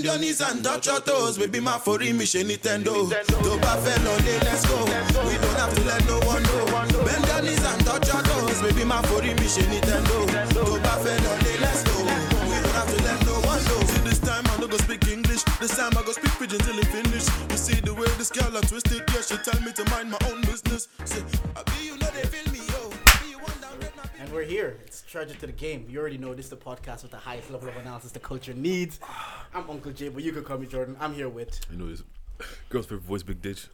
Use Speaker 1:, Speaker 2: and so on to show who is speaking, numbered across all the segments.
Speaker 1: your knees and touch your toes. Baby, my for mission Nintendo. Tó bá fẹ́ lọ lé, let's go. We don't have to let no one know. Bend your knees and touch your toes. Baby, my for mission Nintendo. Tó bá fẹ́ lọ lé, let's go. We don't have to let no one know. See this time I no go speak English. This time I go speak pidgin till it finish. You see the way this girl I twist it. Yeah, she tell me to mind my own business. Say, I be you know they feel me, yo. Abi, you one down, red, my
Speaker 2: And we're here. It's Treasure to the Game. You already know this is the podcast with the highest level of analysis the culture needs. I'm Uncle Jay, but you can call me Jordan. I'm here with.
Speaker 3: You know his girl's favorite voice, Big Ditch.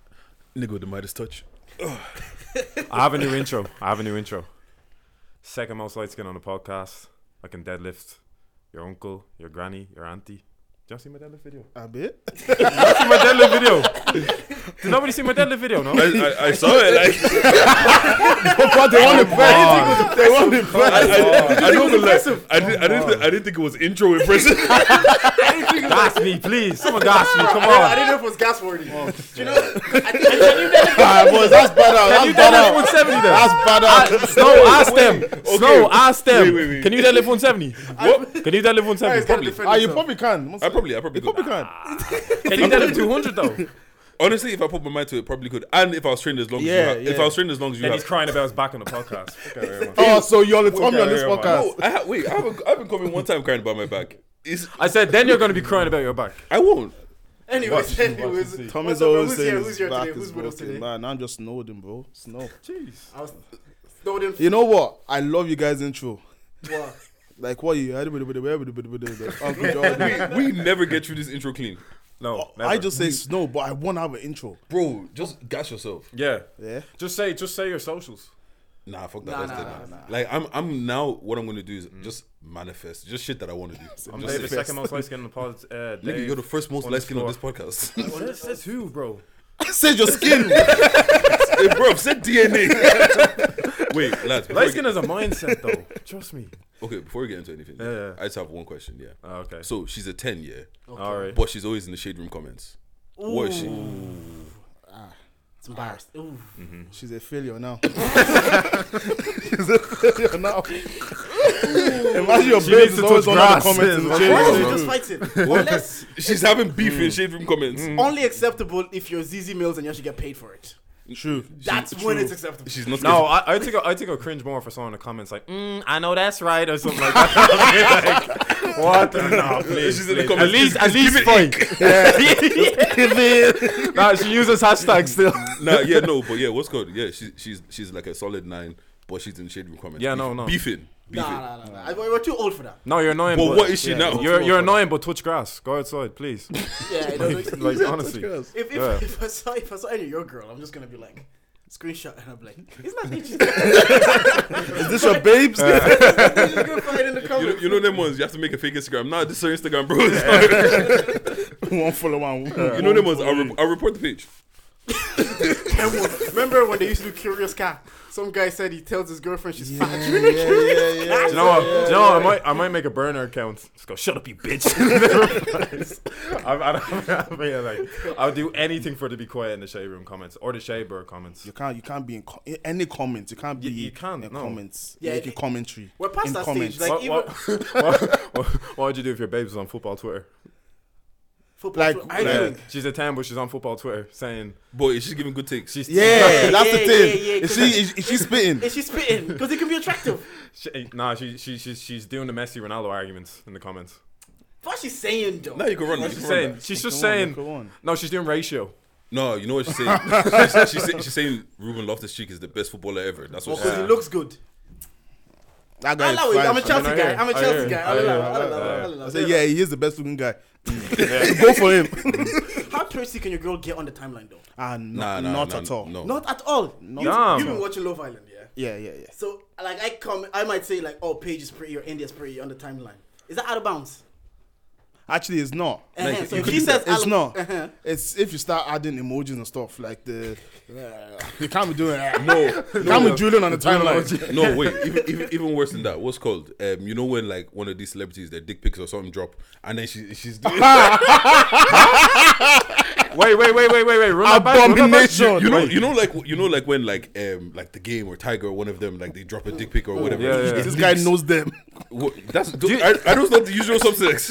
Speaker 3: Nigga with the Midas touch.
Speaker 4: I have a new intro. I have a new intro. Second most light skin on the podcast. I can deadlift your uncle, your granny, your auntie. Did y'all see my deadlift video?
Speaker 5: A bit.
Speaker 4: Did y'all see my deadlift video? Did nobody see my deadlift video? No.
Speaker 3: I, I, I saw it. Like,
Speaker 5: but they want to play.
Speaker 4: Oh,
Speaker 5: They want to play.
Speaker 3: I, I, I, don't know, like, I, did, I, didn't, thi- I didn't think it was intro impressive.
Speaker 4: gas me, please. Someone gas me. Come
Speaker 2: I
Speaker 4: on.
Speaker 2: didn't know if it was gas worthy.
Speaker 5: Oh.
Speaker 2: Do you know?
Speaker 5: Ah, boys, that's better.
Speaker 4: Can you
Speaker 5: That's better.
Speaker 4: deadlift 170 then?
Speaker 5: That's better.
Speaker 4: Snow, ask them. Snow, ask them.
Speaker 3: Wait, wait, wait.
Speaker 4: Can you deadlift 170? What? Can you deadlift 170? Probably.
Speaker 5: Ah, you probably can.
Speaker 3: I probably, I probably
Speaker 5: You
Speaker 3: could.
Speaker 5: probably can.
Speaker 4: Can you deadlift 200 though?
Speaker 3: Honestly, if I put my mind to it, probably could. And if I was trained as long
Speaker 5: Yeah,
Speaker 3: as you have. If
Speaker 5: yeah.
Speaker 3: I was trained as long as you
Speaker 4: And he's
Speaker 3: have.
Speaker 4: crying about his back on the podcast. Fuck out of here, man.
Speaker 5: Oh, so you're the Tommy on this
Speaker 4: yeah,
Speaker 5: podcast.
Speaker 3: No, Oh, I ha- wait, I haven't, I haven't come in one time crying about my back. It's,
Speaker 4: I said, then you're going to be crying about your back.
Speaker 3: I won't.
Speaker 2: Anyways,
Speaker 5: Tommy's
Speaker 2: anyways. what's up, bro?
Speaker 5: always
Speaker 2: Who's
Speaker 5: saying
Speaker 2: here?
Speaker 5: his
Speaker 2: Who's here
Speaker 5: back
Speaker 2: today?
Speaker 5: is
Speaker 2: Who's with us
Speaker 5: broken.
Speaker 2: today?
Speaker 5: Man, I'm just snowden, bro. Snow.
Speaker 2: I was Snowden.
Speaker 5: You know what? I love you guys' intro.
Speaker 2: What?
Speaker 5: Like what you Uncle Jordan.
Speaker 3: We never get through this intro clean.
Speaker 4: No.
Speaker 3: Oh,
Speaker 5: I
Speaker 4: never.
Speaker 5: just say snow, but I want to have an intro.
Speaker 3: Bro, just gas yourself.
Speaker 4: Yeah.
Speaker 5: Yeah.
Speaker 4: Just say just say your socials.
Speaker 3: Nah, fuck that.
Speaker 2: Nah,
Speaker 3: that's
Speaker 2: nah,
Speaker 3: dead,
Speaker 2: nah,
Speaker 3: man. Like I'm, I'm now. What I'm gonna do is just manifest, just shit that I want to do.
Speaker 4: I'm
Speaker 3: Just
Speaker 4: David,
Speaker 3: say-
Speaker 4: second most light skin on the pod. Uh,
Speaker 3: Nigga,
Speaker 4: Dave.
Speaker 3: you're the first most light skin on this podcast.
Speaker 4: Well, this says who, bro?
Speaker 5: Say your skin.
Speaker 3: hey, bro, I've said DNA. Wait, lads. before
Speaker 4: Light
Speaker 3: we
Speaker 4: skin
Speaker 3: get-
Speaker 4: is a mindset, though. Trust me.
Speaker 3: okay, before we get into anything,
Speaker 4: Yeah, yeah.
Speaker 3: I just have one question. Yeah.
Speaker 4: Ah, okay.
Speaker 3: So she's a ten, yeah,
Speaker 4: All right.
Speaker 3: but she's always in the shade room comments. What is she?
Speaker 2: It's embarrassed. Ooh.
Speaker 5: She's a failure now. She's a failure now. Imagine your
Speaker 4: She
Speaker 5: babes is
Speaker 4: needs to
Speaker 5: always
Speaker 4: touch
Speaker 5: under the
Speaker 4: grass.
Speaker 5: comments in the
Speaker 4: Why
Speaker 5: chain.
Speaker 2: Why
Speaker 4: Yeah.
Speaker 2: don't you just fight it? Unless
Speaker 3: She's having beef
Speaker 4: Mm.
Speaker 3: in shade room comments.
Speaker 2: only acceptable if you're ZZ Mills and you actually get paid for it.
Speaker 5: True.
Speaker 2: That's when it's acceptable.
Speaker 3: She's not.
Speaker 4: No, I, I think I think I'll cringe more for someone in the comments like, mm, I know that's right or something like that. I'll be like, what? the- No, please.
Speaker 3: She's in the
Speaker 4: please.
Speaker 3: comments,
Speaker 4: At least,
Speaker 3: just-
Speaker 4: at least Frank. Yeah. nah, she uses hashtags still.
Speaker 3: nah, yeah, no, but yeah, what's good? Yeah, she's she's she's like a solid nine, but she's in shade room comments.
Speaker 4: Yeah,
Speaker 3: beefing,
Speaker 4: no, no.
Speaker 3: beefing, beefing.
Speaker 2: Nah, nah, nah, nah. I- We're too old for that.
Speaker 4: No, you're annoying.
Speaker 3: But what is she now?
Speaker 4: You're you're annoying, but touch grass. Go outside, please.
Speaker 2: Yeah, it doesn't-
Speaker 4: like honestly.
Speaker 2: If if,
Speaker 4: Yeah.
Speaker 2: if I saw if I saw any of your girl, I'm just gonna be like screenshot and I'm like, it's not that she's
Speaker 5: Is this your babes?
Speaker 2: Uh, gonna fight in the
Speaker 3: You know,
Speaker 2: comments.
Speaker 3: you know them ones. You have to make a fake Instagram. Nah, this is her Instagram, bro. It's not-
Speaker 5: one follow one.
Speaker 3: you know them ones. I'll, re- I'll report the page.
Speaker 2: Remember when they used to do Curious Cat? Some guy said he tells his girlfriend she's fat.
Speaker 5: yeah, yeah, yeah.
Speaker 4: Do you know what? do you know what? I might I might make a burner account. Just go. Shut up, you bitch. I, I, don't- I mean, like, I'll do anything for it to be quiet in the shade room comments or the shade bird comments.
Speaker 5: You can't. You can't be in co- in any comments. You can't be.
Speaker 4: you can't,
Speaker 5: in
Speaker 4: no.
Speaker 5: comments.
Speaker 2: Yeah,
Speaker 5: Yeah,
Speaker 2: it-
Speaker 5: Make a commentary.
Speaker 2: We're past
Speaker 5: in
Speaker 2: that
Speaker 5: comments.
Speaker 2: stage. Like
Speaker 4: What,
Speaker 2: even
Speaker 4: what, what, what, what would you do if your babe was on football Twitter?
Speaker 2: football.
Speaker 5: like-
Speaker 2: Like, I
Speaker 5: like-
Speaker 2: think-
Speaker 4: She's a ten, but she's on football Twitter saying
Speaker 3: Boy, she's giving good takes.
Speaker 4: she's
Speaker 5: yeah, that's
Speaker 2: yeah,
Speaker 5: the thing.
Speaker 2: yeah, yeah,
Speaker 5: is
Speaker 2: 'cause
Speaker 5: she is, is she spitting?
Speaker 2: is she spitting? Because it can be attractive.
Speaker 4: she, nah she, she she's she's doing the Messi Ronaldo arguments in the comments.
Speaker 2: What she's saying though.
Speaker 3: Now you can run. You
Speaker 4: She's
Speaker 3: can run
Speaker 4: saying
Speaker 3: that.
Speaker 4: she's just
Speaker 5: Go on,
Speaker 4: saying
Speaker 5: go on.
Speaker 4: no she's doing ratio.
Speaker 3: No, you know what she's saying. she's, she's, saying- she's saying Ruben Loftus Cheek is the best footballer ever. That's what
Speaker 2: Because
Speaker 3: she's saying.
Speaker 2: it looks good.
Speaker 5: That
Speaker 2: I
Speaker 5: is
Speaker 2: allow it. I'm a
Speaker 5: fine.
Speaker 2: Chelsea
Speaker 4: I
Speaker 2: guy.
Speaker 4: hear,
Speaker 2: I'm a
Speaker 4: I
Speaker 2: Chelsea
Speaker 4: hear,
Speaker 2: guy.
Speaker 4: I
Speaker 2: I
Speaker 4: hear,
Speaker 2: allow.
Speaker 4: I
Speaker 2: I
Speaker 4: hear.
Speaker 2: allow. I allow.
Speaker 5: I say yeah, he is the best looking guy. Go for him.
Speaker 2: How thirsty can your girl get on the timeline though?
Speaker 5: Ah, no,
Speaker 3: Nah, nah,
Speaker 5: not
Speaker 3: nah,
Speaker 5: at all.
Speaker 3: No.
Speaker 2: Not at all. You,
Speaker 4: Damn.
Speaker 2: you've been watching Love Island, yeah.
Speaker 5: Yeah, yeah, yeah.
Speaker 2: So like I come, I might say like, oh, Paige is pretty or India's pretty on the timeline. Is that out of bounds?
Speaker 5: Actually, it's not.
Speaker 2: Uh-huh,
Speaker 3: Like,
Speaker 2: so
Speaker 3: you
Speaker 2: if
Speaker 3: could
Speaker 2: she
Speaker 3: do
Speaker 2: says
Speaker 5: It's
Speaker 2: Al-
Speaker 5: not.
Speaker 2: uh-huh.
Speaker 5: It's if you start adding emojis and stuff like the uh, you can't be doing that.
Speaker 3: no,
Speaker 5: You can't be drilling on the timeline.
Speaker 3: no, wait. Even, even, even worse than that. What's called? Um, you know when like one of these celebrities, their dick pics or something drop, and then she she's doing.
Speaker 4: Wait wait wait wait wait wait. Run that back, run that back.
Speaker 5: Abomination.
Speaker 3: You know,
Speaker 4: Wait.
Speaker 3: you know, like you know, like when like um like the game or Tiger or one of them like they drop a dick pic or whatever.
Speaker 4: Yeah, yeah.
Speaker 3: It
Speaker 5: This guy
Speaker 3: leaks.
Speaker 5: knows them.
Speaker 3: What, that's do, are, are those not the usual subjects?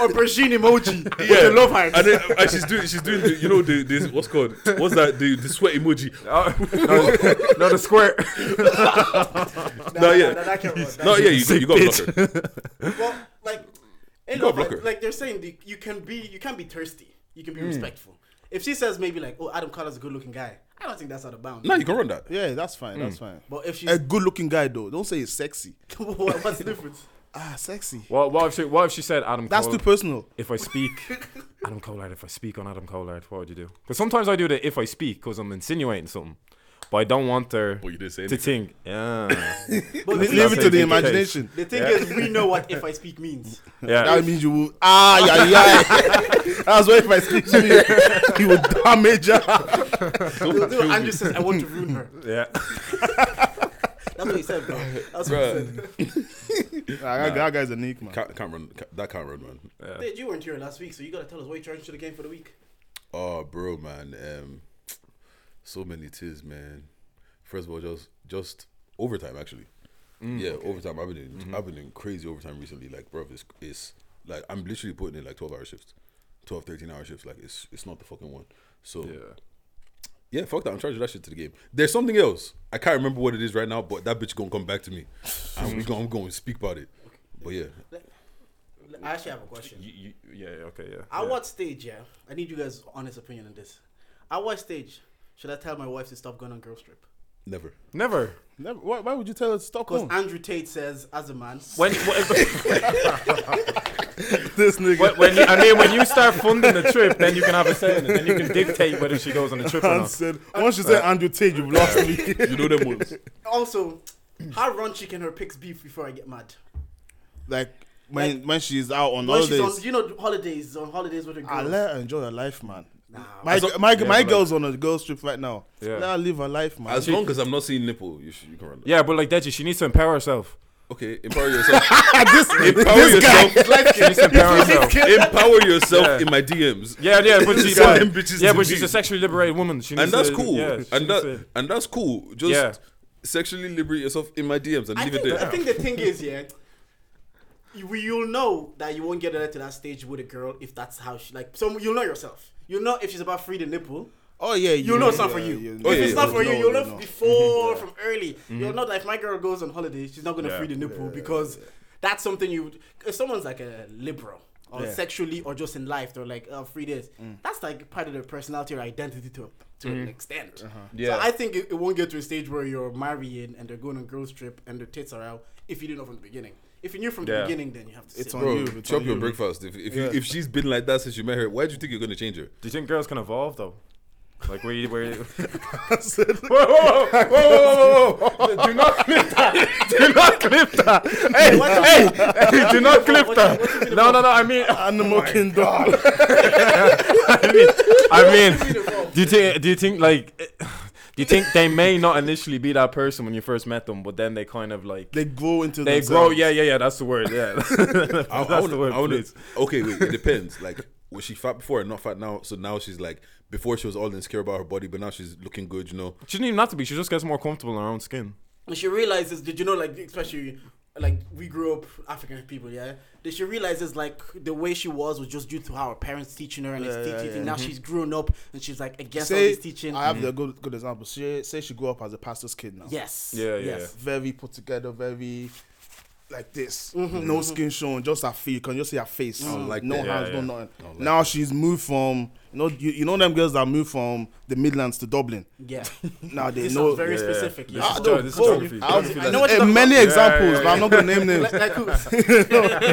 Speaker 2: Or Persian emoji. yeah.
Speaker 3: yeah,
Speaker 2: love hearts.
Speaker 3: And, then, and she's doing, she's doing, the, you know, the, the what's called, what's that, the, the sweat emoji.
Speaker 4: Oh, no, no, the square.
Speaker 2: Nah,
Speaker 3: no,
Speaker 2: nah,
Speaker 3: yeah.
Speaker 2: nah, that can't work. That
Speaker 3: No,
Speaker 2: can't
Speaker 3: yeah, you, you got blocked. her.
Speaker 2: Well, like, you
Speaker 3: got
Speaker 2: know,
Speaker 3: a blocker.
Speaker 2: like, like they're saying, the, you can be, you can be thirsty. You can be respectful. If she says maybe like, "Oh, Adam Carter's a good-looking guy," I don't think that's out of bounds.
Speaker 3: No, you can run that.
Speaker 5: Yeah, that's fine. That's
Speaker 3: Hmm.
Speaker 5: fine.
Speaker 2: But if she's,
Speaker 5: A good looking guy though. Don't say he's sexy.
Speaker 2: what- what's the difference?
Speaker 5: Ah, sexy.
Speaker 4: What, what, if she, what if she said Adam
Speaker 5: That's
Speaker 4: Cole,
Speaker 5: too personal.
Speaker 4: if I speak, Adam Collard, if I speak on Adam Collard, what would you do? Because sometimes I do the if I speak because I'm insinuating something. But I don't want her
Speaker 3: But you didn't say
Speaker 4: to
Speaker 3: anything.
Speaker 4: think. Yeah.
Speaker 2: But the
Speaker 5: Leave it
Speaker 2: thing,
Speaker 4: That's
Speaker 5: to
Speaker 4: a
Speaker 5: the
Speaker 4: good case.
Speaker 5: imagination.
Speaker 2: the thing is, we know what "if I speak" means.
Speaker 4: yeah.
Speaker 5: That means you will. Ah, yeah, yeah. That's why if I speak to you, you Ah, will damage her.
Speaker 2: They'll do it, Andrew says, "I want to ruin her."
Speaker 4: Yeah.
Speaker 2: That's what he said, bro. That's what he
Speaker 3: Bruh.
Speaker 2: said.
Speaker 5: Nah, that- That guy's a nick, man.
Speaker 3: Can't, can't run. Can't, that can't run, man.
Speaker 2: Dude, you weren't here last week, so you gotta tell us what you charged to the game for the week.
Speaker 3: Oh, bro, man. Um, so many tears, man. First of all, just just overtime, actually. yeah, overtime. I've been in, I've been in crazy overtime recently. Like, bro, it's, it's like I'm literally putting in like 12 hour shifts, 12, 13 hour shifts. Like, it's it's not the fucking one. So yeah, fuck that. I'm charging that shit to the game. There's something else. I can't remember what it is right now, but that bitch gonna come back to me, and we gonna I'm gonna speak about it. But yeah,
Speaker 2: I actually have a question.
Speaker 4: You, you, yeah. Okay. Yeah.
Speaker 2: I
Speaker 4: yeah.
Speaker 2: watch stage, yeah. I need you guys' honest opinion on this. I watch stage. Should I tell my wife to stop going on girl strip?
Speaker 3: never.
Speaker 4: Never.
Speaker 5: Never, why, why would you tell her to stop?
Speaker 2: Because
Speaker 5: going?
Speaker 2: Andrew Tate says, as a man,
Speaker 4: When, when,
Speaker 5: this nigga.
Speaker 4: when, when you, I mean, when you start funding the trip, then you can have a say in it. Then you can dictate whether she goes on the trip or
Speaker 5: Man
Speaker 4: not.
Speaker 5: said, once you say Andrew Tate, you've lost me.
Speaker 3: You know them ones.
Speaker 2: also, how raunchy can her pics be before I get mad?
Speaker 5: like when when she's out on
Speaker 2: When
Speaker 5: holidays,
Speaker 2: she's on, you know, holidays, on holidays with her
Speaker 5: I
Speaker 2: girls.
Speaker 5: let her enjoy her life, man.
Speaker 2: Nah,
Speaker 5: My my,
Speaker 4: yeah,
Speaker 5: my
Speaker 4: but
Speaker 5: girl's on a girl's trip right now.
Speaker 4: Yeah.
Speaker 5: Let her live her life, man.
Speaker 3: As long as I'm not seeing nipple, you, sh- you can run. That.
Speaker 4: Yeah, but like Deji, she needs to empower herself.
Speaker 3: Okay, empower yourself.
Speaker 5: this,
Speaker 3: Empower yourself.
Speaker 4: She needs to empower herself.
Speaker 3: Empower yourself
Speaker 4: Yeah.
Speaker 3: in my DMs.
Speaker 4: Yeah, yeah, but she's
Speaker 3: Send
Speaker 4: like-
Speaker 3: them bitches
Speaker 4: yeah,
Speaker 3: to
Speaker 4: but she's
Speaker 3: me.
Speaker 4: a sexually liberated woman. She
Speaker 3: And
Speaker 4: needs
Speaker 3: that's
Speaker 4: to-
Speaker 3: cool.
Speaker 4: Yeah, she
Speaker 3: and
Speaker 4: needs
Speaker 3: that
Speaker 4: to-
Speaker 3: and that's cool. Just
Speaker 4: Yeah.
Speaker 3: sexually liberate yourself in my DMs and
Speaker 2: I
Speaker 3: leave it
Speaker 2: think, I
Speaker 3: there.
Speaker 2: think the thing is, yeah, you, we- you'll know that you won't get her to that stage with a girl if that's how she like. So you'll know yourself. You'll know if she's about free the nipple.
Speaker 5: oh yeah,
Speaker 2: You'll know it's not for
Speaker 5: yeah,
Speaker 2: you.
Speaker 5: yeah,
Speaker 3: Oh,
Speaker 2: if
Speaker 3: yeah,
Speaker 2: it's
Speaker 3: yeah.
Speaker 2: not for you,
Speaker 5: No,
Speaker 2: you'll
Speaker 5: no,
Speaker 2: know
Speaker 5: no.
Speaker 2: before from early. You'll know that if my girl goes on holiday, she's not gonna
Speaker 4: Yeah.
Speaker 2: free the nipple because that's something you. If someone's like a liberal or
Speaker 5: Yeah.
Speaker 2: sexually or just in life, they're like, oh, free this. That's like part of their personality or identity to to an extent.
Speaker 3: Yeah.
Speaker 2: So I think it, it won't get to a stage where you're marrying and they're going on girls trip and their tits are out if you didn't know from the beginning. If you knew from the
Speaker 4: Yeah.
Speaker 2: beginning, then you have to.
Speaker 5: It's
Speaker 2: sit
Speaker 5: on
Speaker 2: with
Speaker 3: Bro,
Speaker 5: you, it's
Speaker 3: chop
Speaker 5: on
Speaker 3: your
Speaker 5: you.
Speaker 3: breakfast. If if,
Speaker 5: Yeah.
Speaker 3: you, if she's been like that since you met her, why do you think you're gonna change her?
Speaker 4: Do you think girls can evolve though? Like we we whoa,
Speaker 5: I said-
Speaker 4: whoa, whoa, whoa, whoa, whoa, whoa. Do not clip that. Do not clip that. Hey,
Speaker 2: What-
Speaker 4: hey, hey, do not clip
Speaker 2: what-
Speaker 4: that.
Speaker 2: what do you mean
Speaker 4: No, no, no. I mean,
Speaker 2: Oh
Speaker 5: Animal kingdom.
Speaker 4: I mean, I
Speaker 2: you.
Speaker 4: mean. Do you think? Do you think like? eh, Do you think they may not initially be that person when you first met them, but then they kind of like they,
Speaker 5: They grow into
Speaker 4: grow?
Speaker 5: themselves.
Speaker 4: Yeah, yeah, yeah. That's the word. Yeah, that's
Speaker 3: I, I
Speaker 4: the
Speaker 3: wanna-
Speaker 4: word.
Speaker 3: I wanna-
Speaker 4: please.
Speaker 3: okay, wait. It depends. Like, was she fat before and not fat now? So now she's like, before she was all insecure about her body, but now she's looking good. You know,
Speaker 4: She doesn't even have to be. She just gets more comfortable in her own skin.
Speaker 2: And she realizes, did you know, like, especially, like, we grew up African people, yeah? That she realizes, like, the way she was was just due to how her parents teaching her and it's teaching. and Now she's grown up and she's, like, against all
Speaker 5: Say,
Speaker 2: this teaching.
Speaker 4: Mm.
Speaker 5: I have the good good example. She say she grew up as a pastor's kid now.
Speaker 2: yes.
Speaker 4: Yeah, yeah,
Speaker 2: yes.
Speaker 5: very put together, very like this.
Speaker 2: Mm-hmm,
Speaker 5: no skin shown, just her face. You can just see her face.
Speaker 2: Mm.
Speaker 3: like
Speaker 5: no
Speaker 3: that.
Speaker 5: hands,
Speaker 4: Oh, Yeah, Oh, yeah.
Speaker 5: no nothing. now she's moved from you know you, you know them girls that moved from the Midlands to Dublin.
Speaker 2: Yeah.
Speaker 5: Now they
Speaker 2: This
Speaker 5: know.
Speaker 2: was very
Speaker 4: Yeah, yeah.
Speaker 2: specific. Yeah.
Speaker 4: This is
Speaker 5: Ah,
Speaker 4: geo-
Speaker 5: no,
Speaker 4: this is
Speaker 5: go.
Speaker 4: geography.
Speaker 5: I'll-
Speaker 4: Geography
Speaker 2: I know
Speaker 4: lesson.
Speaker 2: what
Speaker 5: Eh,
Speaker 2: you're
Speaker 5: many
Speaker 2: talking
Speaker 5: examples,
Speaker 4: yeah,
Speaker 5: but I'm not gonna name names.
Speaker 2: about. Like, who?
Speaker 3: he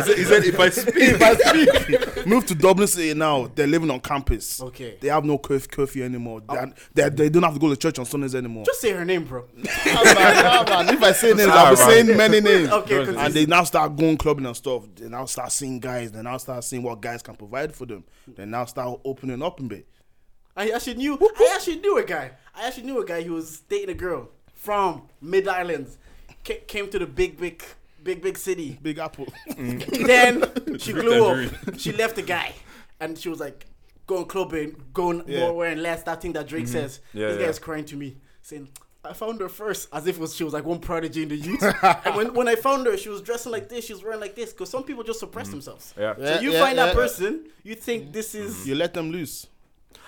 Speaker 3: said, he said if I speak,
Speaker 5: Moved to Dublin City now. They're living on campus.
Speaker 2: Okay. Oh.
Speaker 5: They have no curf- curfew anymore. They, are- they, they don't have to go to church on Sundays anymore.
Speaker 2: Just say her name, bro.
Speaker 5: I'm like, nah, ah, man, if I say names, I'll be
Speaker 4: Nah,
Speaker 5: saying many names.
Speaker 2: Okay, 'cause
Speaker 5: and they now start going clubbing and stuff. They now start seeing guys. They now start seeing what guys can provide for them. They now start opening up a bit.
Speaker 2: I actually knew. I actually knew a guy. I actually knew a guy who was dating a girl from Mid Islands. Ca- came to the big, big, big, big city.
Speaker 5: Big Apple.
Speaker 4: Mm.
Speaker 2: then she blew up.
Speaker 3: tangerine.
Speaker 2: She left the guy, and she was like, going clubbing, going
Speaker 5: Yeah.
Speaker 2: more wearing less. That thing that Drake says.
Speaker 4: Mm-hmm. Yeah,
Speaker 2: this
Speaker 4: yeah.
Speaker 2: guy is crying to me, saying, I found her first, as if it was, she was like one prodigy in the youth. and when, when I found her, she was dressing like this, she was wearing like this, because some people just suppress themselves.
Speaker 4: Mm-hmm. Yeah. Mm-hmm.
Speaker 5: Yeah,
Speaker 2: So you
Speaker 5: yeah,
Speaker 2: find
Speaker 5: yeah. Mm-hmm.
Speaker 2: that person, you think this is
Speaker 5: You let them loose.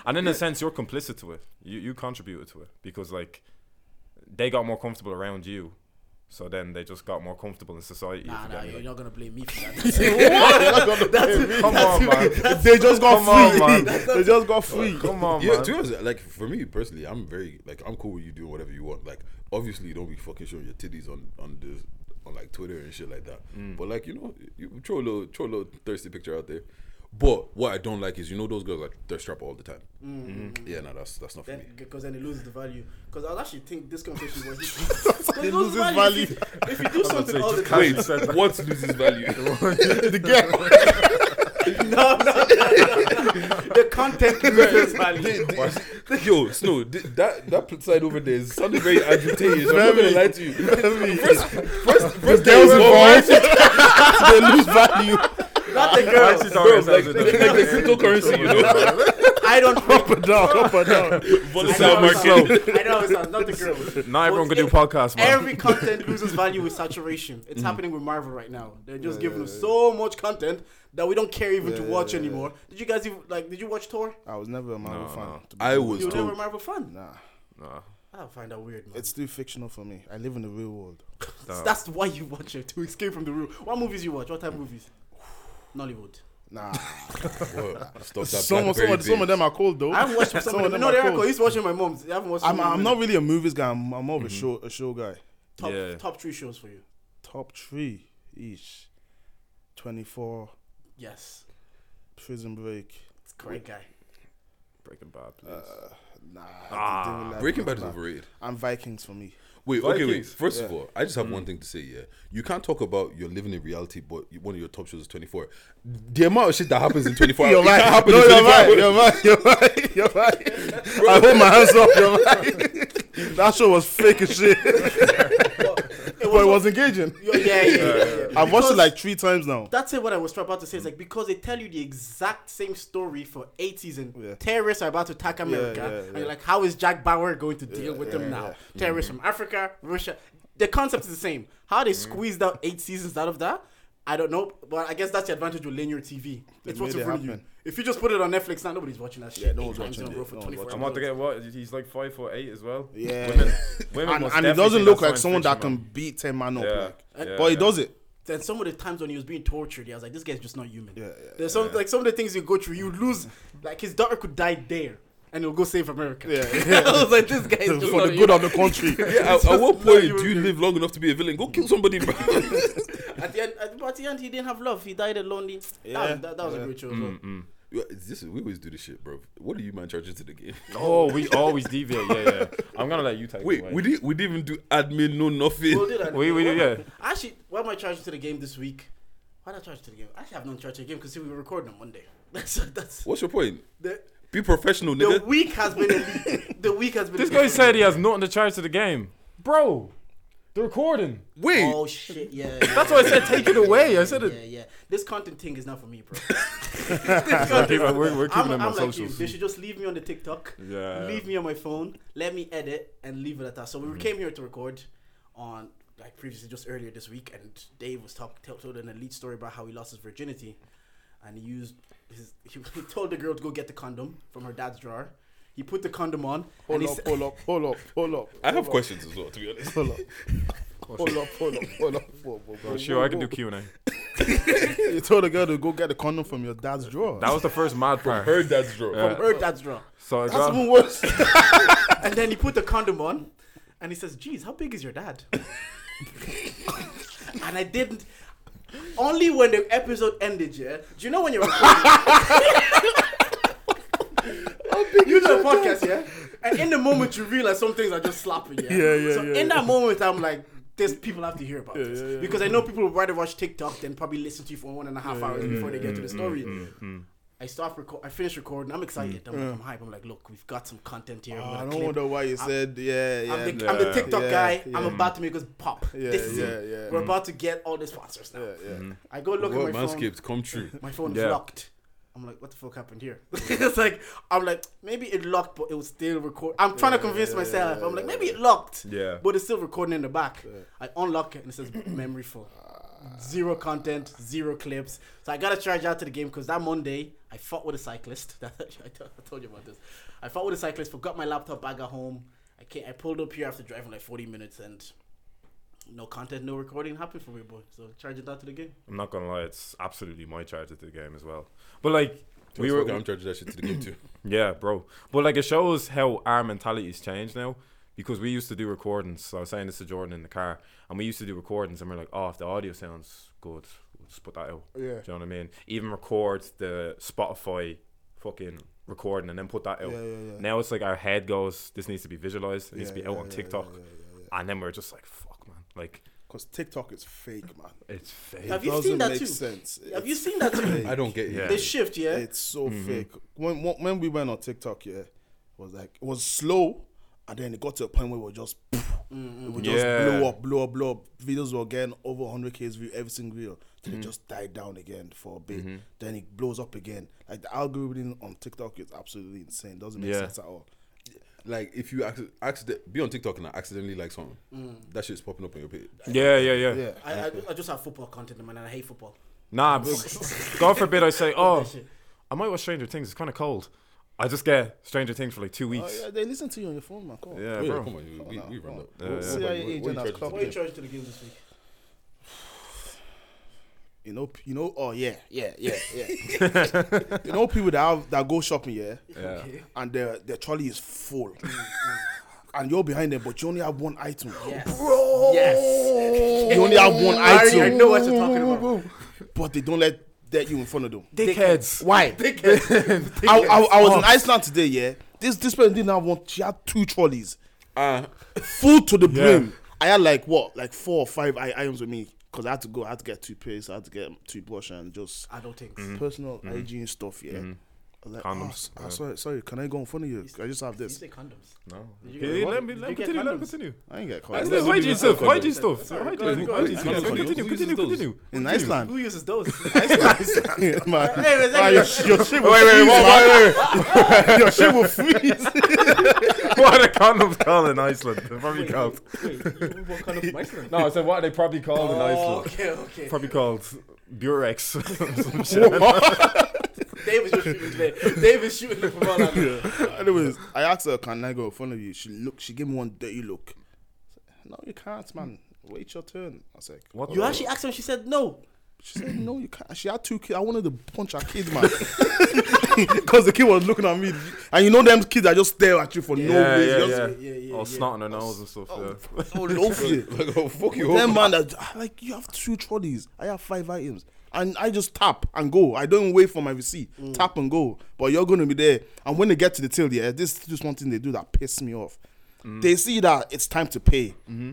Speaker 4: And in a sense, you're complicit to it. You you contributed to it because like they got more comfortable around you, so then they just got more comfortable in society.
Speaker 2: Nah,
Speaker 4: if you
Speaker 2: nah,
Speaker 4: get me,
Speaker 2: you're
Speaker 4: like-
Speaker 2: not gonna blame me for that.
Speaker 4: Come on, man.
Speaker 5: They just got
Speaker 4: Come on,
Speaker 5: free.
Speaker 4: man.
Speaker 5: they just got free.
Speaker 4: Come on,
Speaker 3: Yeah,
Speaker 4: man.
Speaker 3: to be honest, like for me personally, I'm very like I'm cool with you doing whatever you want. Like obviously, you don't be fucking showing your titties on on the on like Twitter and shit like that.
Speaker 5: Mm.
Speaker 3: But like you know, you throw a little throw a little thirsty picture out there. But what I don't like is you know those girls like thirst trap all the time.
Speaker 5: Mm-hmm.
Speaker 3: Yeah, no, that's that's not for me.
Speaker 2: Because then it loses the value. Because I actually think this conversation was. it
Speaker 5: loses
Speaker 2: If
Speaker 5: value.
Speaker 2: you, if you do something all the time,
Speaker 3: Wait, what loses value?
Speaker 5: the girl.
Speaker 2: no, no, no, no, no. The content loses value.
Speaker 3: They- they- Yo, Snow, th- that that pl- side over there is sounding very agitated. I'm not gonna lie to you. First, first,
Speaker 5: Girls
Speaker 3: first day-
Speaker 5: involved. they lose value.
Speaker 2: Not the
Speaker 4: I
Speaker 2: girl.
Speaker 4: actually thought it
Speaker 3: Bro, like, like,
Speaker 4: sounds
Speaker 3: like the cryptocurrency, you know,
Speaker 2: I don't.
Speaker 5: Up and down, up and down.
Speaker 3: volatile market.
Speaker 2: I know it's not, not the girl.
Speaker 4: Not everyone
Speaker 2: But
Speaker 4: can do
Speaker 2: it-
Speaker 4: podcasts, man.
Speaker 2: Every content loses value with saturation. It's
Speaker 5: Mm-hmm.
Speaker 2: happening with Marvel right now. They're just giving us so much content that we don't care even to watch anymore. Did you guys even like? Did you watch Thor?
Speaker 5: I was never a Marvel
Speaker 4: No,
Speaker 5: fan.
Speaker 4: no.
Speaker 5: to be
Speaker 3: I
Speaker 5: honest.
Speaker 3: was
Speaker 2: You were never a
Speaker 3: told.
Speaker 2: Marvel fan.
Speaker 5: Nah,
Speaker 4: Nah,
Speaker 2: I find that weird. Man.
Speaker 5: it's too fictional for me. I live in the real world.
Speaker 4: nah.
Speaker 2: That's why you watch it to escape from the room. What movies you watch? What type of movies? Nollywood.
Speaker 5: Nah,
Speaker 3: Stop that
Speaker 5: some, of- some,
Speaker 3: Blackberry
Speaker 5: of- some of
Speaker 3: thing.
Speaker 5: them are cold though.
Speaker 2: I haven't watched some, of them. No,
Speaker 5: are
Speaker 2: they're
Speaker 5: cold.
Speaker 2: cool. He's watching my mom's. I haven't watched.
Speaker 5: I'm,
Speaker 2: some of
Speaker 5: I'm
Speaker 2: them.
Speaker 5: not really a movies guy. I'm, I'm more
Speaker 3: Mm-hmm.
Speaker 5: of a show a show guy.
Speaker 2: top
Speaker 4: Yeah.
Speaker 2: top three shows for you.
Speaker 5: Top three each. Twenty four.
Speaker 2: Yes,
Speaker 5: Prison Break.
Speaker 2: it's a great guy.
Speaker 4: Breaking Bad. please.
Speaker 5: Nah.
Speaker 4: Ah.
Speaker 5: I didn't like
Speaker 3: Breaking
Speaker 5: it,
Speaker 3: Bad is
Speaker 5: nah.
Speaker 3: overrated.
Speaker 5: And Vikings for me.
Speaker 3: Wait, okay, wait.
Speaker 4: Vikings.
Speaker 3: First of all, I just have one thing to say. Yeah, you can't talk about you're living in reality, but you- one of your top shows is 24. The amount of shit that happens in 24 hours,
Speaker 5: You're
Speaker 3: it can't
Speaker 5: right.
Speaker 3: happen
Speaker 5: No,
Speaker 3: in
Speaker 5: you're
Speaker 3: 24
Speaker 5: right.
Speaker 3: hours.
Speaker 5: You're right. You're right. You're right. I hold my hands up. You're right. That show was fake as shit,
Speaker 2: It
Speaker 5: but it
Speaker 2: was,
Speaker 5: was engaging.
Speaker 2: yeah, yeah, yeah, yeah, yeah.
Speaker 5: I've watched it
Speaker 2: Because
Speaker 5: like three times now.
Speaker 2: That's it. What I was about to say is like because they tell you the exact same story for eight seasons.
Speaker 5: Yeah.
Speaker 2: Terrorists are about to attack America,
Speaker 5: yeah,
Speaker 2: and
Speaker 5: yeah.
Speaker 2: you're like, how is Jack Bauer going to deal with them now? Terrorists
Speaker 5: Mm-hmm.
Speaker 2: from Africa, Russia. The concept is the same. How they squeezed out eight seasons out of that, I don't know. But I guess that's the advantage of linear TV. it's what's
Speaker 5: made
Speaker 2: in
Speaker 5: it
Speaker 2: front of you.
Speaker 5: happen.
Speaker 2: If you just put it on Netflix now, nobody's watching that shit.
Speaker 5: no
Speaker 2: eight
Speaker 5: one's
Speaker 2: times
Speaker 5: watching
Speaker 2: in a
Speaker 5: it.
Speaker 2: row for
Speaker 5: No one's
Speaker 2: 24
Speaker 4: I'm about
Speaker 2: episodes.
Speaker 4: to get what? He's like five foot eight as well.
Speaker 5: Yeah.
Speaker 4: Women, women
Speaker 5: And,
Speaker 4: must
Speaker 5: and it
Speaker 4: definitely
Speaker 5: doesn't
Speaker 4: think
Speaker 5: look
Speaker 4: that's
Speaker 5: like
Speaker 4: so
Speaker 5: someone that can
Speaker 4: intentional.
Speaker 5: beat ten man up,
Speaker 4: Yeah.
Speaker 5: like.
Speaker 4: Yeah,
Speaker 5: but he
Speaker 4: yeah.
Speaker 5: does it.
Speaker 2: then some of the times when he was being tortured, I was like, this guy's just not human.
Speaker 5: Yeah, yeah,
Speaker 2: There's some like some of the things you go through, you lose. Like his daughter could die there, and he'll go save America.
Speaker 5: Yeah,
Speaker 2: I was like, this guy is just
Speaker 5: for
Speaker 2: not
Speaker 5: the good
Speaker 2: human.
Speaker 5: of the country.
Speaker 3: Yeah, at, at what
Speaker 2: not
Speaker 3: point
Speaker 2: even
Speaker 3: do you live long enough to be a villain? Go kill somebody, bro.
Speaker 2: At the end, at, but at the end, he didn't have love. He died a lonely. Yeah,
Speaker 5: Yeah,
Speaker 2: that, that, that was a
Speaker 5: yeah.
Speaker 2: great show. as well.
Speaker 3: Yeah, it's just- we always do this shit, bro. What are you man charging to the game?
Speaker 4: Oh, we always deviate. Yeah, yeah. I'm gonna let you take. it
Speaker 3: Wait,
Speaker 4: away.
Speaker 3: we didn't we didn't even do admin, no nothing.
Speaker 2: We'll do that.
Speaker 4: We- we-
Speaker 2: What am I-
Speaker 4: yeah.
Speaker 2: Actually, why am I charging to the game this week? Why did I charge to the game? I Actually, I have not charged to the game because we were recording on Monday. That's that's
Speaker 3: What's your point?
Speaker 2: the,
Speaker 3: Be professional,
Speaker 2: the
Speaker 3: nigga.
Speaker 2: week has been elite. the week has been.
Speaker 4: This
Speaker 2: elite.
Speaker 4: guy said he has nothing to charge to the game, bro. The recording.
Speaker 3: Wait,
Speaker 2: Oh shit! Yeah. yeah,
Speaker 4: That's why I said take it away. I said
Speaker 2: Yeah,
Speaker 4: it.
Speaker 2: yeah. This content thing is not for me, bro. This content-
Speaker 4: We're- we're- we're keeping
Speaker 2: I'm,
Speaker 4: them
Speaker 2: I'm
Speaker 4: on
Speaker 2: like you.
Speaker 4: socials.
Speaker 2: They should just leave me on the TikTok.
Speaker 4: Yeah. Mm-hmm.
Speaker 2: Leave me on my phone. Let me edit and leave it at that. So we came here to record on like previously, just earlier this week, and Dave was talk, tell, told an elite story about how he lost his virginity, and he used his. He, he told the girl to go get the condom from her dad's drawer. He put the condom on. and
Speaker 5: Hold
Speaker 2: he
Speaker 5: up,
Speaker 2: said-
Speaker 5: hold up, hold up, hold up.
Speaker 3: I have questions as well. To be honest,
Speaker 5: Hold up. Hold up, hold up, hold up. Whoa, whoa, whoa,
Speaker 4: Sure, I can
Speaker 5: whoa.
Speaker 4: do Q and A.
Speaker 5: You told a girl to go get a condom from your dad's drawer.
Speaker 4: That was the first mad part.
Speaker 3: heard that's draw.
Speaker 4: Yeah.
Speaker 2: Her dad's drawer.
Speaker 4: So I
Speaker 5: That's
Speaker 4: got.
Speaker 5: even worse.
Speaker 2: And then he put the condom on, and he says, "Geez, how big is your dad?" and I didn't. Only when the episode ended, yeah. Do you know when you're recording? you do a podcast, yeah. And in the moment, you realize some things are just slapping, yeah.
Speaker 5: Yeah, yeah,
Speaker 2: So
Speaker 5: yeah,
Speaker 2: in
Speaker 5: yeah.
Speaker 2: that moment, I'm like. There's people have to hear about this
Speaker 5: yeah, yeah,
Speaker 2: because I know people would rather watch TikTok than probably listen to you for one and a half hours before they get to the story.
Speaker 4: Mm,
Speaker 2: I stop record. I finish recording. I'm excited. I'm, like, I'm hype. I'm like, look, we've got some content here. I'm
Speaker 5: Mm. Oh, Ah, I
Speaker 2: gonna
Speaker 5: don't
Speaker 2: clip
Speaker 5: wonder why you said, yeah, yeah.
Speaker 2: I'm, the,
Speaker 5: yeah,
Speaker 2: I'm the TikTok
Speaker 5: yeah,
Speaker 2: guy. I'm
Speaker 5: yeah.
Speaker 2: about to make us pop.
Speaker 5: Yeah,
Speaker 2: this is
Speaker 5: yeah,
Speaker 2: it.
Speaker 5: yeah.
Speaker 2: We're about to get all the sponsors now.
Speaker 4: Mm-hmm.
Speaker 5: yeah.
Speaker 2: I go look
Speaker 3: Well,
Speaker 2: at my phone.
Speaker 3: manscaped come true.
Speaker 2: My phone is
Speaker 4: Yeah.
Speaker 2: locked. I'm like, what the fuck happened here? it's like I'm like maybe it locked, but it was still recording. I'm trying to convince myself. I'm like maybe it locked,
Speaker 4: Yeah.
Speaker 2: but it's still recording in the back. I unlock it and it says memory full, zero content, zero clips. So I gotta charge out to the game because that Monday I fought with a cyclist. That I t- I told you about this. I fought with a cyclist, forgot my laptop bag at home. I came, I pulled up here after driving like 40 minutes and no content, no recording happened for me, boy. So charge it out to the game.
Speaker 4: I'm not gonna lie, it's absolutely my charge at the game as well. But like we were,
Speaker 3: I'm charging that shit to the game too.
Speaker 4: yeah, bro. But like it shows how our mentality's changed now. Because we used to do recordings. So I was saying this to Jordan in the car, and we used to do recordings, and we're like, oh, if the audio sounds good, we'll just put that out.
Speaker 5: Yeah.
Speaker 4: Do you know what I mean? Even record the Spotify fucking recording and then put that out.
Speaker 5: Yeah, yeah, yeah.
Speaker 4: Now it's like our head goes, this needs to be visualized, it needs to
Speaker 5: Yeah,
Speaker 4: be out
Speaker 5: yeah,
Speaker 4: on
Speaker 5: yeah,
Speaker 4: TikTok.
Speaker 5: yeah, yeah,
Speaker 4: And then we're just like, fuck, man. Like,
Speaker 5: Because TikTok is fake, man.
Speaker 4: it's fake.
Speaker 2: Have you
Speaker 5: doesn't
Speaker 2: seen that
Speaker 5: make
Speaker 2: too?
Speaker 5: sense.
Speaker 2: Have you seen that too?
Speaker 3: I don't get it.
Speaker 4: Yeah.
Speaker 2: They shift, yeah.
Speaker 5: It's so
Speaker 4: Mm-hmm.
Speaker 5: fake. When, when when we went on TikTok, yeah, it was like it was slow, and then it got to a point where we were just, it would just
Speaker 4: Yeah.
Speaker 5: blow up, blow up, blow up. Videos were getting over 100k's view every single video. Then it
Speaker 4: Mm-hmm.
Speaker 5: just died down again for a bit. Then it blows up again. Like the algorithm on TikTok is absolutely insane. Doesn't make
Speaker 4: Yeah.
Speaker 5: sense at all.
Speaker 3: Like if you acc- accident be on TikTok and I accidentally like something,
Speaker 4: Mm.
Speaker 3: that shit's popping up on your page.
Speaker 4: Yeah, yeah, yeah.
Speaker 5: Yeah.
Speaker 2: I, I, I just have football content, man, and I hate football.
Speaker 4: Nah, but God forbid I say, oh, I might watch Stranger Things. It's kind of cold. I just get Stranger Things for like two
Speaker 5: Oh,
Speaker 4: weeks.
Speaker 5: yeah, they listen to you on your phone, man. Come on.
Speaker 4: yeah,
Speaker 3: Oh, yeah,
Speaker 4: bro.
Speaker 3: come on, you- we,
Speaker 5: on
Speaker 3: we
Speaker 5: now,
Speaker 3: run
Speaker 5: come
Speaker 3: up.
Speaker 5: on.
Speaker 4: Yeah, yeah.
Speaker 5: CIA
Speaker 3: What- what
Speaker 5: agent
Speaker 3: you
Speaker 5: has
Speaker 3: charging
Speaker 5: clocked
Speaker 3: to
Speaker 2: What are
Speaker 5: them.
Speaker 2: you charged to the game this week?
Speaker 5: You know, p- you know. Oh yeah, yeah, yeah, yeah. you know, people that have, that go shopping, yeah,
Speaker 2: Okay.
Speaker 5: and their their trolley is full, and you're behind them, but you only have one item.
Speaker 2: Yes.
Speaker 5: Bro,
Speaker 2: Yes.
Speaker 5: you only have one
Speaker 2: I
Speaker 5: item.
Speaker 2: already- I know what you're talking about.
Speaker 5: But they don't let that you in front of them.
Speaker 4: Dickheads.
Speaker 5: Why? I, I, I was in Iceland today, yeah. This this person didn't have one. She had two trolleys,
Speaker 3: Ah,
Speaker 5: full to the
Speaker 4: Yeah.
Speaker 5: brim. I had like what, like four or five i- items with me, cause I had to go. I had to get toothpaste. I had to get toothbrush and just
Speaker 2: I don't think.
Speaker 4: Mm.
Speaker 5: personal hygiene stuff, yeah. I'm Like,
Speaker 4: Mm-hmm. Condoms,
Speaker 5: Condoms. Oh, sorry, sorry, can I go in front of you? I just have
Speaker 2: You
Speaker 5: this.
Speaker 2: say condoms.
Speaker 4: No.
Speaker 2: Did you
Speaker 4: Yeah,
Speaker 2: get what?
Speaker 4: let me
Speaker 2: Did
Speaker 4: let me
Speaker 2: you get
Speaker 4: continue. Let me
Speaker 2: condoms?
Speaker 4: continue.
Speaker 5: I ain't get
Speaker 4: That's
Speaker 5: caught.
Speaker 3: Iceland-
Speaker 4: the hygiene stuff.
Speaker 3: condoms.
Speaker 4: Hygiene stuff.
Speaker 2: Sorry,
Speaker 4: Hygiene.
Speaker 2: go ahead, go ahead.
Speaker 3: Condoms.
Speaker 4: Hygiene. Continue.
Speaker 3: Condoms.
Speaker 4: Continue.
Speaker 3: Condoms.
Speaker 4: Continue.
Speaker 5: In
Speaker 4: Continue.
Speaker 5: Iceland.
Speaker 2: Who uses those?
Speaker 5: Iceland, man.
Speaker 2: Wait, wait,
Speaker 5: Man, your, sh- your shit will freeze. man. your shit will freeze.
Speaker 4: What are condoms called in Iceland? They're probably called.
Speaker 2: Wait, you what kind of Iceland?
Speaker 4: No, I said what are they probably called in
Speaker 2: Oh,
Speaker 4: Iceland.
Speaker 2: okay, okay.
Speaker 4: Probably called Burex. Some shit.
Speaker 2: Dave is just shooting today. Dave is shooting the football. at me.
Speaker 5: Anyways, I asked her, "Can I go in front of you?" She looked. She gave me one dirty look. I said, No, you can't, man. Wait your turn. I was like,
Speaker 4: What
Speaker 2: You
Speaker 4: the-
Speaker 2: actually asked her, and she said no.
Speaker 5: She said, "No, you can't." She had two kids. I wanted to punch her kid, man, because the kid was looking at me, and you know them kids that just stare at you for no
Speaker 4: Yeah,
Speaker 5: reason.
Speaker 4: yeah,
Speaker 5: just,
Speaker 4: yeah.
Speaker 2: Yeah, yeah, yeah.
Speaker 4: All snot on their nose and stuff. Yeah.
Speaker 5: Oh, loaf you.
Speaker 3: like oh fuck you.
Speaker 5: Then
Speaker 3: up.
Speaker 5: man, that, ah, like you have two trolleys. I have five items, and I just tap and go. I don't wait for my receipt. Tap and go. But you're gonna be there. And when they get to the till, yeah, this is just one thing they do that piss me off. They see that it's time to pay.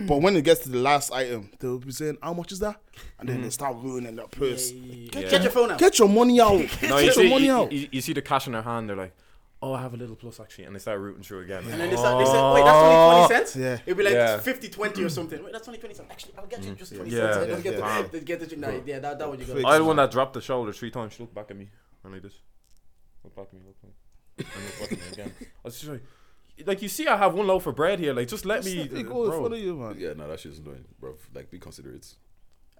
Speaker 5: But when it gets to the last item, they'll be saying, "How much is that?" And then they start ruining their purse.
Speaker 2: Get, get your phone out.
Speaker 5: Get your money out.
Speaker 4: No,
Speaker 5: Get
Speaker 4: you
Speaker 5: your
Speaker 4: see,
Speaker 5: money
Speaker 4: you,
Speaker 5: out.
Speaker 4: you- you see the cash in their hand. They're like, "Oh, I have a little plus actually," and they start rooting through again.
Speaker 2: And then they, start, they said, wait, that's only 20 cents?
Speaker 5: Yeah.
Speaker 2: It'll be like
Speaker 4: Oh. Yeah. Mm.
Speaker 2: 50, 20 or something. Wait, that's only 20 cents. Actually, I'll get you just 20
Speaker 4: Yeah,
Speaker 2: cents. And
Speaker 4: yeah,
Speaker 2: they'll get,
Speaker 4: yeah.
Speaker 2: The, they'll get the drink. Nah, yeah, that, that what you got.
Speaker 4: I had one that dropped the shoulder three times. She looked back at me, and I just looked back at me, looked at me, and looked back at me again. I was just like, like you see, I have one loaf of bread here. Like, just let me,
Speaker 5: They go in front
Speaker 4: bro.
Speaker 5: of you, man.
Speaker 3: Yeah, no, that shit's annoying, bro. Like, be considerate.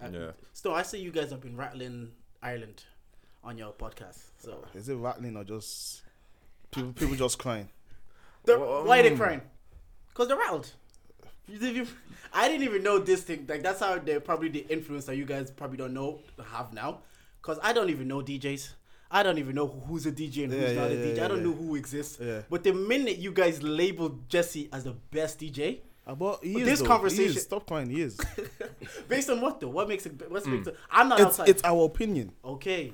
Speaker 4: Yeah.
Speaker 2: So I see you guys have been rattling Ireland on your podcast. So
Speaker 5: Is it rattling or just people? People just crying.
Speaker 2: They're- why are
Speaker 5: mm.
Speaker 2: they crying? Because they're rattled. You didn't even- I didn't even know this thing. Like that's how they're probably the influence that you guys probably don't know have now. Because I don't even know DJs. I don't even know who's a DJ and who's
Speaker 5: Yeah,
Speaker 2: not
Speaker 5: yeah,
Speaker 2: a
Speaker 5: yeah,
Speaker 2: DJ. I don't
Speaker 5: yeah.
Speaker 2: know who exists.
Speaker 5: Yeah.
Speaker 2: But the minute you guys labeled Jesse as the best DJ,
Speaker 5: About he
Speaker 2: But
Speaker 5: is, though.
Speaker 2: this
Speaker 5: He is.
Speaker 2: conversation-
Speaker 5: Stop crying. He is.
Speaker 2: based on what though? What makes it? What makes it? I'm not
Speaker 5: it's,
Speaker 2: outside.
Speaker 5: it's our opinion.
Speaker 2: okay.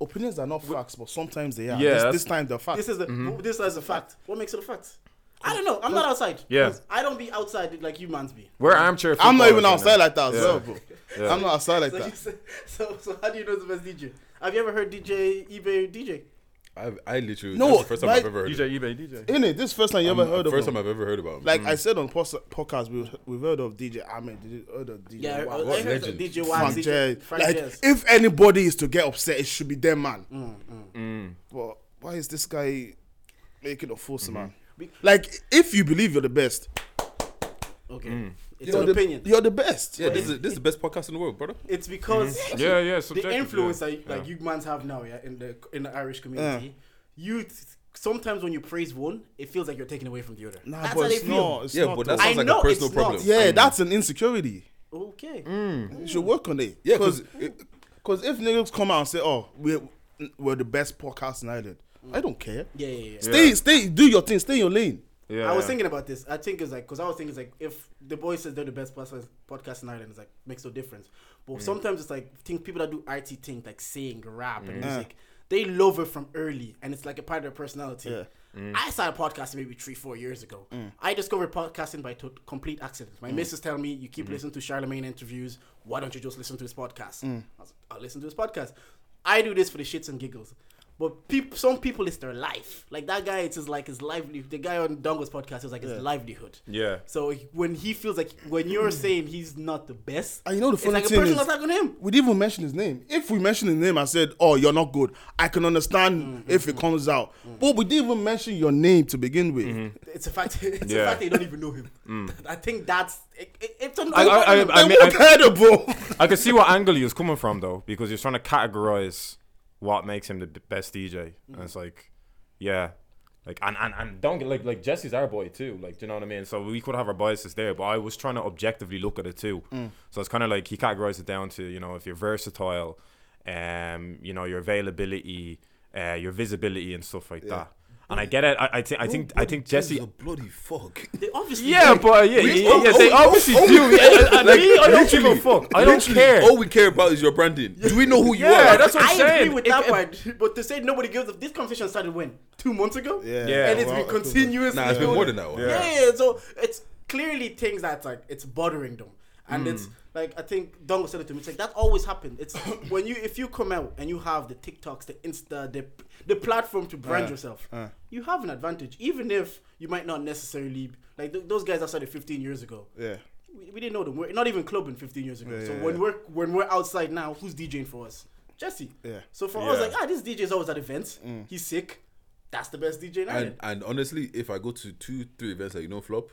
Speaker 5: Opinions are not facts, but sometimes they are.
Speaker 4: Yeah,
Speaker 5: this,
Speaker 4: that's-
Speaker 5: this time they're facts.
Speaker 2: This is a, this is a fact. What makes it a fact? I don't know. I'm not outside.
Speaker 4: Yeah.
Speaker 2: I don't be outside like you man's be.
Speaker 4: We're armchair.
Speaker 5: I'm not even
Speaker 4: footballers
Speaker 5: outside
Speaker 4: right now.
Speaker 5: like that as well, bro. I'm not outside like
Speaker 2: So, you
Speaker 5: that.
Speaker 2: said- so, so how do you know the best DJ? Have you ever heard DJ eBay DJ?
Speaker 3: I I literally
Speaker 5: No,
Speaker 3: that's the first time
Speaker 5: like-
Speaker 3: I've ever heard.
Speaker 4: DJ eBay DJ.
Speaker 5: In it, this first time you ever
Speaker 3: Um,
Speaker 5: heard of
Speaker 3: first
Speaker 5: him.
Speaker 3: time I've ever heard about him.
Speaker 5: Like I said on pos- podcast, we we've heard of DJ Ahmed, we heard of DJ
Speaker 2: Yeah,
Speaker 5: Wa-
Speaker 2: I- I
Speaker 3: what
Speaker 2: heard
Speaker 3: legend?
Speaker 2: DJ Wise,
Speaker 5: Frank
Speaker 2: DJ
Speaker 5: Jez.
Speaker 2: Frank
Speaker 5: Like
Speaker 2: Jez. Mm,
Speaker 5: if anybody is to get upset, it should be them man. why is this guy making a fuss, man? Like, if you believe you're the best,
Speaker 2: Okay, it's
Speaker 5: you're
Speaker 2: an
Speaker 5: the,
Speaker 2: opinion.
Speaker 5: You're the best.
Speaker 3: Yeah, this is this is the best podcast in the world, brother.
Speaker 2: It's because
Speaker 4: Yeah, yeah,
Speaker 2: the
Speaker 4: subjective, yeah.
Speaker 2: influence that like
Speaker 4: Yeah.
Speaker 2: you mans have now, yeah, in the in the Irish community, you sometimes when you praise one, it feels like you're taking away from the other.
Speaker 5: Nah,
Speaker 2: That's
Speaker 5: but
Speaker 2: how they
Speaker 5: it's
Speaker 2: feel.
Speaker 5: not. It's
Speaker 3: yeah,
Speaker 5: not.
Speaker 3: but Mm.
Speaker 5: though.
Speaker 3: that sounds
Speaker 2: I
Speaker 3: like
Speaker 2: know
Speaker 3: a personal
Speaker 2: it's not.
Speaker 3: problem.
Speaker 5: yeah, that's an insecurity.
Speaker 2: Okay,
Speaker 5: You should work on it.
Speaker 3: Yeah,
Speaker 5: because
Speaker 3: 'cause it-
Speaker 5: if niggas come out and say, "Oh, we're we're the best podcast in Ireland," I don't care.
Speaker 2: yeah, yeah, yeah.
Speaker 5: Stay, stay, do your thing. Stay in your lane.
Speaker 4: Yeah,
Speaker 2: I was
Speaker 4: yeah.
Speaker 2: thinking about this. I think it's like because I was thinking it's like if the boy says they're the best podcast podcast in Ireland, it's like makes no difference. But sometimes it's like think people that do IT things like sing, rap, and music, they love it from early, and it's like a part of their personality. I started podcasting maybe three, four years ago. I discovered podcasting by to- complete accident. My missus tell me, "You keep listening to Charlemagne interviews. Why don't you just listen to his podcast?" I was like, I'll listen to his podcast. I do this for the shits and giggles. But peop some people, it's their life. Like that guy, it's his, like his livelihood. The guy on Dongo's podcast was like his livelihood.
Speaker 4: Yeah.
Speaker 2: So he- when he feels like when you're saying he's not the best,
Speaker 5: And Ah, you know the
Speaker 2: it's
Speaker 5: funny
Speaker 2: like a
Speaker 5: thing
Speaker 2: personal
Speaker 5: is-
Speaker 2: attack on him.
Speaker 5: We didn't even mention his name. If we mention his name, I said, "Oh, you're not good." I can understand if it comes out, but we didn't even mention your name to begin with.
Speaker 2: It's a fact. It's a
Speaker 4: Yeah. Mm.
Speaker 2: fact they don't even know him. I think that's it, it- it's an
Speaker 4: I, I, I, I, mean, I,
Speaker 5: Incredible.
Speaker 4: I can see what angle he was coming from though, because he's trying to categorize what makes him the b- best DJ, and it's like, yeah, like and, and and don't get like like Jesse's our boy too, like do you know what I mean? So we could have our biases there, but I was trying to objectively look at it too. So it's kind of like he categorized it down to you know if you're versatile, um, you know your availability, uh, your visibility and stuff like that. And I get it. I, I think I think I think Jesse.
Speaker 3: a bloody fuck.
Speaker 2: they obviously
Speaker 4: Yeah,
Speaker 2: do.
Speaker 4: but yeah, yeah,
Speaker 3: oh,
Speaker 4: yeah, they
Speaker 3: oh,
Speaker 4: obviously
Speaker 3: oh,
Speaker 4: do.
Speaker 3: oh,
Speaker 4: Yeah, and me, I don't give a
Speaker 3: literally,
Speaker 4: fuck. I don't
Speaker 3: literally,
Speaker 4: care.
Speaker 3: All we care about is your branding. Do we know who you
Speaker 4: Yeah,
Speaker 3: are?
Speaker 4: that's what I'm
Speaker 2: I
Speaker 4: saying.
Speaker 2: agree with
Speaker 4: If-
Speaker 2: that
Speaker 4: if-
Speaker 2: part. But to say nobody gives up, this conversation started when two months ago.
Speaker 5: Yeah.
Speaker 4: Yeah,
Speaker 2: and it's
Speaker 4: well,
Speaker 2: been continuously.
Speaker 3: Nah, it's been
Speaker 2: going-
Speaker 3: more than that one.
Speaker 2: Yeah. yeah, so it's clearly things that like it's bothering them, and
Speaker 4: Hmm.
Speaker 2: it's like I think Dongo said it to me. It's like that always happened. It's when you if you come out and you have the TikToks, the Insta, the the platform to
Speaker 4: Uh,
Speaker 2: brand yourself, you have an advantage, even if you might not necessarily like th- those guys that started 15 years ago.
Speaker 5: yeah.
Speaker 2: We, we didn't know them. We're not even clubbing 15 years ago.
Speaker 5: Yeah,
Speaker 2: so
Speaker 5: yeah,
Speaker 2: when
Speaker 5: yeah.
Speaker 2: we're when we're outside now, who's DJing for us? Jesse.
Speaker 5: Yeah. Mm.
Speaker 2: So for us,
Speaker 4: Yeah.
Speaker 2: like ah, this DJ is always at events. He's sick. That's the best DJ in
Speaker 3: And
Speaker 2: Ireland.
Speaker 3: and honestly, if I go to two, three events that you know flop,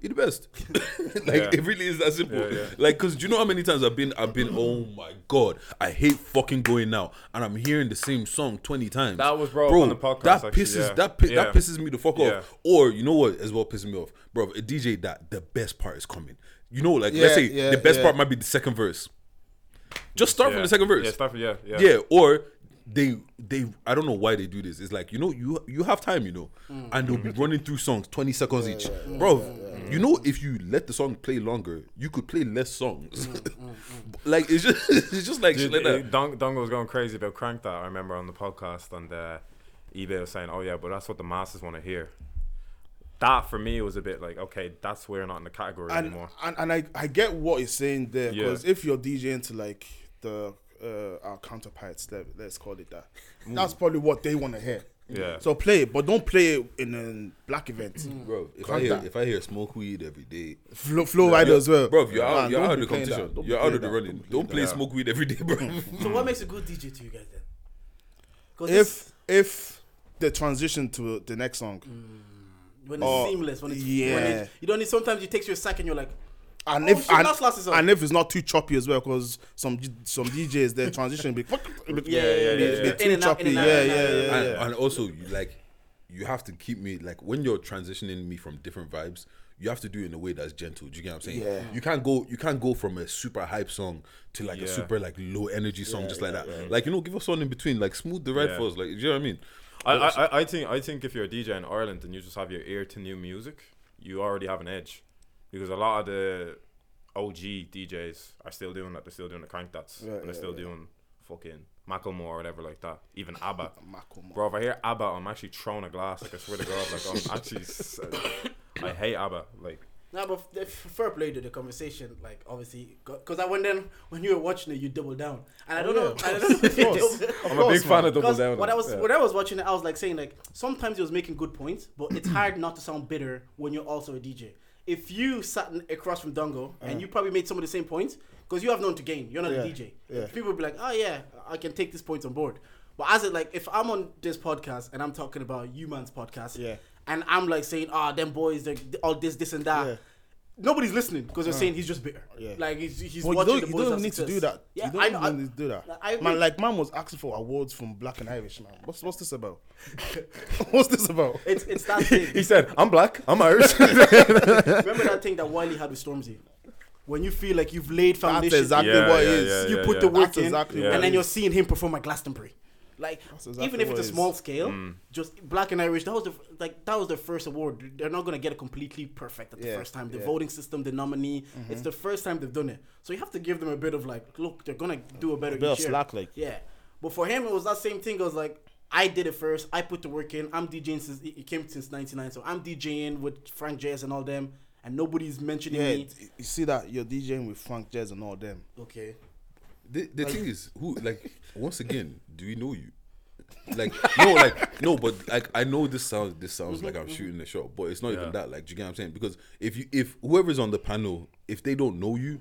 Speaker 3: you're the best. like
Speaker 4: Yeah.
Speaker 3: it really is that simple.
Speaker 4: Yeah, yeah.
Speaker 3: Like, cause do you know how many times I've been? I've been. Oh my god, I hate fucking going now, and I'm hearing the same song twenty times.
Speaker 4: That was brought up on the podcast,
Speaker 3: That
Speaker 4: actually,
Speaker 3: pisses.
Speaker 4: yeah.
Speaker 3: That pi-
Speaker 4: Yeah.
Speaker 3: that pisses me the fuck
Speaker 4: Yeah.
Speaker 3: off. Or you know what? As well, pisses me off, bro. A DJ that the best part is coming. You know, like let's
Speaker 5: Yeah,
Speaker 3: say
Speaker 5: yeah,
Speaker 3: the best
Speaker 5: yeah.
Speaker 3: part might be the second verse. Just start from
Speaker 4: Yeah.
Speaker 3: the second verse
Speaker 4: Yeah, start from yeah, yeah.
Speaker 3: yeah or they they i don't know why they do this it's like you know you you have time you know and they'll be running through songs 20 seconds each bro you know if you let the song play longer you could play less songs like it's just it's just like shit
Speaker 4: Dude,
Speaker 3: like
Speaker 4: uh,
Speaker 3: that
Speaker 4: Dong, Dongo was going crazy about Crank That. I remember on the podcast, and uh, eBay was saying, "Oh yeah, but that's what the masses want to hear." That for me was a bit like, okay, that's where not in the category
Speaker 5: and,
Speaker 4: anymore.
Speaker 5: and and I, I get what he's saying there
Speaker 4: Yeah.
Speaker 5: because if you're DJing to like the uh, our counterparts, let, let's call it that, that's probably what they want to hear.
Speaker 4: Yeah.
Speaker 5: So play it, but don't play it in a black event.
Speaker 3: bro if i
Speaker 5: Calm
Speaker 3: hear
Speaker 5: down.
Speaker 3: if i hear smoke weed every day
Speaker 5: Flow, flow rider as well,
Speaker 3: bro you're
Speaker 5: Man,
Speaker 3: out you're
Speaker 5: don't
Speaker 3: out of
Speaker 5: be
Speaker 3: the
Speaker 5: playing that.
Speaker 3: competition
Speaker 5: Don't be
Speaker 3: you're out
Speaker 5: playing
Speaker 3: of the
Speaker 5: that.
Speaker 3: running don't play
Speaker 4: that.
Speaker 3: smoke weed every day bro
Speaker 2: so what makes a good DJ to you guys then? 'Cause it's-
Speaker 5: If if the transition to the next song
Speaker 2: Mm. when it's
Speaker 5: Oh,
Speaker 2: seamless, when it's when
Speaker 5: yeah.
Speaker 2: it, you don't need. Sometimes it takes you a second. You're like,
Speaker 5: and
Speaker 2: Oh,
Speaker 5: if
Speaker 2: shit,
Speaker 5: and,
Speaker 2: that's last song.
Speaker 5: and if it's not too choppy as well, because some some DJs their transition be,
Speaker 2: yeah, yeah, yeah,
Speaker 5: be,
Speaker 2: yeah,
Speaker 5: be
Speaker 2: yeah.
Speaker 5: too
Speaker 2: In and out,
Speaker 5: choppy.
Speaker 2: in and out,
Speaker 5: yeah,
Speaker 2: in
Speaker 5: yeah, yeah,
Speaker 2: and out, in
Speaker 5: yeah,
Speaker 3: and, and also you like you have to keep me like when you're transitioning me from different vibes you have to do it in a way that's gentle do you get what i'm saying
Speaker 5: Yeah.
Speaker 3: you can't go you can't go from a super hype song to like a
Speaker 4: Yeah.
Speaker 3: super like low energy song just like that like you know give us one in between like smooth the ride
Speaker 4: Yeah.
Speaker 3: for us like do you know what i mean
Speaker 4: I, I, I- I think I think if you're a DJ in Ireland and you just have your ear to new music, you already have an edge, because a lot of the OG DJs are still doing that. They're still doing the crank that's, and they're still doing fucking Macklemore or whatever like that. Even ABBA.
Speaker 5: Macklemore.
Speaker 4: Bro, if I hear ABBA, I'm actually throwing a glass. Like I swear to God, like I'm actually. s- I hate ABBA. Like
Speaker 2: nah, but f- fair play to the conversation. Like obviously, because I went then when you were watching it, you doubled down, and I don't
Speaker 5: Oh,
Speaker 2: know. I don't know. if you doubled-
Speaker 4: I'm a big fan of Double
Speaker 2: Because
Speaker 4: Down.
Speaker 2: when I was
Speaker 4: yeah.
Speaker 2: when I was watching it, I was like saying like sometimes he was making good points, but it's hard not to sound bitter when you're also a DJ. If you sat n- across from Dongo and you probably made some of the same points, because you have none to gain, you're not
Speaker 5: Uh-huh. Yeah,
Speaker 2: a DJ.
Speaker 5: yeah.
Speaker 2: People would be like, oh yeah, I can take this point on board. But as it like, if I'm on this podcast and I'm talking about you man's podcast,
Speaker 5: Yeah.
Speaker 2: and I'm like saying, ah, them boys, they're all this, this, and that.
Speaker 5: Yeah. Uh-huh.
Speaker 2: Nobody's listening because they're saying he's just bitter.
Speaker 5: Yeah.
Speaker 2: Like he's he's
Speaker 5: But you
Speaker 2: watching
Speaker 5: don't,
Speaker 2: the
Speaker 5: you
Speaker 2: boys
Speaker 5: don't
Speaker 2: have
Speaker 5: even need to
Speaker 2: success.
Speaker 5: do that.
Speaker 2: Yeah,
Speaker 5: you don't
Speaker 2: I
Speaker 5: even
Speaker 2: know. I-
Speaker 5: need to do that.
Speaker 2: Like, I
Speaker 5: man,
Speaker 2: agree.
Speaker 5: like man was asking for awards from Black and Irish. Man, what's what's this about? what's this about?
Speaker 2: It's it's that thing.
Speaker 4: He said, "I'm black. I'm Irish." yeah,
Speaker 2: Remember that thing that Wiley had with Stormzy? When you feel like you've laid foundation,
Speaker 5: That's exactly
Speaker 4: Yeah,
Speaker 5: what it
Speaker 4: yeah,
Speaker 5: is.
Speaker 4: yeah,
Speaker 2: you
Speaker 4: yeah,
Speaker 2: put
Speaker 4: yeah.
Speaker 2: the work
Speaker 5: That's
Speaker 2: in,
Speaker 5: exactly
Speaker 4: what
Speaker 2: and
Speaker 4: it
Speaker 2: then
Speaker 5: is.
Speaker 2: you're seeing him perform at Glastonbury. Like
Speaker 5: exactly
Speaker 2: even if it's
Speaker 5: what
Speaker 2: a
Speaker 5: it is. Mm.
Speaker 2: small scale, just Black and Irish. That was the like that was the first award. They're not gonna get it completely perfect at the
Speaker 5: Yeah,
Speaker 2: first time. The
Speaker 5: yeah. Mm-hmm.
Speaker 2: voting system, the nominee, it's the first time they've done it. So you have to give them a bit of like, look, they're gonna do a better.
Speaker 5: bit
Speaker 2: each
Speaker 5: of
Speaker 2: year.
Speaker 5: slack, like.
Speaker 2: yeah. But for him, it was that same thing. It was like I did it first. I put the work in. I'm DJing since it it came since '99, so I'm DJing with Frank J.S. and all them, and nobody's mentioning
Speaker 5: Yeah,
Speaker 2: me.
Speaker 5: you see that you're DJing with Frank Jez and all them.
Speaker 2: Okay.
Speaker 3: The, the thing is, who like once again, do we know you? Like no, like no, but like I know this sounds this sounds
Speaker 5: Mm-hmm,
Speaker 3: like I'm shooting a shot, but it's not
Speaker 4: Yeah.
Speaker 3: even that. Like, do you get what I'm saying? Because if you if whoever's on the panel, if they don't know you,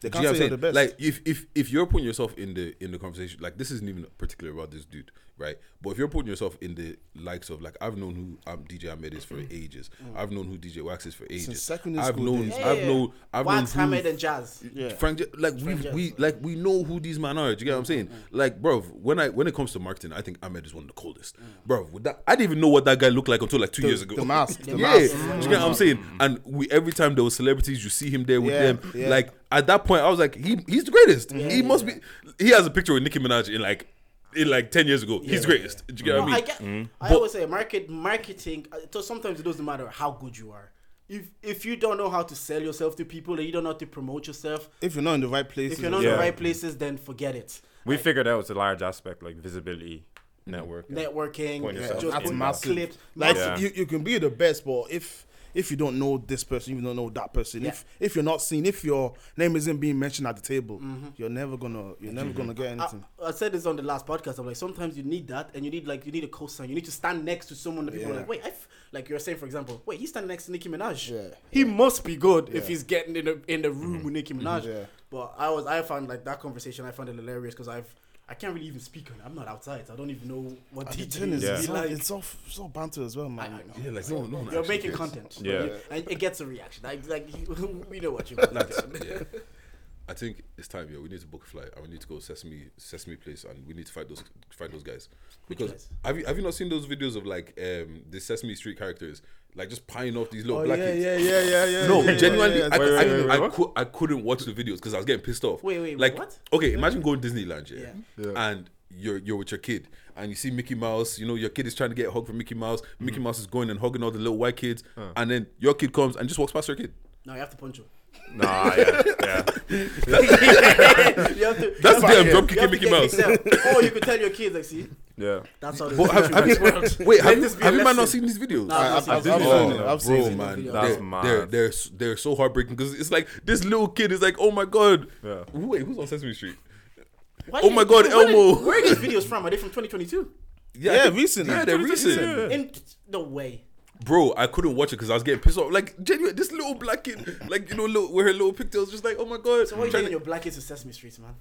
Speaker 3: they
Speaker 5: can't say you're the best.
Speaker 3: Like if if if you're putting yourself in the in the conversation, like this isn't even particular about this dude, right? But if you're putting yourself in the likes of like I've known who um, DJ Ahmed is for ages, I've known who DJ Wax is for ages.
Speaker 5: Mm-hmm. secondary
Speaker 3: I've
Speaker 5: school
Speaker 3: known,
Speaker 5: days.
Speaker 3: I've known, I've
Speaker 2: Wax,
Speaker 3: known who-
Speaker 2: Hamed, and Jazz.
Speaker 5: Yeah.
Speaker 3: Frank, J- like we
Speaker 2: Jazz,
Speaker 3: we like we know who these men are. Do you get what I'm saying? Like, bro, when I when it comes to marketing, I think Ahmed is one of the coldest, bro. With that, I didn't even know what that guy looked like until like two years ago.
Speaker 5: the mask, the
Speaker 3: yeah.
Speaker 5: mask. Mm.
Speaker 3: Do you get what I'm saying? And we every time there was celebrities, you see him there with
Speaker 5: Yeah,
Speaker 3: them.
Speaker 5: yeah.
Speaker 3: Like at that point, I was like, he he's the greatest. he must be. He has a picture with Nicki Minaj in like in like ten years ago. he's greatest. Do you get
Speaker 2: No,
Speaker 3: what I mean?
Speaker 2: I, get,
Speaker 4: mm.
Speaker 2: I always say market marketing. uh, So sometimes it doesn't matter how good you are. If if you don't know how to sell yourself to people, and you don't know how to promote yourself,
Speaker 5: If you're not in the right place,
Speaker 2: if you're not in
Speaker 4: Yeah.
Speaker 2: the right places, then forget it.
Speaker 4: we figured out it's a large aspect, like visibility, network.
Speaker 2: Networking,
Speaker 4: Point yourself
Speaker 2: just
Speaker 4: out.
Speaker 5: that's
Speaker 2: putting
Speaker 5: massive.
Speaker 2: clips.
Speaker 5: Like
Speaker 2: massive-
Speaker 4: Yeah.
Speaker 5: you, you can be the best, but if if you don't know this person, if you don't know that person, if if you're not seen, if your name isn't being mentioned at the table, you're never gonna you're never gonna get anything.
Speaker 2: I, I said this on the last podcast. I'm like, sometimes you need that, and you need like you need a co-sign. You need to stand next to someone that people are
Speaker 5: Yeah.
Speaker 2: like, wait, I f-, like you're saying for example, wait, he's standing next to Nicki Minaj.
Speaker 5: Yeah. Mm-hmm.
Speaker 2: He must be good if he's getting in the in the room with Nicki Minaj.
Speaker 5: Yeah.
Speaker 2: But I was I found like that conversation I found it hilarious because I've I can't really even speak on. it. I'm not outside. I don't even know what
Speaker 5: The
Speaker 2: DJ
Speaker 5: thing is,
Speaker 4: Yeah.
Speaker 5: it's,
Speaker 2: is
Speaker 5: all,
Speaker 2: like.
Speaker 5: it's all it's all banter as well, man.
Speaker 3: yeah, like no, no, one
Speaker 2: You're
Speaker 3: actually
Speaker 2: making
Speaker 3: cares.
Speaker 2: content,
Speaker 4: Yeah.
Speaker 2: You- and it gets a reaction. Like, like we know what you want.
Speaker 3: yeah. I think it's time, yo. We need to book a flight and we need to go Sesame Sesame Place and we need to fight those fight those guys. Because
Speaker 2: guys?
Speaker 3: have you have you not seen those videos of like um the Sesame Street characters like just piling off these little
Speaker 5: Oh
Speaker 3: black
Speaker 5: yeah,
Speaker 3: kids?
Speaker 5: yeah, yeah, yeah, yeah.
Speaker 3: No,
Speaker 5: yeah, yeah,
Speaker 3: genuinely,
Speaker 5: yeah,
Speaker 3: I,
Speaker 4: Wait,
Speaker 3: I,
Speaker 4: wait,
Speaker 3: didn't-
Speaker 4: wait,
Speaker 3: I,
Speaker 4: what?
Speaker 3: cou- I couldn't watch the videos because I was getting pissed off.
Speaker 2: Wait, wait,
Speaker 3: like
Speaker 2: what?
Speaker 3: okay, imagine going to Disneyland, yeah,
Speaker 4: Yeah.
Speaker 3: and you're you're with your kid and you see Mickey Mouse. You know your kid is trying to get a hug from Mickey Mouse.
Speaker 5: Mm.
Speaker 3: Mickey Mouse is going and hugging all the little white kids, and then your kid comes and just walks past your kid.
Speaker 2: No, you have to punch him.
Speaker 4: Nah, yeah, yeah.
Speaker 2: You have to-
Speaker 3: That's
Speaker 2: you have to-
Speaker 3: damn drum
Speaker 2: you have
Speaker 3: kicking
Speaker 2: to
Speaker 3: Mickey
Speaker 2: get
Speaker 3: Mouse.
Speaker 2: kicked out. Oh, you could tell your kids like, see,
Speaker 4: yeah.
Speaker 2: that's how.
Speaker 3: But have, have you, wait, have, you,
Speaker 2: this be a
Speaker 3: have you man not
Speaker 2: lesson.
Speaker 3: seen these videos?
Speaker 2: Nah, I've not
Speaker 5: I've,
Speaker 2: seen
Speaker 5: I've
Speaker 2: it.
Speaker 5: seen
Speaker 4: Oh,
Speaker 5: it. I've
Speaker 3: bro,
Speaker 5: seen it.
Speaker 3: man,
Speaker 4: That's
Speaker 3: they're,
Speaker 4: mad.
Speaker 3: They're, they're s- they're so heartbreaking because it's like this little kid is like, oh my god,
Speaker 4: Yeah.
Speaker 3: wait, who's on Sesame Street?
Speaker 2: Why
Speaker 3: Oh
Speaker 2: did-
Speaker 3: my God,
Speaker 2: where did-
Speaker 3: Elmo.
Speaker 2: where are these videos from? Are they from 2022?
Speaker 3: I
Speaker 5: Yeah,
Speaker 3: think-
Speaker 5: recently.
Speaker 3: Yeah, they're
Speaker 5: Yeah,
Speaker 3: recent,
Speaker 4: yeah.
Speaker 2: In no way.
Speaker 3: bro. I couldn't watch it because I was getting pissed off. Like genuine, this little black kid, like you know, little, with her little pigtails, just like, oh my god.
Speaker 2: So why are you
Speaker 3: Trying
Speaker 2: taking your
Speaker 3: to-
Speaker 2: black kids to Sesame Street, man?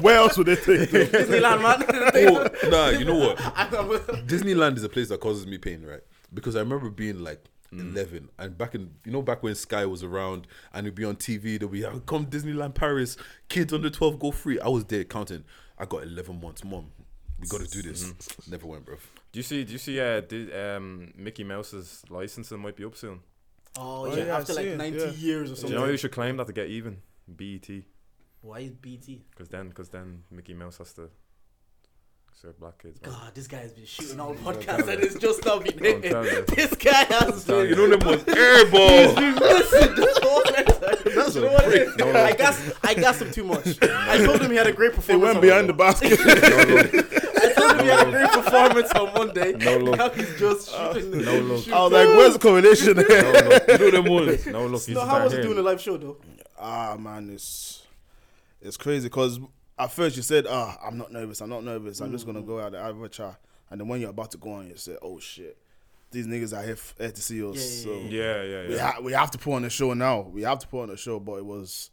Speaker 5: Where else would they take? them?
Speaker 2: Disneyland, man.
Speaker 3: oh, nah, you know what?
Speaker 2: I'm- I'm-
Speaker 3: Disneyland is a place that causes me pain, right? Because I remember being like 11 and back in, you know, back when Sky was around and it'd be on TV, they'll be, "Oh, come Disneyland Paris, kids under 12 go free. I was there counting. I got 11 months, mom, we got to do this. Never went, bro.
Speaker 4: Do you see? Do you see? Uh, di- um, Mickey Mouse's licensing might be up soon.
Speaker 2: oh
Speaker 5: Oh,
Speaker 2: yeah,
Speaker 5: yeah,
Speaker 2: after
Speaker 5: I see
Speaker 2: like
Speaker 5: it,
Speaker 2: 90
Speaker 5: yeah.
Speaker 2: years or
Speaker 4: Do you know who
Speaker 2: something.
Speaker 4: should claim that to get even? BET,
Speaker 2: Why is BT?
Speaker 4: because then, because then Mickey Mouse has to serve black kids. man.
Speaker 2: God, this guy has been shooting all podcasts and it's just not been hitting.
Speaker 4: telling you.
Speaker 2: This guy has
Speaker 4: telling
Speaker 2: been.
Speaker 4: you.
Speaker 3: You know, them was airball.
Speaker 2: He's been missing this whole time. You know what it is?
Speaker 4: No, no.
Speaker 2: I gas, I gassed him too much. I told him he had a great
Speaker 5: They
Speaker 2: performance.
Speaker 5: went
Speaker 2: on
Speaker 5: behind the basket.
Speaker 2: I told him he had a great performance on Monday. No
Speaker 4: look.
Speaker 2: Now he's just shooting.
Speaker 4: No look.
Speaker 5: I was like, "Where's the correlation?" there?
Speaker 4: No look. You know them ones. No look.
Speaker 2: No, how was it doing a live show though?
Speaker 5: ah man, it's it's crazy because at first you said, "Ah, I'm not nervous. I'm not nervous. I'm just gonna go
Speaker 2: Mm.
Speaker 5: out and have a chat." And then when you're about to go on, you say, "Oh shit, these niggas are here, f- here to see us." so
Speaker 2: Yeah, yeah, yeah,
Speaker 4: Yeah, yeah,
Speaker 5: we
Speaker 4: yeah.
Speaker 5: ha- we have to put on a show now. We have to put on a show, but it was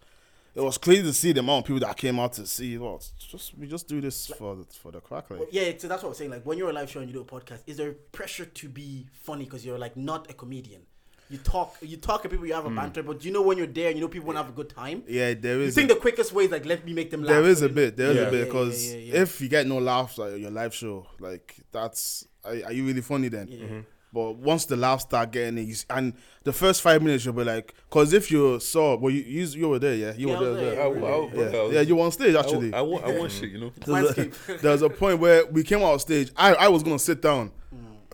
Speaker 5: It was crazy to see the amount of people that came out to see. Well, it's just we just do this for the, for the crack, like.
Speaker 2: Well, yeah, so that's what I'm saying. Like when you're a live show and you do a podcast, is there pressure to be funny because you're like not a comedian? You talk, you talk to people, you have a banter, but you know when you're there and you know people want to have a good time.
Speaker 5: Yeah, there
Speaker 2: You
Speaker 5: Hmm. is.
Speaker 2: think
Speaker 5: a,
Speaker 2: the quickest way is like let me make them laugh.
Speaker 5: there is
Speaker 2: so
Speaker 5: a
Speaker 2: you-
Speaker 5: bit. There is
Speaker 4: Yeah.
Speaker 5: a bit
Speaker 2: Yeah, yeah,
Speaker 5: because
Speaker 2: yeah, yeah.
Speaker 5: if you get no laughs at your live show, like that's are, are you really funny then?
Speaker 3: Mm-hmm.
Speaker 5: But once the laughs start getting in, you, s- and the first five minutes you'll be like, because if you saw, well, you you, you were there, yeah, you
Speaker 2: Yeah, I
Speaker 5: were
Speaker 2: was
Speaker 5: there,
Speaker 2: there.
Speaker 5: there.
Speaker 3: I, w- I w-
Speaker 5: Yeah.
Speaker 3: brother, I was-
Speaker 5: yeah, you were on stage
Speaker 3: I w-
Speaker 5: actually.
Speaker 3: I want, I want shit, you know.
Speaker 2: Landscape.
Speaker 5: there was a point where we came out of stage. I, I was gonna sit down,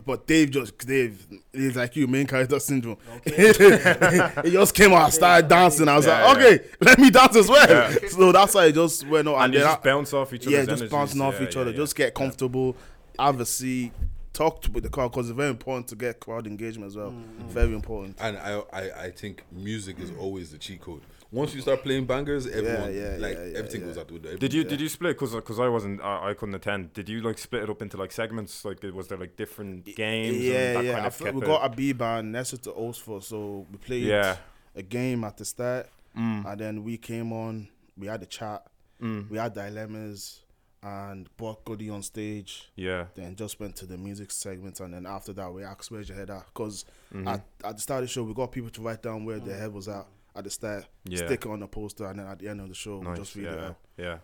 Speaker 5: but Dave just Dave he's like you main character syndrome. he just came out, started dancing. I was
Speaker 4: Yeah,
Speaker 5: like,
Speaker 4: yeah.
Speaker 5: okay, let me dance as well. So that's why it just went on.
Speaker 4: and you
Speaker 5: then
Speaker 4: just
Speaker 5: I-
Speaker 4: bounce off each other.
Speaker 5: yeah, just bouncing off each other. Just get comfortable. Obviously, talk to, with the crowd because it's very important to get crowd engagement as well. Very important.
Speaker 3: And I, I, I think music is always the cheat code. Once you start playing bangers, everyone
Speaker 5: yeah,
Speaker 3: like
Speaker 5: yeah, yeah,
Speaker 3: everything
Speaker 5: yeah.
Speaker 3: goes out the window.
Speaker 4: Did you did you split because because I wasn't I, I couldn't attend. Did you like split it up into like segments? Like was there like different games? and
Speaker 5: Yeah,
Speaker 4: that
Speaker 5: yeah.
Speaker 4: Kind
Speaker 5: I
Speaker 4: of
Speaker 5: feel-
Speaker 4: kept
Speaker 5: we
Speaker 4: it-
Speaker 5: got a B band next to Oxford, so we played
Speaker 4: Yeah. Mm.
Speaker 5: a game at the start, and then we came on. We had a chat. We had dilemmas, and brought Goody on stage.
Speaker 4: yeah.
Speaker 5: Then just went to the music segment, and then after that, we asked where's your head at? Because
Speaker 4: Mm-hmm.
Speaker 5: at, at the start of the show, we got people to write down where their head was at at the start,
Speaker 4: Yeah.
Speaker 5: stick it on the poster, and then at the end of the show, we
Speaker 4: Nice.
Speaker 5: just read it
Speaker 4: yeah.
Speaker 5: out.
Speaker 4: Yeah.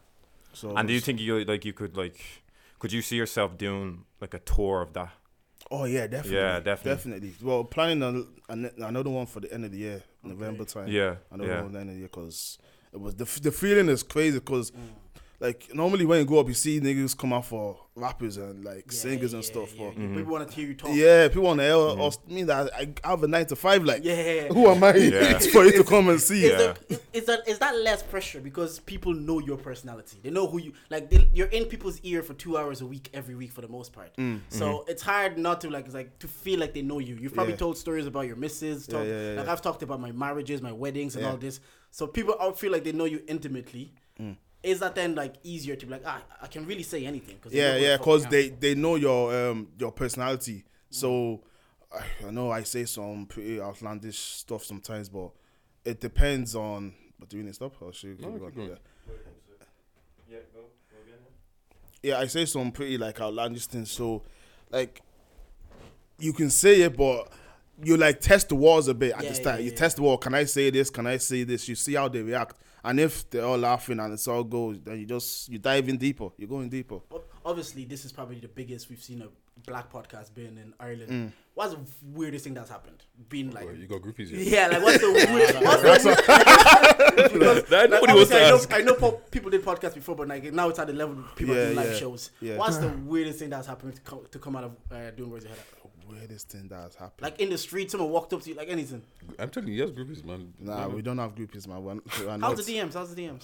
Speaker 5: So,
Speaker 4: And do you
Speaker 5: it's-
Speaker 4: think you like you could like could you see yourself doing like a tour of that?
Speaker 5: Oh yeah, definitely.
Speaker 4: Yeah, definitely.
Speaker 5: Definitely. Well, planning an, an, another one for the end of the year, November time.
Speaker 4: Yeah,
Speaker 5: Another
Speaker 4: yeah.
Speaker 5: one the end of the year because it was the f- the feeling is crazy because. Like normally when you go up, you see niggas come out for rappers and like
Speaker 2: Yeah,
Speaker 5: singers and
Speaker 2: yeah,
Speaker 5: stuff.
Speaker 2: yeah.
Speaker 5: but- Mm-hmm.
Speaker 2: People want to hear you talk.
Speaker 5: Yeah, people on the L
Speaker 4: Mm-hmm.
Speaker 5: or me that I I have a nine to five. Like,
Speaker 2: Yeah.
Speaker 5: who am I
Speaker 4: Yeah.
Speaker 5: for you to come and see?
Speaker 2: Is,
Speaker 4: Yeah.
Speaker 2: there, is, is that is that less pressure because people know your personality? They know who you like. They, you're in people's ear for two hours a week, every week for the most part.
Speaker 5: Mm,
Speaker 2: So it's hard not to like it's like to feel like they know you. You've probably
Speaker 5: mm-hmm. Yeah.
Speaker 2: told stories about your misses. Talk,
Speaker 5: yeah, yeah,
Speaker 2: Like
Speaker 5: yeah.
Speaker 2: I've talked about my marriages, my weddings, and
Speaker 5: Yeah.
Speaker 2: all this. So people all feel like they know you intimately.
Speaker 5: Mm.
Speaker 2: Is that then like easier to be like ah I can really say anything? Cause they know
Speaker 5: Yeah,
Speaker 2: what the
Speaker 5: yeah,
Speaker 2: fuck
Speaker 5: because
Speaker 2: I am."
Speaker 5: they they know your um your personality. So I, I know I say some pretty outlandish stuff sometimes, but it depends on. But do we need to stop? Or should we keep going? Yeah. yeah, I say some pretty like outlandish things. So, like, you can say it, but you like test the walls a bit at
Speaker 2: Yeah,
Speaker 5: the start.
Speaker 2: yeah,
Speaker 5: you
Speaker 2: yeah.
Speaker 5: test the wall. Can I say this? Can I say this? You see how they react, and if they're all laughing and it's all goes, then you just you dive in deeper. You're going deeper.
Speaker 2: Ob- Obviously, this is probably the biggest we've seen a black podcast being in Ireland.
Speaker 5: Mm.
Speaker 2: What's the weirdest thing that's happened? Being like,
Speaker 3: You got groupies. Here.
Speaker 2: Yeah, like what's the weird? what's the weird?
Speaker 4: That nobody
Speaker 2: obviously,
Speaker 4: wants to
Speaker 2: I know,
Speaker 4: ask.
Speaker 2: I know po- people did podcasts before, but like now it's at the level people
Speaker 5: Yeah,
Speaker 2: do live
Speaker 5: yeah,
Speaker 2: shows.
Speaker 5: yeah.
Speaker 2: What's the weirdest thing that's happened to come, to come out of uh, doing Where's Your Head At?
Speaker 5: Weirdest thing that has happened.
Speaker 2: Like in the street, someone walked up to you, like anything.
Speaker 3: I'm telling you, yes, groupies, man.
Speaker 5: nah,
Speaker 2: mm-hmm.
Speaker 5: we don't have groupies, man. We're, we're not.
Speaker 2: How's the DMs? How's the DMs?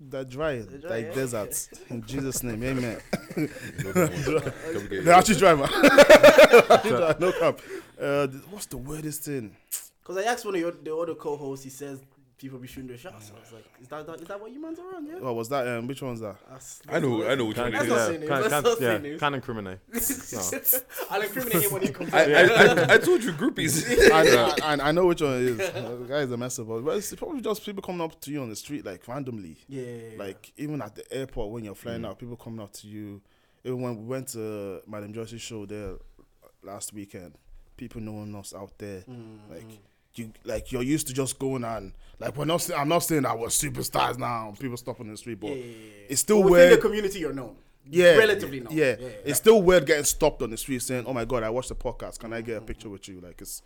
Speaker 5: They're dry,
Speaker 2: dry,
Speaker 5: like
Speaker 2: yeah.
Speaker 5: deserts. In Jesus' name, amen.
Speaker 3: Can we get-
Speaker 5: They're actually dry, man. no cap. Uh, th- what's the weirdest thing?
Speaker 2: Because I asked one of your the other co-hosts, he says people be shooting their shots. I was like, is that that, is that what you man's around? Yeah.
Speaker 5: What was that? Um, which one's that?
Speaker 2: That's-
Speaker 3: I know, I know which one.
Speaker 4: Can't,
Speaker 2: That's
Speaker 3: it is.
Speaker 2: not
Speaker 4: yeah,
Speaker 2: saying it.
Speaker 4: can't,
Speaker 2: That's not
Speaker 4: can't, yeah,
Speaker 2: saying it.
Speaker 4: can't incriminate.
Speaker 2: I'll incriminate him when he comes.
Speaker 3: I,
Speaker 2: out.
Speaker 3: I, I, I told you groupies.
Speaker 5: and, and I know which one it is. Uh, The guy is a mess about. But it's probably just people coming up to you on the street like randomly.
Speaker 2: Yeah, yeah, yeah, yeah.
Speaker 5: Like even at the airport when you're
Speaker 2: Mm.
Speaker 5: flying out, people coming up to you. Even when we went to Madame Joyce's show there last weekend, people knowing us out there.
Speaker 2: Mm,
Speaker 5: Like you like you're used to just going and like we're not say- I'm not saying that we're superstars now and people stopping in the street, but
Speaker 2: Yeah, yeah, yeah.
Speaker 5: it's still
Speaker 2: But within
Speaker 5: weird.
Speaker 2: the community, you're known.
Speaker 5: yeah,
Speaker 2: relatively known.
Speaker 5: Yeah.
Speaker 2: yeah.
Speaker 5: it's still weird getting stopped on the street saying, "Oh my god, I watched the podcast. Can I get a
Speaker 2: Mm.
Speaker 5: picture with you?" Like it's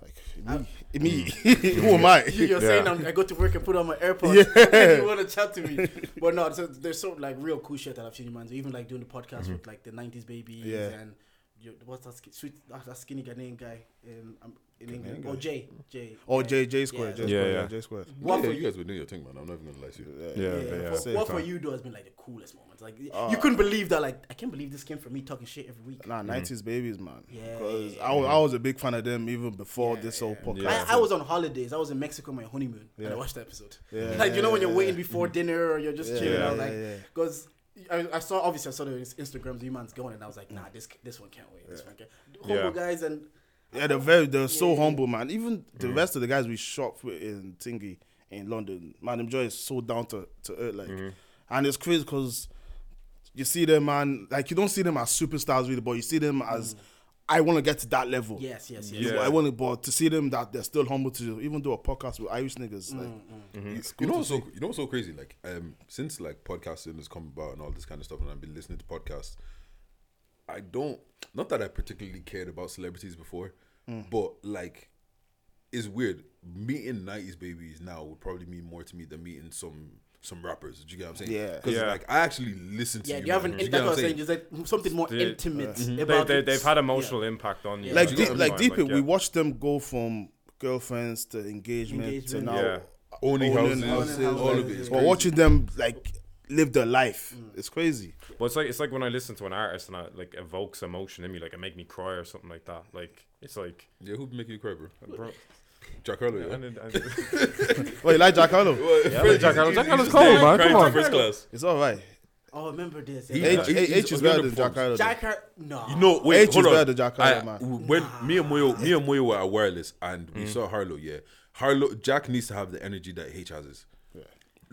Speaker 5: like me, me. who am I?
Speaker 2: Mm. you- you're saying I'm, I go to work and put on my AirPods.
Speaker 5: Yeah.
Speaker 2: you want to chat to me, but no. So there's so like real cool shit that I've seen, man. So even like doing the podcast with like the '90s babies
Speaker 5: Mm-hmm. Yeah.
Speaker 2: and you, what's that ski- sweet ah, that skinny Ghanaian guy in, um, in England? Oh, Jay, Jay.
Speaker 5: Oh,
Speaker 2: yeah.
Speaker 5: J J squared, J
Speaker 2: Yeah.
Speaker 5: squared,
Speaker 4: Yeah,
Speaker 5: yeah,
Speaker 4: yeah.
Speaker 5: J squared.
Speaker 2: What
Speaker 3: yeah,
Speaker 2: for
Speaker 3: you
Speaker 2: you?
Speaker 3: guys were doing your thing, man. I'm not even gonna lie to you.
Speaker 4: Yeah,
Speaker 2: Yeah,
Speaker 4: yeah.
Speaker 2: for-
Speaker 4: yeah.
Speaker 5: Same
Speaker 2: what for
Speaker 5: time. Uh,
Speaker 2: you though has been like the coolest moments. Like you couldn't believe that. Like I can't believe this came from me talking shit every week.
Speaker 5: Nah, 90s babies, man.
Speaker 2: Yeah,
Speaker 5: Because
Speaker 2: yeah,
Speaker 5: I, was, I was a big fan of them even before this whole podcast.
Speaker 4: Yeah.
Speaker 2: I, I was on holidays. I was in Mexico on my honeymoon, and I watched the episode.
Speaker 5: Yeah.
Speaker 2: like you know when you're waiting before
Speaker 4: Mm-hmm.
Speaker 2: dinner or you're just chilling. I was
Speaker 5: yeah,
Speaker 2: like,
Speaker 5: yeah.
Speaker 2: because I, I saw obviously I saw the Instagrams you man's going, and I was like, nah, this this one can't wait. This one can't. Humble
Speaker 4: Yeah.
Speaker 2: guys and
Speaker 5: Mm. Yeah, they're very, they're so humble, man. Even the rest of the guys we shop with in Tingy, in London. Madam Joy is so down to, to earth, like, and it's crazy because you see them, man. Like you don't see them as superstars really, but you see them as I want to get to that level.
Speaker 2: Mm. Yes, yes, yes.
Speaker 5: You know,
Speaker 4: Yeah.
Speaker 5: I want to, but to see them that they're still humble to even do a podcast with Irish niggas, like,
Speaker 2: Mm,
Speaker 5: Mm-hmm. it's good
Speaker 3: you know
Speaker 5: to
Speaker 3: what's so you know what's so crazy? Like um since like podcasting has come about and all this kind of stuff and I've been listening to podcasts, I don't not that I particularly cared about celebrities before,
Speaker 5: Mm.
Speaker 3: but like it's weird. Meeting nineties babies now would probably mean more to me than meeting some some rappers. Do you get what I'm saying?
Speaker 5: Yeah.
Speaker 3: Because
Speaker 4: Yeah.
Speaker 3: like I actually listen to
Speaker 2: Yeah,
Speaker 3: you.
Speaker 2: you have
Speaker 3: man.
Speaker 2: an
Speaker 3: Do you
Speaker 2: that's what
Speaker 3: get what
Speaker 2: I'm
Speaker 3: I'm
Speaker 2: saying. There's like something more
Speaker 4: They-
Speaker 2: intimate
Speaker 4: They,
Speaker 2: about
Speaker 4: they,
Speaker 2: it.
Speaker 4: Uh, they've had emotional impact on you.
Speaker 5: like
Speaker 4: you
Speaker 5: deep,
Speaker 4: know
Speaker 5: like
Speaker 4: what I mean?
Speaker 5: deep it, we
Speaker 4: yeah.
Speaker 5: watched them go from girlfriends to engagement, to
Speaker 2: Engagement.
Speaker 5: now
Speaker 4: Yeah.
Speaker 3: Owning
Speaker 5: Owning
Speaker 3: houses,
Speaker 5: houses,
Speaker 3: all of it.
Speaker 2: yeah.
Speaker 3: It's
Speaker 5: but
Speaker 3: crazy.
Speaker 5: watching them like live their life it's crazy
Speaker 4: But it's like it's like when I listen to an artist and I like evokes emotion in me, like it make me cry or something like that. Like it's like,
Speaker 3: Yeah, who'd make you cry, bro?
Speaker 4: bro,
Speaker 3: Giancarlo,
Speaker 4: I
Speaker 3: yeah.
Speaker 4: did- I did-
Speaker 5: wait you like Jack Harlow
Speaker 4: yeah, like Giancarlo- Giancarlo's cold, man. Come on.
Speaker 3: First class.
Speaker 5: it's all right
Speaker 2: Oh, I remember this.
Speaker 3: He-
Speaker 5: H,
Speaker 3: Yeah.
Speaker 5: H, H is
Speaker 3: He's
Speaker 5: better than Jack
Speaker 3: underperformed.
Speaker 5: Harlow though.
Speaker 2: Jacker, no.
Speaker 3: You know, wait,
Speaker 5: H is
Speaker 3: hold on.
Speaker 5: better than Jack Harlow,
Speaker 3: I-
Speaker 5: man.
Speaker 3: When
Speaker 4: Ah.
Speaker 3: me and Moyo, me and Moyo were at Wireless, and
Speaker 4: Mm.
Speaker 3: we saw Harlow. Yeah, Harlow. Jack needs to have the energy that H has.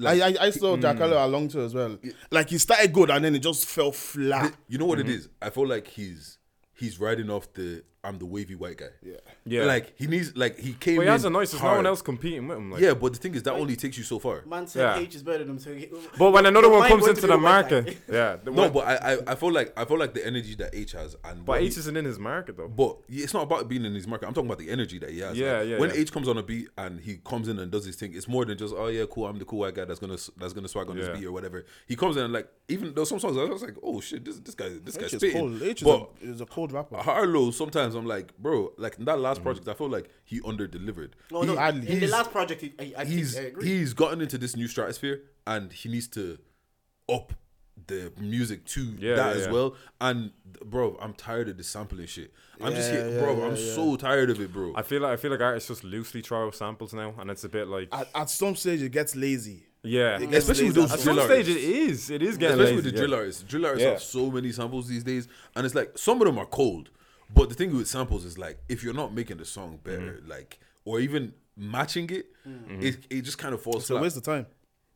Speaker 5: I, I, I saw
Speaker 3: mm.
Speaker 5: Jack Harlow along too as well like he started good and then it just fell flat
Speaker 3: You know what
Speaker 4: Mm-hmm.
Speaker 3: it is? I feel like he's he's riding off the I'm the wavy white guy. Yeah,
Speaker 4: Yeah.
Speaker 3: Like he needs, like he came.
Speaker 4: But he
Speaker 3: in
Speaker 4: has a nice. There's no
Speaker 3: hard.
Speaker 4: one else competing with him. Like,
Speaker 3: Yeah, but the thing is, that only takes you so far.
Speaker 2: Man said
Speaker 4: Yeah.
Speaker 2: H is better than him. So he-
Speaker 4: But when
Speaker 2: Your
Speaker 4: another one
Speaker 2: mind
Speaker 4: comes
Speaker 2: went
Speaker 4: into
Speaker 2: to
Speaker 4: the
Speaker 2: the white guy.
Speaker 4: market, yeah. the
Speaker 3: No,
Speaker 4: one-
Speaker 3: but I, I I feel like I feel like the energy that H has and what
Speaker 4: but
Speaker 3: he-
Speaker 4: H isn't in his market though.
Speaker 3: But it's not about being in his market. I'm talking about the energy that he has.
Speaker 4: Yeah,
Speaker 3: Like,
Speaker 4: yeah,
Speaker 3: When
Speaker 4: yeah.
Speaker 3: H comes on a beat and he comes in and does his thing, it's more than just oh yeah, cool. I'm the cool white guy that's gonna that's gonna swag on
Speaker 4: Yeah.
Speaker 3: this beat or whatever. He comes in and like even though some songs I was like oh shit, this this guy this
Speaker 5: H
Speaker 3: guy's
Speaker 5: is
Speaker 3: spitting.
Speaker 5: cold H is a,
Speaker 3: but Uh,
Speaker 5: is a cold rapper
Speaker 3: Harlow, sometimes I'm like bro, like in that last
Speaker 4: Mm.
Speaker 3: project, I feel like he under delivered.
Speaker 2: No,
Speaker 5: He
Speaker 2: no.
Speaker 5: had-
Speaker 2: in the
Speaker 5: he's-
Speaker 2: last project, he- I, I,
Speaker 3: he's
Speaker 2: think I agree.
Speaker 3: he's gotten into this new stratosphere and he needs to up the music to
Speaker 4: Yeah,
Speaker 3: that
Speaker 4: yeah,
Speaker 3: as
Speaker 4: yeah.
Speaker 3: well. And bro, I'm tired of the sampling shit. I'm just
Speaker 5: Yeah,
Speaker 3: here,
Speaker 5: yeah,
Speaker 3: bro.
Speaker 5: yeah,
Speaker 3: I'm
Speaker 5: yeah.
Speaker 3: so tired of it, bro.
Speaker 4: I feel like I feel like artists just loosely throw samples now, and it's a bit like
Speaker 5: at, at some stage it gets lazy
Speaker 4: yeah.
Speaker 5: it gets
Speaker 3: Especially with
Speaker 5: lazy
Speaker 3: those
Speaker 5: at
Speaker 4: At
Speaker 5: some
Speaker 4: some
Speaker 3: drill
Speaker 4: stage,
Speaker 3: artists.
Speaker 4: it is. It is getting
Speaker 3: Especially with the
Speaker 4: lazy, yeah.
Speaker 3: drill artists. Drill artists
Speaker 4: Yeah.
Speaker 3: have so many samples these days. And it's like some of them are cold. But the thing with samples is like if you're not making the song better,
Speaker 4: Mm-hmm.
Speaker 3: like or even matching it, it, it just kind of falls
Speaker 5: it's a
Speaker 3: flat.
Speaker 5: waste of time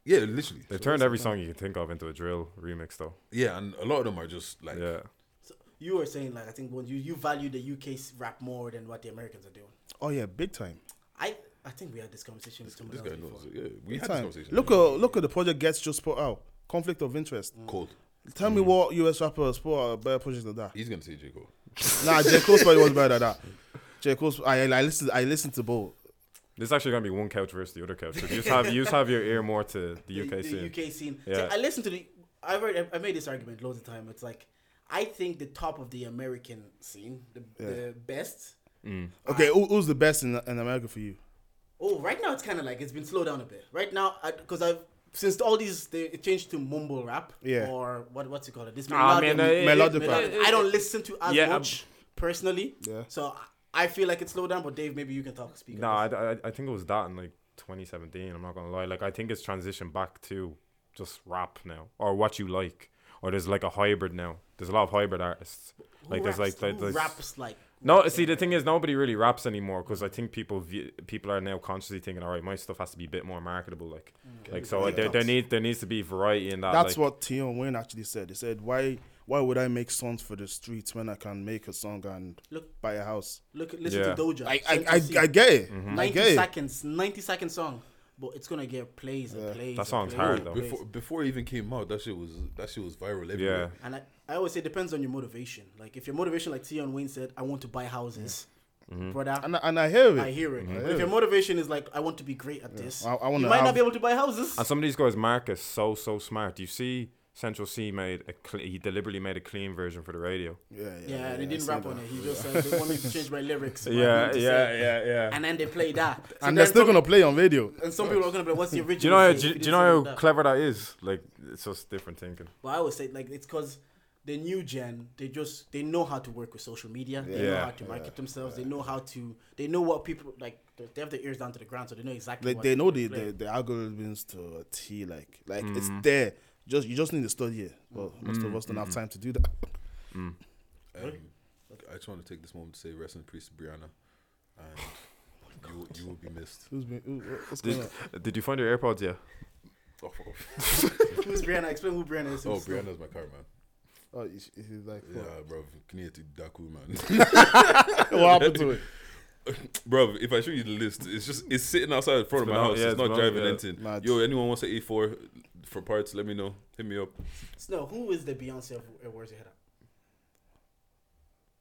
Speaker 3: Yeah, literally.
Speaker 4: They've turned every song you can think of into a drill remix though.
Speaker 3: Yeah, and a lot of them are just like
Speaker 4: Yeah.
Speaker 2: So you were saying like I think when you you value the UK rap more than what the Americans are doing.
Speaker 5: oh yeah big time
Speaker 2: I I think we had this conversation with someone
Speaker 3: this
Speaker 2: else
Speaker 3: guy
Speaker 2: before.
Speaker 3: knows. Yeah, we had this
Speaker 5: time
Speaker 3: conversation.
Speaker 5: look at look at the project gets just put out conflict of interest
Speaker 3: cold.
Speaker 5: tell me what US rapper has put out a better project than that
Speaker 3: He's gonna say J Cole.
Speaker 5: nah, J. Cole's probably was better than that. J. Cole's, I, I listened, I listened to both.
Speaker 4: This is actually gonna be one couch versus the other couch. So you just have you just have your ear more to the
Speaker 2: the,
Speaker 4: UK
Speaker 2: the
Speaker 4: scene.
Speaker 2: UK scene. See,
Speaker 4: Yeah.
Speaker 2: I listened to the. I've heard. I made this argument loads of time. It's like I think the top of the American scene, the, the best.
Speaker 5: Okay, who, who's the best in, in America for you?
Speaker 2: Oh, right now it's kind of like it's been slowed down a bit. Right now, because I've since all these they it changed to mumble rap
Speaker 5: Yeah.
Speaker 2: or what what's it called? This
Speaker 4: Ah,
Speaker 2: melodic-
Speaker 4: man, it- it-
Speaker 5: melodic
Speaker 2: melodic.
Speaker 5: rap.
Speaker 2: I don't listen to as
Speaker 4: Yeah, um, I'm-
Speaker 2: much personally.
Speaker 5: Yeah.
Speaker 2: So I- I feel like it's slowed down. But Dave, maybe you can talk. Speak.
Speaker 4: No,
Speaker 2: on
Speaker 4: I, I, I think it was that in like 2017. I'm not gonna lie. Like I think it's transitioned back to just rap now, or what you like, or there's like a hybrid now. There's a lot of hybrid artists.
Speaker 2: this.
Speaker 4: Like
Speaker 2: Who
Speaker 4: there's like,
Speaker 2: raps,
Speaker 4: like
Speaker 2: who
Speaker 4: there's,
Speaker 2: raps like
Speaker 4: no. See, the thing is, nobody really raps anymore because I think people view, people are now consciously thinking, all right, my stuff has to be a bit more marketable. Like,
Speaker 2: Mm.
Speaker 4: like so like, there, there need there needs to be variety in that.
Speaker 5: That's
Speaker 4: like,
Speaker 5: what Tion Wayne actually said. He said, "Why, why would I make songs for the streets when I can make a song and
Speaker 2: Look.
Speaker 5: buy a house?"
Speaker 2: look listen
Speaker 4: Yeah.
Speaker 2: to Doja.
Speaker 5: I, I,
Speaker 2: Central
Speaker 5: I,
Speaker 2: C.
Speaker 5: I get it. I
Speaker 2: 90
Speaker 5: get it.
Speaker 2: seconds, 90 second song, but it's gonna get plays and plays.
Speaker 4: That
Speaker 2: and
Speaker 4: song's
Speaker 2: plays
Speaker 4: hard,
Speaker 2: and
Speaker 4: though.
Speaker 2: plays.
Speaker 3: Before before it even came out, that shit was that shit was viral
Speaker 4: yeah.
Speaker 3: everywhere.
Speaker 2: And I, I always say it depends on your motivation. Like if your motivation, like Tion Wayne said, I want to buy houses,
Speaker 4: Mm-hmm.
Speaker 2: brother.
Speaker 5: And, I- and I hear it.
Speaker 2: I hear it. But if your motivation is like I want to be great at this,
Speaker 5: I- I wanna
Speaker 2: you might
Speaker 5: have-
Speaker 2: not be able to buy houses.
Speaker 4: And some of these guys, Mark, is so so smart. Do you see? Central C made a cle he deliberately made a clean version for the radio.
Speaker 5: yeah, yeah,
Speaker 2: yeah,
Speaker 5: yeah,
Speaker 2: they
Speaker 5: I
Speaker 2: didn't
Speaker 5: see
Speaker 2: rap
Speaker 5: that.
Speaker 2: on it. He just said they want me to change my lyrics. but I
Speaker 4: Yeah,
Speaker 2: want to
Speaker 4: yeah,
Speaker 2: say-
Speaker 4: yeah, yeah.
Speaker 2: And then they play that. So
Speaker 5: And they're
Speaker 2: then
Speaker 5: still
Speaker 2: some-
Speaker 5: gonna play on video.
Speaker 2: And some people are gonna be like, "What's the original?"
Speaker 4: Do you know? How,
Speaker 2: tape? He
Speaker 4: do, you- do
Speaker 2: didn't
Speaker 4: you
Speaker 2: say
Speaker 4: know how
Speaker 2: that."
Speaker 4: clever that is? Like, it's just different thinking.
Speaker 2: But I would say like it's because the new gen they just they know how to work with social media. They know
Speaker 4: Yeah.
Speaker 2: how to market themselves. They know how to they know what people like. They they have their ears down to the ground, so they know exactly.
Speaker 5: They,
Speaker 2: what
Speaker 5: they know the,
Speaker 2: people play.
Speaker 5: the, the algorithms to a T. Like, like it's there. Just you just need to study it. Well, most of us don't have time to do that.
Speaker 3: Um, I just want to take this moment to say rest in peace, to Brianna. And You, you will be missed.
Speaker 5: Who's been, who, what- what's going
Speaker 4: Did,
Speaker 5: on?
Speaker 4: did you find your AirPods yet?
Speaker 3: Oh, fuck off.
Speaker 2: Who's Brianna? Explain who Brianna is.
Speaker 3: Oh, Brianna's my car, man.
Speaker 5: Oh, is, is it like
Speaker 3: Yeah,
Speaker 5: what?
Speaker 3: bro. Knieti Daku, man.
Speaker 5: what happened to it?
Speaker 3: Bro, if I show you the list, it's just it's sitting outside in front
Speaker 4: It's
Speaker 3: of
Speaker 4: been
Speaker 3: my
Speaker 4: out-
Speaker 3: house.
Speaker 4: yeah,
Speaker 3: it's
Speaker 4: it's
Speaker 3: not
Speaker 4: been out,
Speaker 3: driving
Speaker 4: yeah.
Speaker 3: anything.
Speaker 5: Mad.
Speaker 3: Yo, anyone wants a A4 for parts? Let me know. Hit me up.
Speaker 2: No, who is the Beyonce of uh, Where's Your Head Up?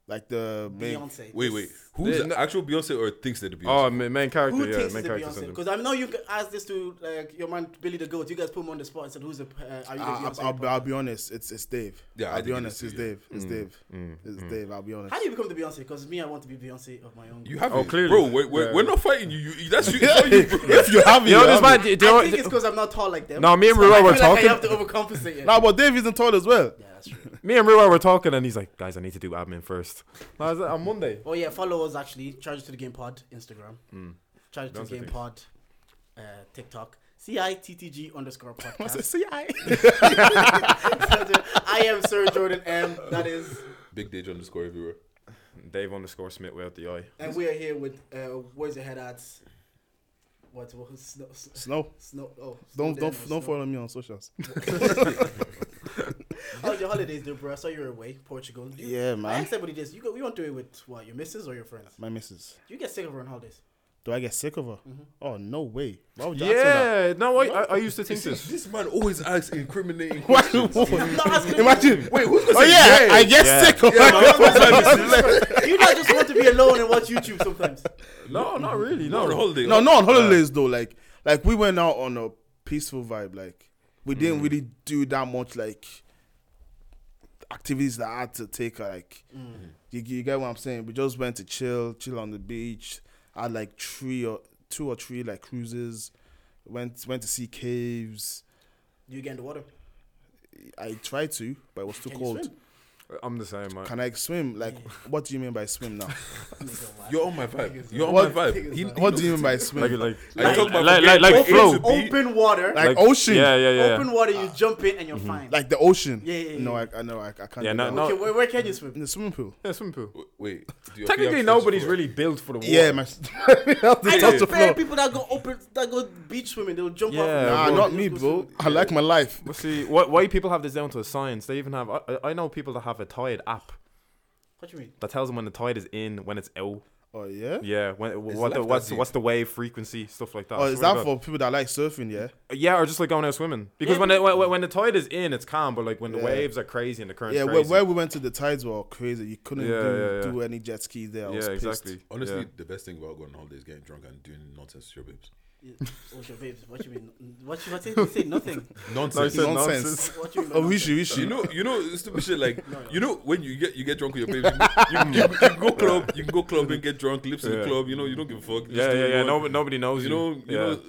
Speaker 5: Like the main.
Speaker 2: Beyonce.
Speaker 3: Wait, wait. Who's
Speaker 4: Yeah,
Speaker 3: the
Speaker 4: no-
Speaker 3: actual Beyonce or thinks they're the
Speaker 4: Oh,
Speaker 3: Beyonce?
Speaker 4: ma- main character.
Speaker 2: Who
Speaker 4: yeah,
Speaker 2: thinks
Speaker 4: main
Speaker 2: it's the
Speaker 4: character.
Speaker 2: Beyonce?
Speaker 4: syndrome.
Speaker 2: Because I know you g- asked this to like your man Billy the Goat. You guys put him on the spot and said, "Who's the? Uh, are you the
Speaker 5: I-
Speaker 2: Beyonce?"
Speaker 5: Ah, I'll, I'll, be- I'll be honest. It's it's Dave.
Speaker 3: Yeah, I
Speaker 5: I'll be
Speaker 3: think it
Speaker 5: honest.
Speaker 3: is
Speaker 5: It's
Speaker 3: too, yeah. Mm,
Speaker 5: Dave. It's Dave. It's Dave. I'll be honest.
Speaker 2: How do you become the Beyonce? Because me, I want to be Beyonce of my own.
Speaker 3: You have
Speaker 4: Oh,
Speaker 3: it.
Speaker 4: clearly.
Speaker 3: Bro, we're, we're,
Speaker 4: Yeah.
Speaker 3: we're not fighting you. you that's you. It's not you, bro.
Speaker 5: if you have it,
Speaker 4: You know,
Speaker 5: you
Speaker 4: this
Speaker 5: have
Speaker 4: man.
Speaker 5: it.
Speaker 4: do- do you
Speaker 2: I
Speaker 4: know what-
Speaker 2: think it's because I'm not tall like them.
Speaker 4: No, me and
Speaker 2: So I
Speaker 4: Ruwa were
Speaker 2: feel like I
Speaker 4: talking.
Speaker 2: have to overcompensate.
Speaker 5: Nah, but Dave isn't tall as well.
Speaker 2: Yeah, that's true.
Speaker 4: Me and Ruwa were talking, and he's like, "Guys, I need to do admin first. And I was like, on Monday.
Speaker 2: Oh yeah, follow us actually. Charge It to the game pod Instagram. Charge It to
Speaker 4: Those
Speaker 2: the
Speaker 4: are
Speaker 2: game
Speaker 4: things.
Speaker 2: pod uh, TikTok. C I T T G underscore podcast.
Speaker 5: See, I.
Speaker 2: I am Sir Jordan M. That is,
Speaker 3: Big Dage underscore everywhere.
Speaker 4: Dave underscore Smith without the eye.
Speaker 2: and we are here with uh, where's your head at? What? what snow,
Speaker 5: Snow.
Speaker 2: snow, oh, Snow
Speaker 5: Don't
Speaker 2: Day
Speaker 5: don't
Speaker 2: or
Speaker 5: don't
Speaker 2: Snow-
Speaker 5: follow me on socials.
Speaker 2: How's your holidays, dude, bro? I saw you were away, Portugal. You-
Speaker 5: Yeah,
Speaker 2: I
Speaker 5: man.
Speaker 2: asked everybody this. You go. You want to do it with what? Your missus or your friends?
Speaker 5: My missus.
Speaker 2: Do you get sick of her on holidays?
Speaker 5: Do I get sick of her?
Speaker 2: Mm-hmm.
Speaker 5: Oh no way. Why would you ask her
Speaker 4: Yeah, no, I, I, I used to think this.
Speaker 3: This man always asks incriminating
Speaker 5: that?
Speaker 3: questions.
Speaker 2: I'm not asking. you.
Speaker 5: Imagine.
Speaker 3: Wait, who's gonna
Speaker 5: Oh
Speaker 3: say
Speaker 5: yeah, I get
Speaker 4: Yeah.
Speaker 5: sick of
Speaker 3: Yeah,
Speaker 5: her.
Speaker 3: man, what's that, Mrs.
Speaker 2: You not just want to be alone and watch YouTube sometimes.
Speaker 4: No, not really.
Speaker 3: No,
Speaker 4: No,
Speaker 3: the holiday.
Speaker 5: No, not on holidays though. Like like we went out on a peaceful vibe. Like we
Speaker 2: Mm.
Speaker 5: didn't really do that much like activities that I had to take. her, Like
Speaker 2: Mm.
Speaker 5: you, you get what I'm saying? We just went to chill, chill on the beach. had like three or two or three like cruises. Went went to see caves.
Speaker 2: Do you get in the water?
Speaker 5: I tried to, but it was too
Speaker 2: Can you
Speaker 5: cold.
Speaker 2: swim?
Speaker 4: I'm the same, man.
Speaker 5: Can I swim? Like, what do you mean by swim now?
Speaker 3: You're on my vibe. You're on
Speaker 5: What-
Speaker 3: my vibe.
Speaker 2: Niggas
Speaker 3: He-
Speaker 2: are-
Speaker 3: he
Speaker 5: What
Speaker 3: knows
Speaker 5: do you mean by
Speaker 4: Like,
Speaker 5: swim?
Speaker 4: like,
Speaker 3: Like-
Speaker 4: like,
Speaker 3: like-
Speaker 4: like, like,
Speaker 3: like-
Speaker 4: flow.
Speaker 3: Be-
Speaker 2: Open water.
Speaker 5: Like ocean.
Speaker 4: Yeah, yeah, yeah.
Speaker 2: Open water, you jump in and you're fine.
Speaker 5: Like the ocean.
Speaker 2: Yeah, yeah, yeah.
Speaker 5: No, I, I know I, I can't.
Speaker 4: Yeah,
Speaker 5: do
Speaker 4: no,
Speaker 5: that.
Speaker 4: no.
Speaker 2: okay, where, where can you swim?
Speaker 5: In the swimming pool.
Speaker 4: Yeah, swimming pool.
Speaker 3: Wait. do your
Speaker 4: Technically,
Speaker 3: feet have
Speaker 4: nobody's
Speaker 3: sticks
Speaker 4: really built for the water.
Speaker 5: Yeah, my.
Speaker 2: I
Speaker 5: I
Speaker 2: know
Speaker 5: touch the
Speaker 2: fair
Speaker 5: floor.
Speaker 2: people that go open, that go beach swimming, they'll jump off.
Speaker 4: Yeah,
Speaker 5: Nah,
Speaker 4: bro.
Speaker 5: not me, bro. I like my life.
Speaker 4: Well, see, wh- why people have this down to a science? They even have. I, I- I know people that have a tide app
Speaker 2: What you mean?
Speaker 4: that tells them when the tide is in, when it's out.
Speaker 5: Oh yeah.
Speaker 4: Yeah, when
Speaker 3: left
Speaker 4: what
Speaker 3: that
Speaker 4: the, what's
Speaker 3: deep.
Speaker 4: what's the wave frequency, stuff like that.
Speaker 5: Oh,
Speaker 4: I
Speaker 5: is
Speaker 4: swear
Speaker 5: that
Speaker 4: to
Speaker 5: for
Speaker 4: God.
Speaker 5: people that like surfing? Yeah.
Speaker 4: Yeah, or just like going out swimming because when, the, when when the tide is in, it's calm, but like when the
Speaker 5: Yeah.
Speaker 4: waves are crazy and the current's
Speaker 5: Yeah. Where,
Speaker 4: crazy.
Speaker 5: where we went to the tides were crazy. You couldn't
Speaker 4: Yeah,
Speaker 5: do,
Speaker 4: yeah, yeah.
Speaker 5: do any jet skis there. I was
Speaker 4: yeah,
Speaker 5: pissed.
Speaker 4: exactly.
Speaker 3: Honestly,
Speaker 4: Yeah.
Speaker 3: the best thing about going on holidays is getting drunk and doing nonsense to your babes.
Speaker 2: What's your babes? What you mean? What you what you say? Nothing.
Speaker 4: No, he
Speaker 3: Nonsense.
Speaker 4: said
Speaker 5: nonsense.
Speaker 4: nonsense.
Speaker 2: What you mean? by
Speaker 5: Oh, wishy,
Speaker 3: You
Speaker 5: wishy.
Speaker 3: know, you know, stupid shit like you know when you get you get drunk with your baby, you, you, you can go club, you can go club and get drunk, lips in the
Speaker 4: Yeah.
Speaker 3: club. You know, you don't give a fuck. just
Speaker 4: Yeah,
Speaker 3: do
Speaker 4: yeah,
Speaker 3: what
Speaker 4: yeah.
Speaker 3: you
Speaker 4: No,
Speaker 3: want.
Speaker 4: nobody knows.
Speaker 3: you know, you
Speaker 4: yeah.
Speaker 3: know,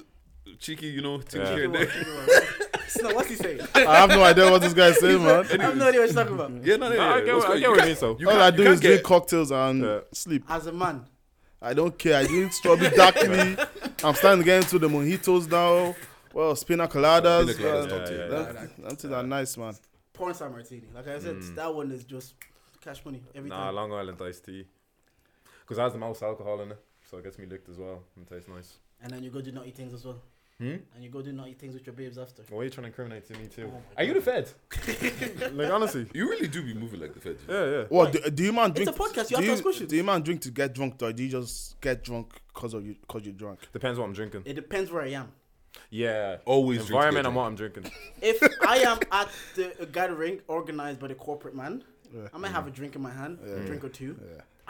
Speaker 3: cheeky. You know, things
Speaker 4: Yeah.
Speaker 3: here and there.
Speaker 2: nothing? so what's he saying?
Speaker 5: I have no idea what this guy's saying, man.
Speaker 2: I have no idea what you're talking about.
Speaker 3: Yeah, no, no,
Speaker 4: No,
Speaker 3: yeah.
Speaker 4: I get
Speaker 3: what's
Speaker 4: what-
Speaker 3: good?
Speaker 4: I get
Speaker 3: You
Speaker 4: what you
Speaker 3: can't-
Speaker 4: mean, so.
Speaker 3: you
Speaker 5: All
Speaker 3: can't-
Speaker 5: I
Speaker 3: you
Speaker 5: do
Speaker 3: can't
Speaker 5: is drink
Speaker 3: get-
Speaker 5: cocktails and
Speaker 4: Yeah.
Speaker 5: sleep.
Speaker 2: As a man,
Speaker 5: I don't care. I drink strawberry darkly. I'm starting to get into the mojitos now. Well, Uh, spina coladas.
Speaker 3: Pina coladas,
Speaker 5: man.
Speaker 3: top tier.
Speaker 5: Them- them things are nice, man.
Speaker 2: porn star martini. Like I said, that one is just cash money every
Speaker 4: Nah,
Speaker 2: time.
Speaker 4: Long Island iced tea, because it has the most alcohol in it, so it gets me licked as well. and It tastes nice.
Speaker 2: And then you go do naughty things as well.
Speaker 4: Hmm?
Speaker 2: And you go do naughty things with your babes after.
Speaker 4: Why are you trying to incriminate to me too?
Speaker 2: Oh my
Speaker 4: are you the Fed? like honestly.
Speaker 3: You really do be moving like the Fed.
Speaker 4: Yeah, yeah.
Speaker 5: What do, do you man
Speaker 2: It's
Speaker 5: drink?
Speaker 2: a podcast, you have
Speaker 5: do
Speaker 2: to ask questions.
Speaker 5: Do you man drink to get drunk, or do you just get drunk because of you because you're drunk?
Speaker 4: Depends what I'm drinking.
Speaker 2: It depends where I am.
Speaker 4: Yeah.
Speaker 3: Always drink
Speaker 4: environment
Speaker 3: together.
Speaker 4: and what I'm drinking.
Speaker 2: If I am at the, a gathering organized by the corporate man, I might have a drink in my hand, a drink or two.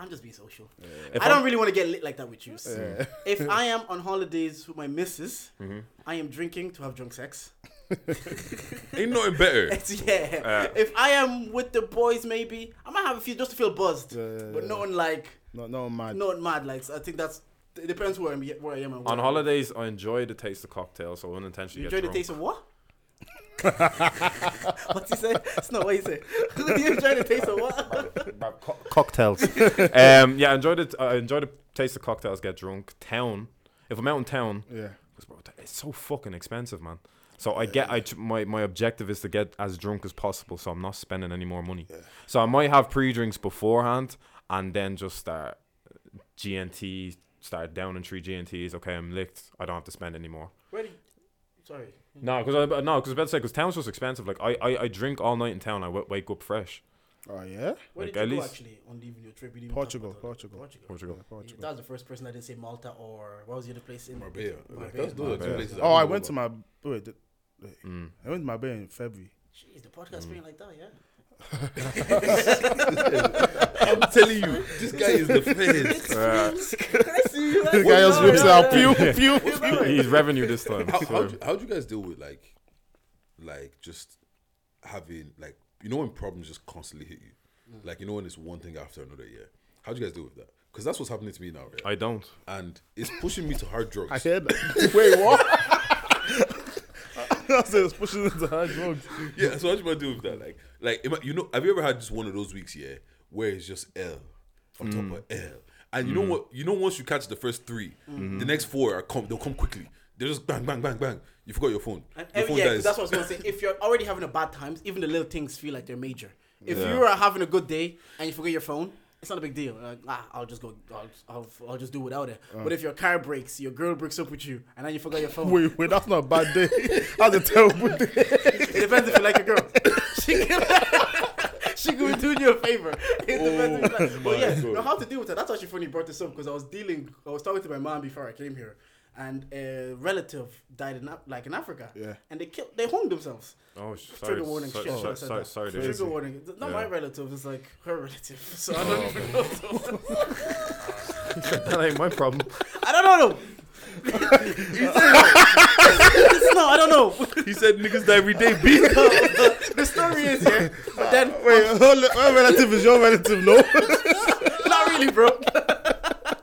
Speaker 2: I'm just being social.
Speaker 4: If
Speaker 2: I
Speaker 4: I'm-
Speaker 2: don't really want to get lit like that with you. If I am on holidays with my missus,
Speaker 5: Mm-hmm.
Speaker 2: I am drinking to have drunk sex.
Speaker 3: Ain't nothing better.
Speaker 2: yeah. if I am with the boys, maybe I might have a few just to feel buzzed,
Speaker 5: Yeah.
Speaker 2: but not on like
Speaker 5: No, no, man.
Speaker 2: not mad. Like I think that's it depends where I'm where I am. And
Speaker 4: On
Speaker 2: where-
Speaker 4: holidays, I enjoy the taste of cocktails, so I
Speaker 2: You
Speaker 4: unintentionally
Speaker 2: enjoy
Speaker 4: get
Speaker 2: the
Speaker 4: drunk.
Speaker 2: taste of what? What's he say? It's not what he say. you enjoy the taste of what?
Speaker 4: cocktails. um, yeah, I enjoy the I enjoy the taste of cocktails. Get drunk. Town. If I'm out in town,
Speaker 5: Yeah.
Speaker 4: 'cause, bro, it's so fucking expensive, man. So I get I tr- my my objective is to get as drunk as possible, so I'm not spending any more money. So I might have pre drinks beforehand, and then just start GNT started down in three GNTs. Okay, I'm licked. I don't have to spend anymore.
Speaker 2: Where did, sorry.
Speaker 4: No, because I no, because I was about to say because town's just expensive. Like I, I, I drink all night in town. I w- wake up fresh.
Speaker 5: Oh yeah,
Speaker 2: Where did you
Speaker 4: Like, at
Speaker 2: go
Speaker 4: least-
Speaker 2: actually on leaving your trip? We didn't even talk
Speaker 5: Portugal,
Speaker 2: about that.
Speaker 5: Portugal,
Speaker 2: Portugal.
Speaker 4: Portugal.
Speaker 5: Yeah,
Speaker 2: Yeah,
Speaker 5: Portugal.
Speaker 2: That was the first person I didn't say Malta or what was the other place in
Speaker 3: Marbella. Like,
Speaker 2: Marbella.
Speaker 3: that's, those are two
Speaker 4: Marbella.
Speaker 3: places
Speaker 5: Oh, I
Speaker 3: don't
Speaker 5: went
Speaker 3: know
Speaker 5: to
Speaker 3: about.
Speaker 5: my wait. th- wait. I went to my bear in February.
Speaker 2: Jeez, the podcast being like that, yeah.
Speaker 3: I'm telling you, this guy is the feds.
Speaker 2: Can I see you?
Speaker 5: The guy just whips out pew pew.
Speaker 4: He's revenue this time.
Speaker 3: How, how,
Speaker 4: swear.
Speaker 3: do, how do you guys deal with like, like just having like you know when problems just constantly hit you, like you know when it's one thing after another. Yeah, how do you guys deal with that? Because that's what's happening to me now, right?
Speaker 4: I don't.
Speaker 3: and it's pushing me to hard drugs.
Speaker 5: I heard. that. Wait, what? I said it's pushing into hard drugs.
Speaker 3: yeah, so how do you deal with that? Like, like am I- you know, have you ever had just one of those weeks, yeah, where it's just L on top of L, and you know what? You know, once you catch the first three, the next four are come. They'll come quickly. They're just bang, bang, bang, bang. You forgot your phone.
Speaker 2: And
Speaker 3: Your
Speaker 2: every,
Speaker 3: phone
Speaker 2: yeah, 'cause that's what I was gonna say. If you're already having a bad times, even the little things feel like they're major. If you are having a good day and you forget your phone, it's not a big deal. Like, ah, I'll just go. I'll, I'll, I'll just do without it. But if your car breaks, your girl breaks up with you, and then you forgot your phone.
Speaker 5: Wait, wait, that's not a bad day. That's a terrible day.
Speaker 2: It depends if you like a girl. she can. She could be doing you a favor. It depends. if you like- But yeah, no, how to deal with that? That's actually funny. You brought this up because I was dealing. I was talking to my mom before I came here, and a relative died in Af- like in Africa.
Speaker 5: Yeah.
Speaker 2: And they killed. They hung themselves.
Speaker 4: Oh, sh- sorry.
Speaker 2: Trigger warning.
Speaker 4: so-
Speaker 2: shit,
Speaker 4: so-
Speaker 2: should I said
Speaker 4: sorry,
Speaker 2: that.
Speaker 4: sorry,
Speaker 2: Trigger
Speaker 4: dude.
Speaker 2: warning. It's Not my
Speaker 4: Yeah.
Speaker 2: relative. It's like her relative. So I don't even know. So
Speaker 4: that ain't my problem.
Speaker 2: I don't know. them. no, I don't know.
Speaker 3: he said niggas die every day, B.
Speaker 2: The story is here, but then
Speaker 5: Wait, hold on, my relative is your relative, no?
Speaker 2: not really, bro.
Speaker 5: oh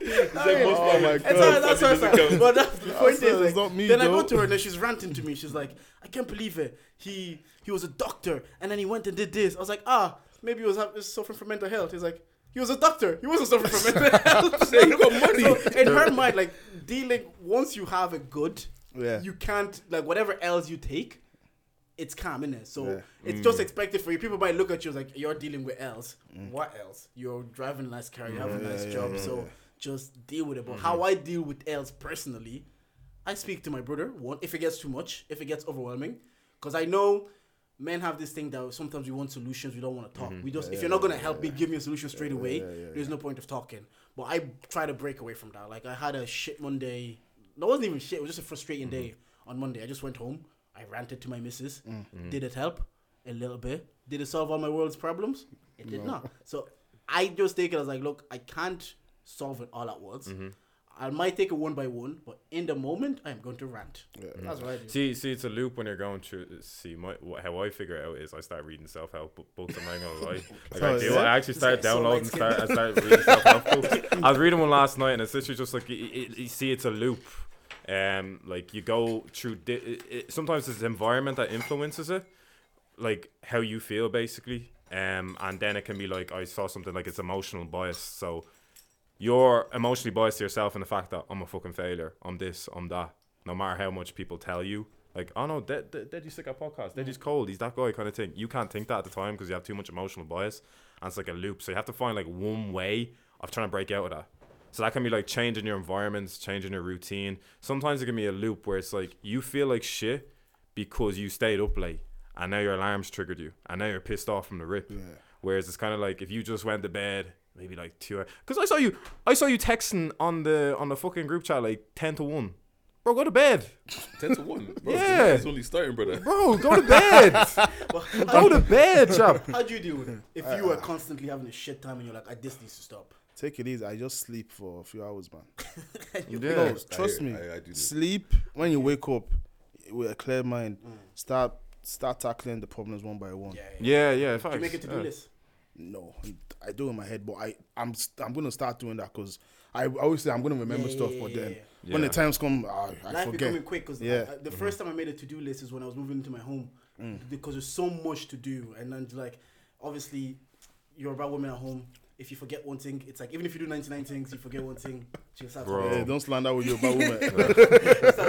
Speaker 5: my
Speaker 2: It's all right,
Speaker 5: god.
Speaker 2: that's what I said. But that's the
Speaker 5: That's-
Speaker 2: point is,
Speaker 5: that's
Speaker 2: like,
Speaker 5: not me,
Speaker 2: then I
Speaker 5: though.
Speaker 2: go to her and then she's ranting to me. She's like, I can't believe it. He he was a doctor and then he went and did this. I was like, ah, maybe he was hav- suffering from mental health. He's like, he was a doctor. He wasn't suffering from mental health. So in her mind, like dealing once you have a good,
Speaker 5: Yeah.
Speaker 2: you can't like whatever else you take. It's calm, innit? So
Speaker 5: Yeah.
Speaker 2: it's just expected for you. People might look at you as like you're dealing with else. What else? You're driving a nice car, you have a nice job, so just deal with it. But how I deal with else personally, I speak to my brother. One, if it gets too much, if it gets overwhelming, because I know men have this thing that sometimes we want solutions, we don't want to talk. We just if you're not gonna help me, give me a solution straight away. There's no point of talking. But I try to break away from that. Like I had a shit Monday. No, it wasn't even shit. It was just a frustrating day on Monday. I just went home. I ranted to my missus. Did it help? A little bit. Did it solve all my world's problems? It did not. So I just take it as like, look, I can't solve it all at once. I might take it one by one, but in the moment, I am going to rant. That's what I do.
Speaker 4: See, see, it's a loop when you're going through. See, my what, how I figure it out is I start reading self help books. I'm not gonna lie, like I do. I actually start
Speaker 2: So
Speaker 4: downloading,
Speaker 2: light-skinned.
Speaker 4: start, I start reading self help books. I was reading one last night, and it's literally just like you, you see, it's a loop. Um, like you go through. Di- it, it, sometimes it's the environment that influences it, like how you feel basically. Um, and then it can be like I saw something like it's emotional bias. So you're emotionally biased to yourself in the fact that I'm a fucking failure. I'm this. I'm that. No matter how much people tell you, like, oh no, that that that you sick at podcast. That he's cold. He's that guy kind of thing. You can't think that at the time because you have too much emotional bias, and it's like a loop. So you have to find like one way of trying to break out of that. So that can be like changing your environments, changing your routine. Sometimes it can be a loop where it's like you feel like shit because you stayed up late and now your alarms triggered you and now you're pissed off from the rip. Whereas it's kind of like if you just went to bed maybe like two hours because I saw you I saw you texting on the on the fucking group chat like ten to one, bro go to bed,
Speaker 3: Ten to one. Bro,
Speaker 4: Yeah.
Speaker 3: it's only starting, brother.
Speaker 4: bro go to bed,
Speaker 2: But
Speaker 4: go to bed, chap.
Speaker 2: How do you deal with it? If you are constantly having a shit time and you're like, I, this needs to stop.
Speaker 5: Take it easy. I just sleep for a few hours, man.
Speaker 4: Yeah.
Speaker 5: No, trust
Speaker 3: I-
Speaker 5: me.
Speaker 3: I- I do that.
Speaker 5: Sleep when you wake up with a clear mind. Start start tackling the problems one by one.
Speaker 2: Mm. Yeah, yeah.
Speaker 4: Yeah, yeah.
Speaker 2: You
Speaker 4: Facts.
Speaker 2: make it to do
Speaker 4: yeah.
Speaker 2: list.
Speaker 5: No, I do in my head, but I I'm st- I'm gonna start doing that because I always say I'm gonna remember
Speaker 2: Yeah,
Speaker 5: stuff,
Speaker 2: yeah,
Speaker 5: but
Speaker 2: yeah,
Speaker 5: then
Speaker 4: yeah.
Speaker 5: when the
Speaker 4: Yeah.
Speaker 5: times come, I, I
Speaker 2: Life
Speaker 5: forget.
Speaker 2: becoming quick because
Speaker 5: Yeah. Mm-hmm.
Speaker 2: the first time I made a to do list is when I was moving into my home
Speaker 5: Mm.
Speaker 2: because there's so much to do. And then, like, obviously, you're about women at home. If you forget one thing, it's like, even if you do 99 things, you forget one thing, she'll start
Speaker 4: Bro.
Speaker 5: Hey, don't slander with your bad woman.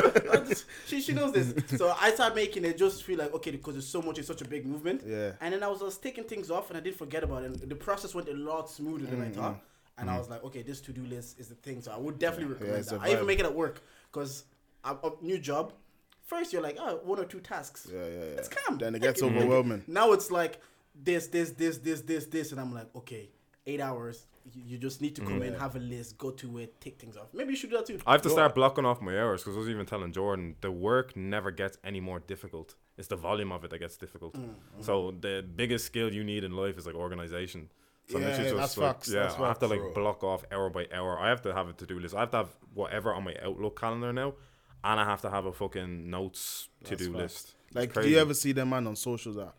Speaker 2: she, she knows this. So I started making it just feel like, okay, because there's so much, it's such a big movement.
Speaker 5: Yeah. Mm-hmm.
Speaker 2: And then I was, I was taking things off and I did forget about it. And the process went a lot smoother than I thought. and I was like, okay, this to do list is the thing. So I would definitely recommend
Speaker 5: it's a
Speaker 2: that. I even
Speaker 5: vibe.
Speaker 2: make it at work because a new job. First, you're like, oh, one or two tasks.
Speaker 5: Yeah, yeah, yeah.
Speaker 2: It's calm.
Speaker 5: Then it
Speaker 2: I
Speaker 5: gets
Speaker 2: can-
Speaker 5: overwhelming.
Speaker 2: Now it's like this, this, this, this, this, this, and I'm like, okay, eight hours. You, you just need to come
Speaker 5: Mm-hmm.
Speaker 2: in, have a list, go to it, take things off. Maybe you should do that too.
Speaker 4: I have to start blocking off my hours because I was even telling Jordan the work never gets any more difficult. It's the volume of it that gets difficult.
Speaker 5: Mm-hmm.
Speaker 4: So the biggest skill you need in life is like organization. So
Speaker 5: Yeah,
Speaker 4: literally
Speaker 5: yeah,
Speaker 4: just
Speaker 5: that's
Speaker 4: like,
Speaker 5: facts,
Speaker 4: yeah,
Speaker 5: that's
Speaker 4: I have to
Speaker 3: facts. Bro.
Speaker 4: like block off hour by hour. I have to have a to do list. I have to have whatever on my Outlook calendar now, and I have to have a fucking notes to do list. It's
Speaker 5: Like, do
Speaker 4: crazy.
Speaker 5: you ever see them man on socials that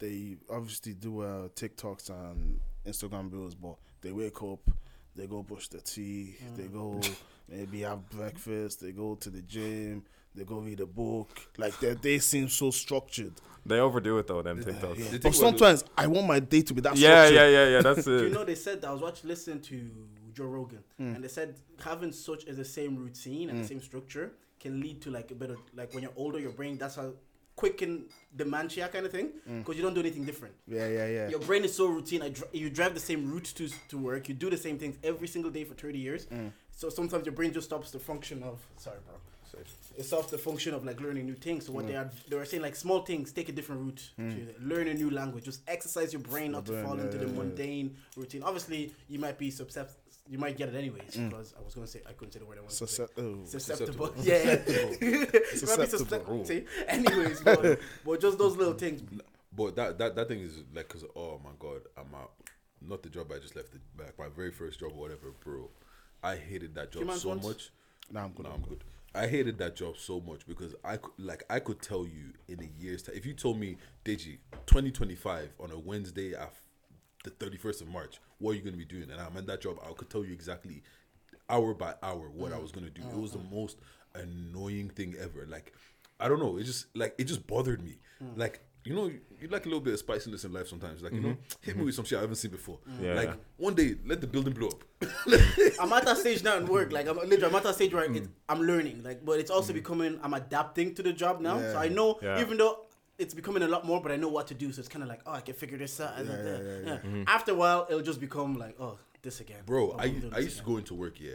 Speaker 5: they obviously do uh, TikToks and Instagram videos, but they wake up, they go brush their teeth, they go maybe have breakfast, they go to the gym, they go read a book. Like their day seems so structured.
Speaker 4: They overdo it though. Them TikToks. Yeah,
Speaker 3: The
Speaker 5: But
Speaker 3: thing about the-
Speaker 5: sometimes I want my day to be that
Speaker 4: yeah,
Speaker 5: structured.
Speaker 4: yeah, yeah. That's
Speaker 2: Do
Speaker 4: it.
Speaker 2: you know they said I was watching listening to Joe Rogan, and they said having such as the same routine and the same structure can lead to like a bit of like when you're older, your brain that's how quicken dementia kind of thing because you don't do anything different.
Speaker 5: Yeah, yeah, yeah.
Speaker 2: Your brain is so routine. I dr- you drive the same route to to work. You do the same things every single day for thirty years.
Speaker 5: Mm.
Speaker 2: So sometimes your brain just stops the function of sorry, bro. It stops the function of like learning new things. So what
Speaker 5: Mm.
Speaker 2: they are they were saying like small things, take a different route, to learn a new language, just exercise your brain not to fall into the mundane routine. Obviously, you might be susceptible. You might get it anyways
Speaker 5: Mm.
Speaker 2: because I was gonna say I couldn't say the word I wanted to say.
Speaker 5: Suscep- oh.
Speaker 2: Susceptible, yeah. You might be
Speaker 5: Susceptible.
Speaker 2: suscep- Anyways, but, but just those little things.
Speaker 3: But that, that that thing is like, cause oh my god, I'm out. Not the job I just left, the, like my very first job or whatever, bro. I hated that job
Speaker 2: months
Speaker 3: so
Speaker 2: once?
Speaker 3: much.
Speaker 5: Nah, I'm good,
Speaker 3: No,
Speaker 5: I'm
Speaker 3: I'm good. I hated that job so much because I could, like I could tell you in a year's time. If you told me, Deji, 2025 on a Wednesday at the 31st of March, what are you going to be doing? And I'm in that job. I could tell you exactly hour by hour
Speaker 5: Mm.
Speaker 3: what I was going to do. It was the most annoying thing ever. Like I don't know. It just like it just bothered me.
Speaker 5: Mm.
Speaker 3: Like you know, you, you like a little bit of spiciness in life sometimes. Like you know, hit
Speaker 5: Mm-hmm.
Speaker 3: me with some shit I haven't seen before.
Speaker 5: Mm.
Speaker 4: Yeah.
Speaker 3: Like one day, let the building blow up.
Speaker 2: I'm at that stage now in work. Like I'm literally I'm at that stage where it's, I'm learning. Like, but it's also becoming I'm adapting to the job now. So I know
Speaker 4: Yeah.
Speaker 2: even though it's becoming a lot more, but I know what to do. So it's kind of like oh I can figure this out. Yeah, yeah. After a while, it'll just become like oh this again,
Speaker 3: bro
Speaker 2: Oh,
Speaker 3: I,
Speaker 2: I'm doing
Speaker 3: I
Speaker 2: this
Speaker 3: used to
Speaker 2: again.
Speaker 3: go into work yeah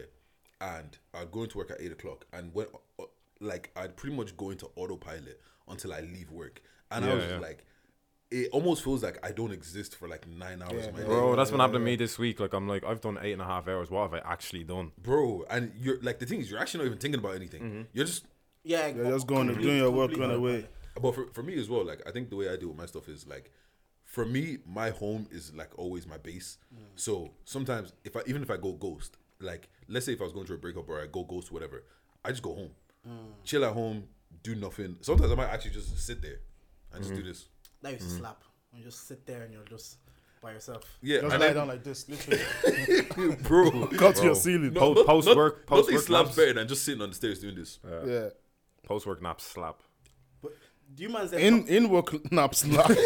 Speaker 3: and i'd go into work at 8 o'clock and when uh, like i'd pretty much go into autopilot until i leave work and i
Speaker 4: Yeah,
Speaker 3: was just
Speaker 4: yeah.
Speaker 3: like it almost feels like i don't exist for like nine hours of my day
Speaker 4: Bro, that's what happened to me this week. Like, I'm like, I've done eight and a half hours. What have I actually done?
Speaker 3: bro and you're like the thing is you're actually not even thinking about anything
Speaker 4: Mm-hmm.
Speaker 3: you're just
Speaker 2: yeah,
Speaker 5: You're just going and doing your work,
Speaker 2: completely
Speaker 5: run away.
Speaker 2: autopilot.
Speaker 3: but for, for me as well like i think the way i deal with my stuff is like for me my home is like always my base so sometimes if i even if i go ghost like let's say if i was going through a breakup or i go ghost whatever i just go home chill at home do nothing sometimes i might actually just sit there and just do
Speaker 4: Mm.
Speaker 3: this
Speaker 2: That used to slap. You just sit there and you're just by yourself.
Speaker 3: yeah
Speaker 5: Just
Speaker 3: and
Speaker 5: lie
Speaker 3: then-
Speaker 5: down like this, literally.
Speaker 3: bro
Speaker 5: Cut to your
Speaker 4: Bro.
Speaker 5: ceiling.
Speaker 4: Po-
Speaker 3: not-
Speaker 4: post
Speaker 3: not-
Speaker 4: work, post
Speaker 3: nothing
Speaker 4: work
Speaker 3: slaps
Speaker 4: naps,
Speaker 3: better than just sitting on the stairs doing this
Speaker 5: Yeah.
Speaker 4: post work naps slap.
Speaker 2: But do you man
Speaker 5: In in work naps now.
Speaker 2: do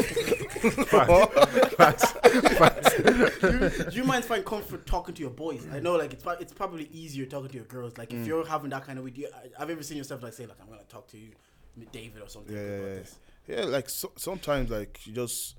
Speaker 2: you mind find comfort talking to your boys? I know, like it's prob- it's probably easier talking to your girls. Like
Speaker 5: Mm.
Speaker 2: if you're having that kind of week, you, I- I've ever seen yourself like saying like I'm gonna talk to you, David or something
Speaker 5: yeah,
Speaker 2: about
Speaker 5: yeah,
Speaker 2: this.
Speaker 5: yeah. Yeah, like so, sometimes, like you just,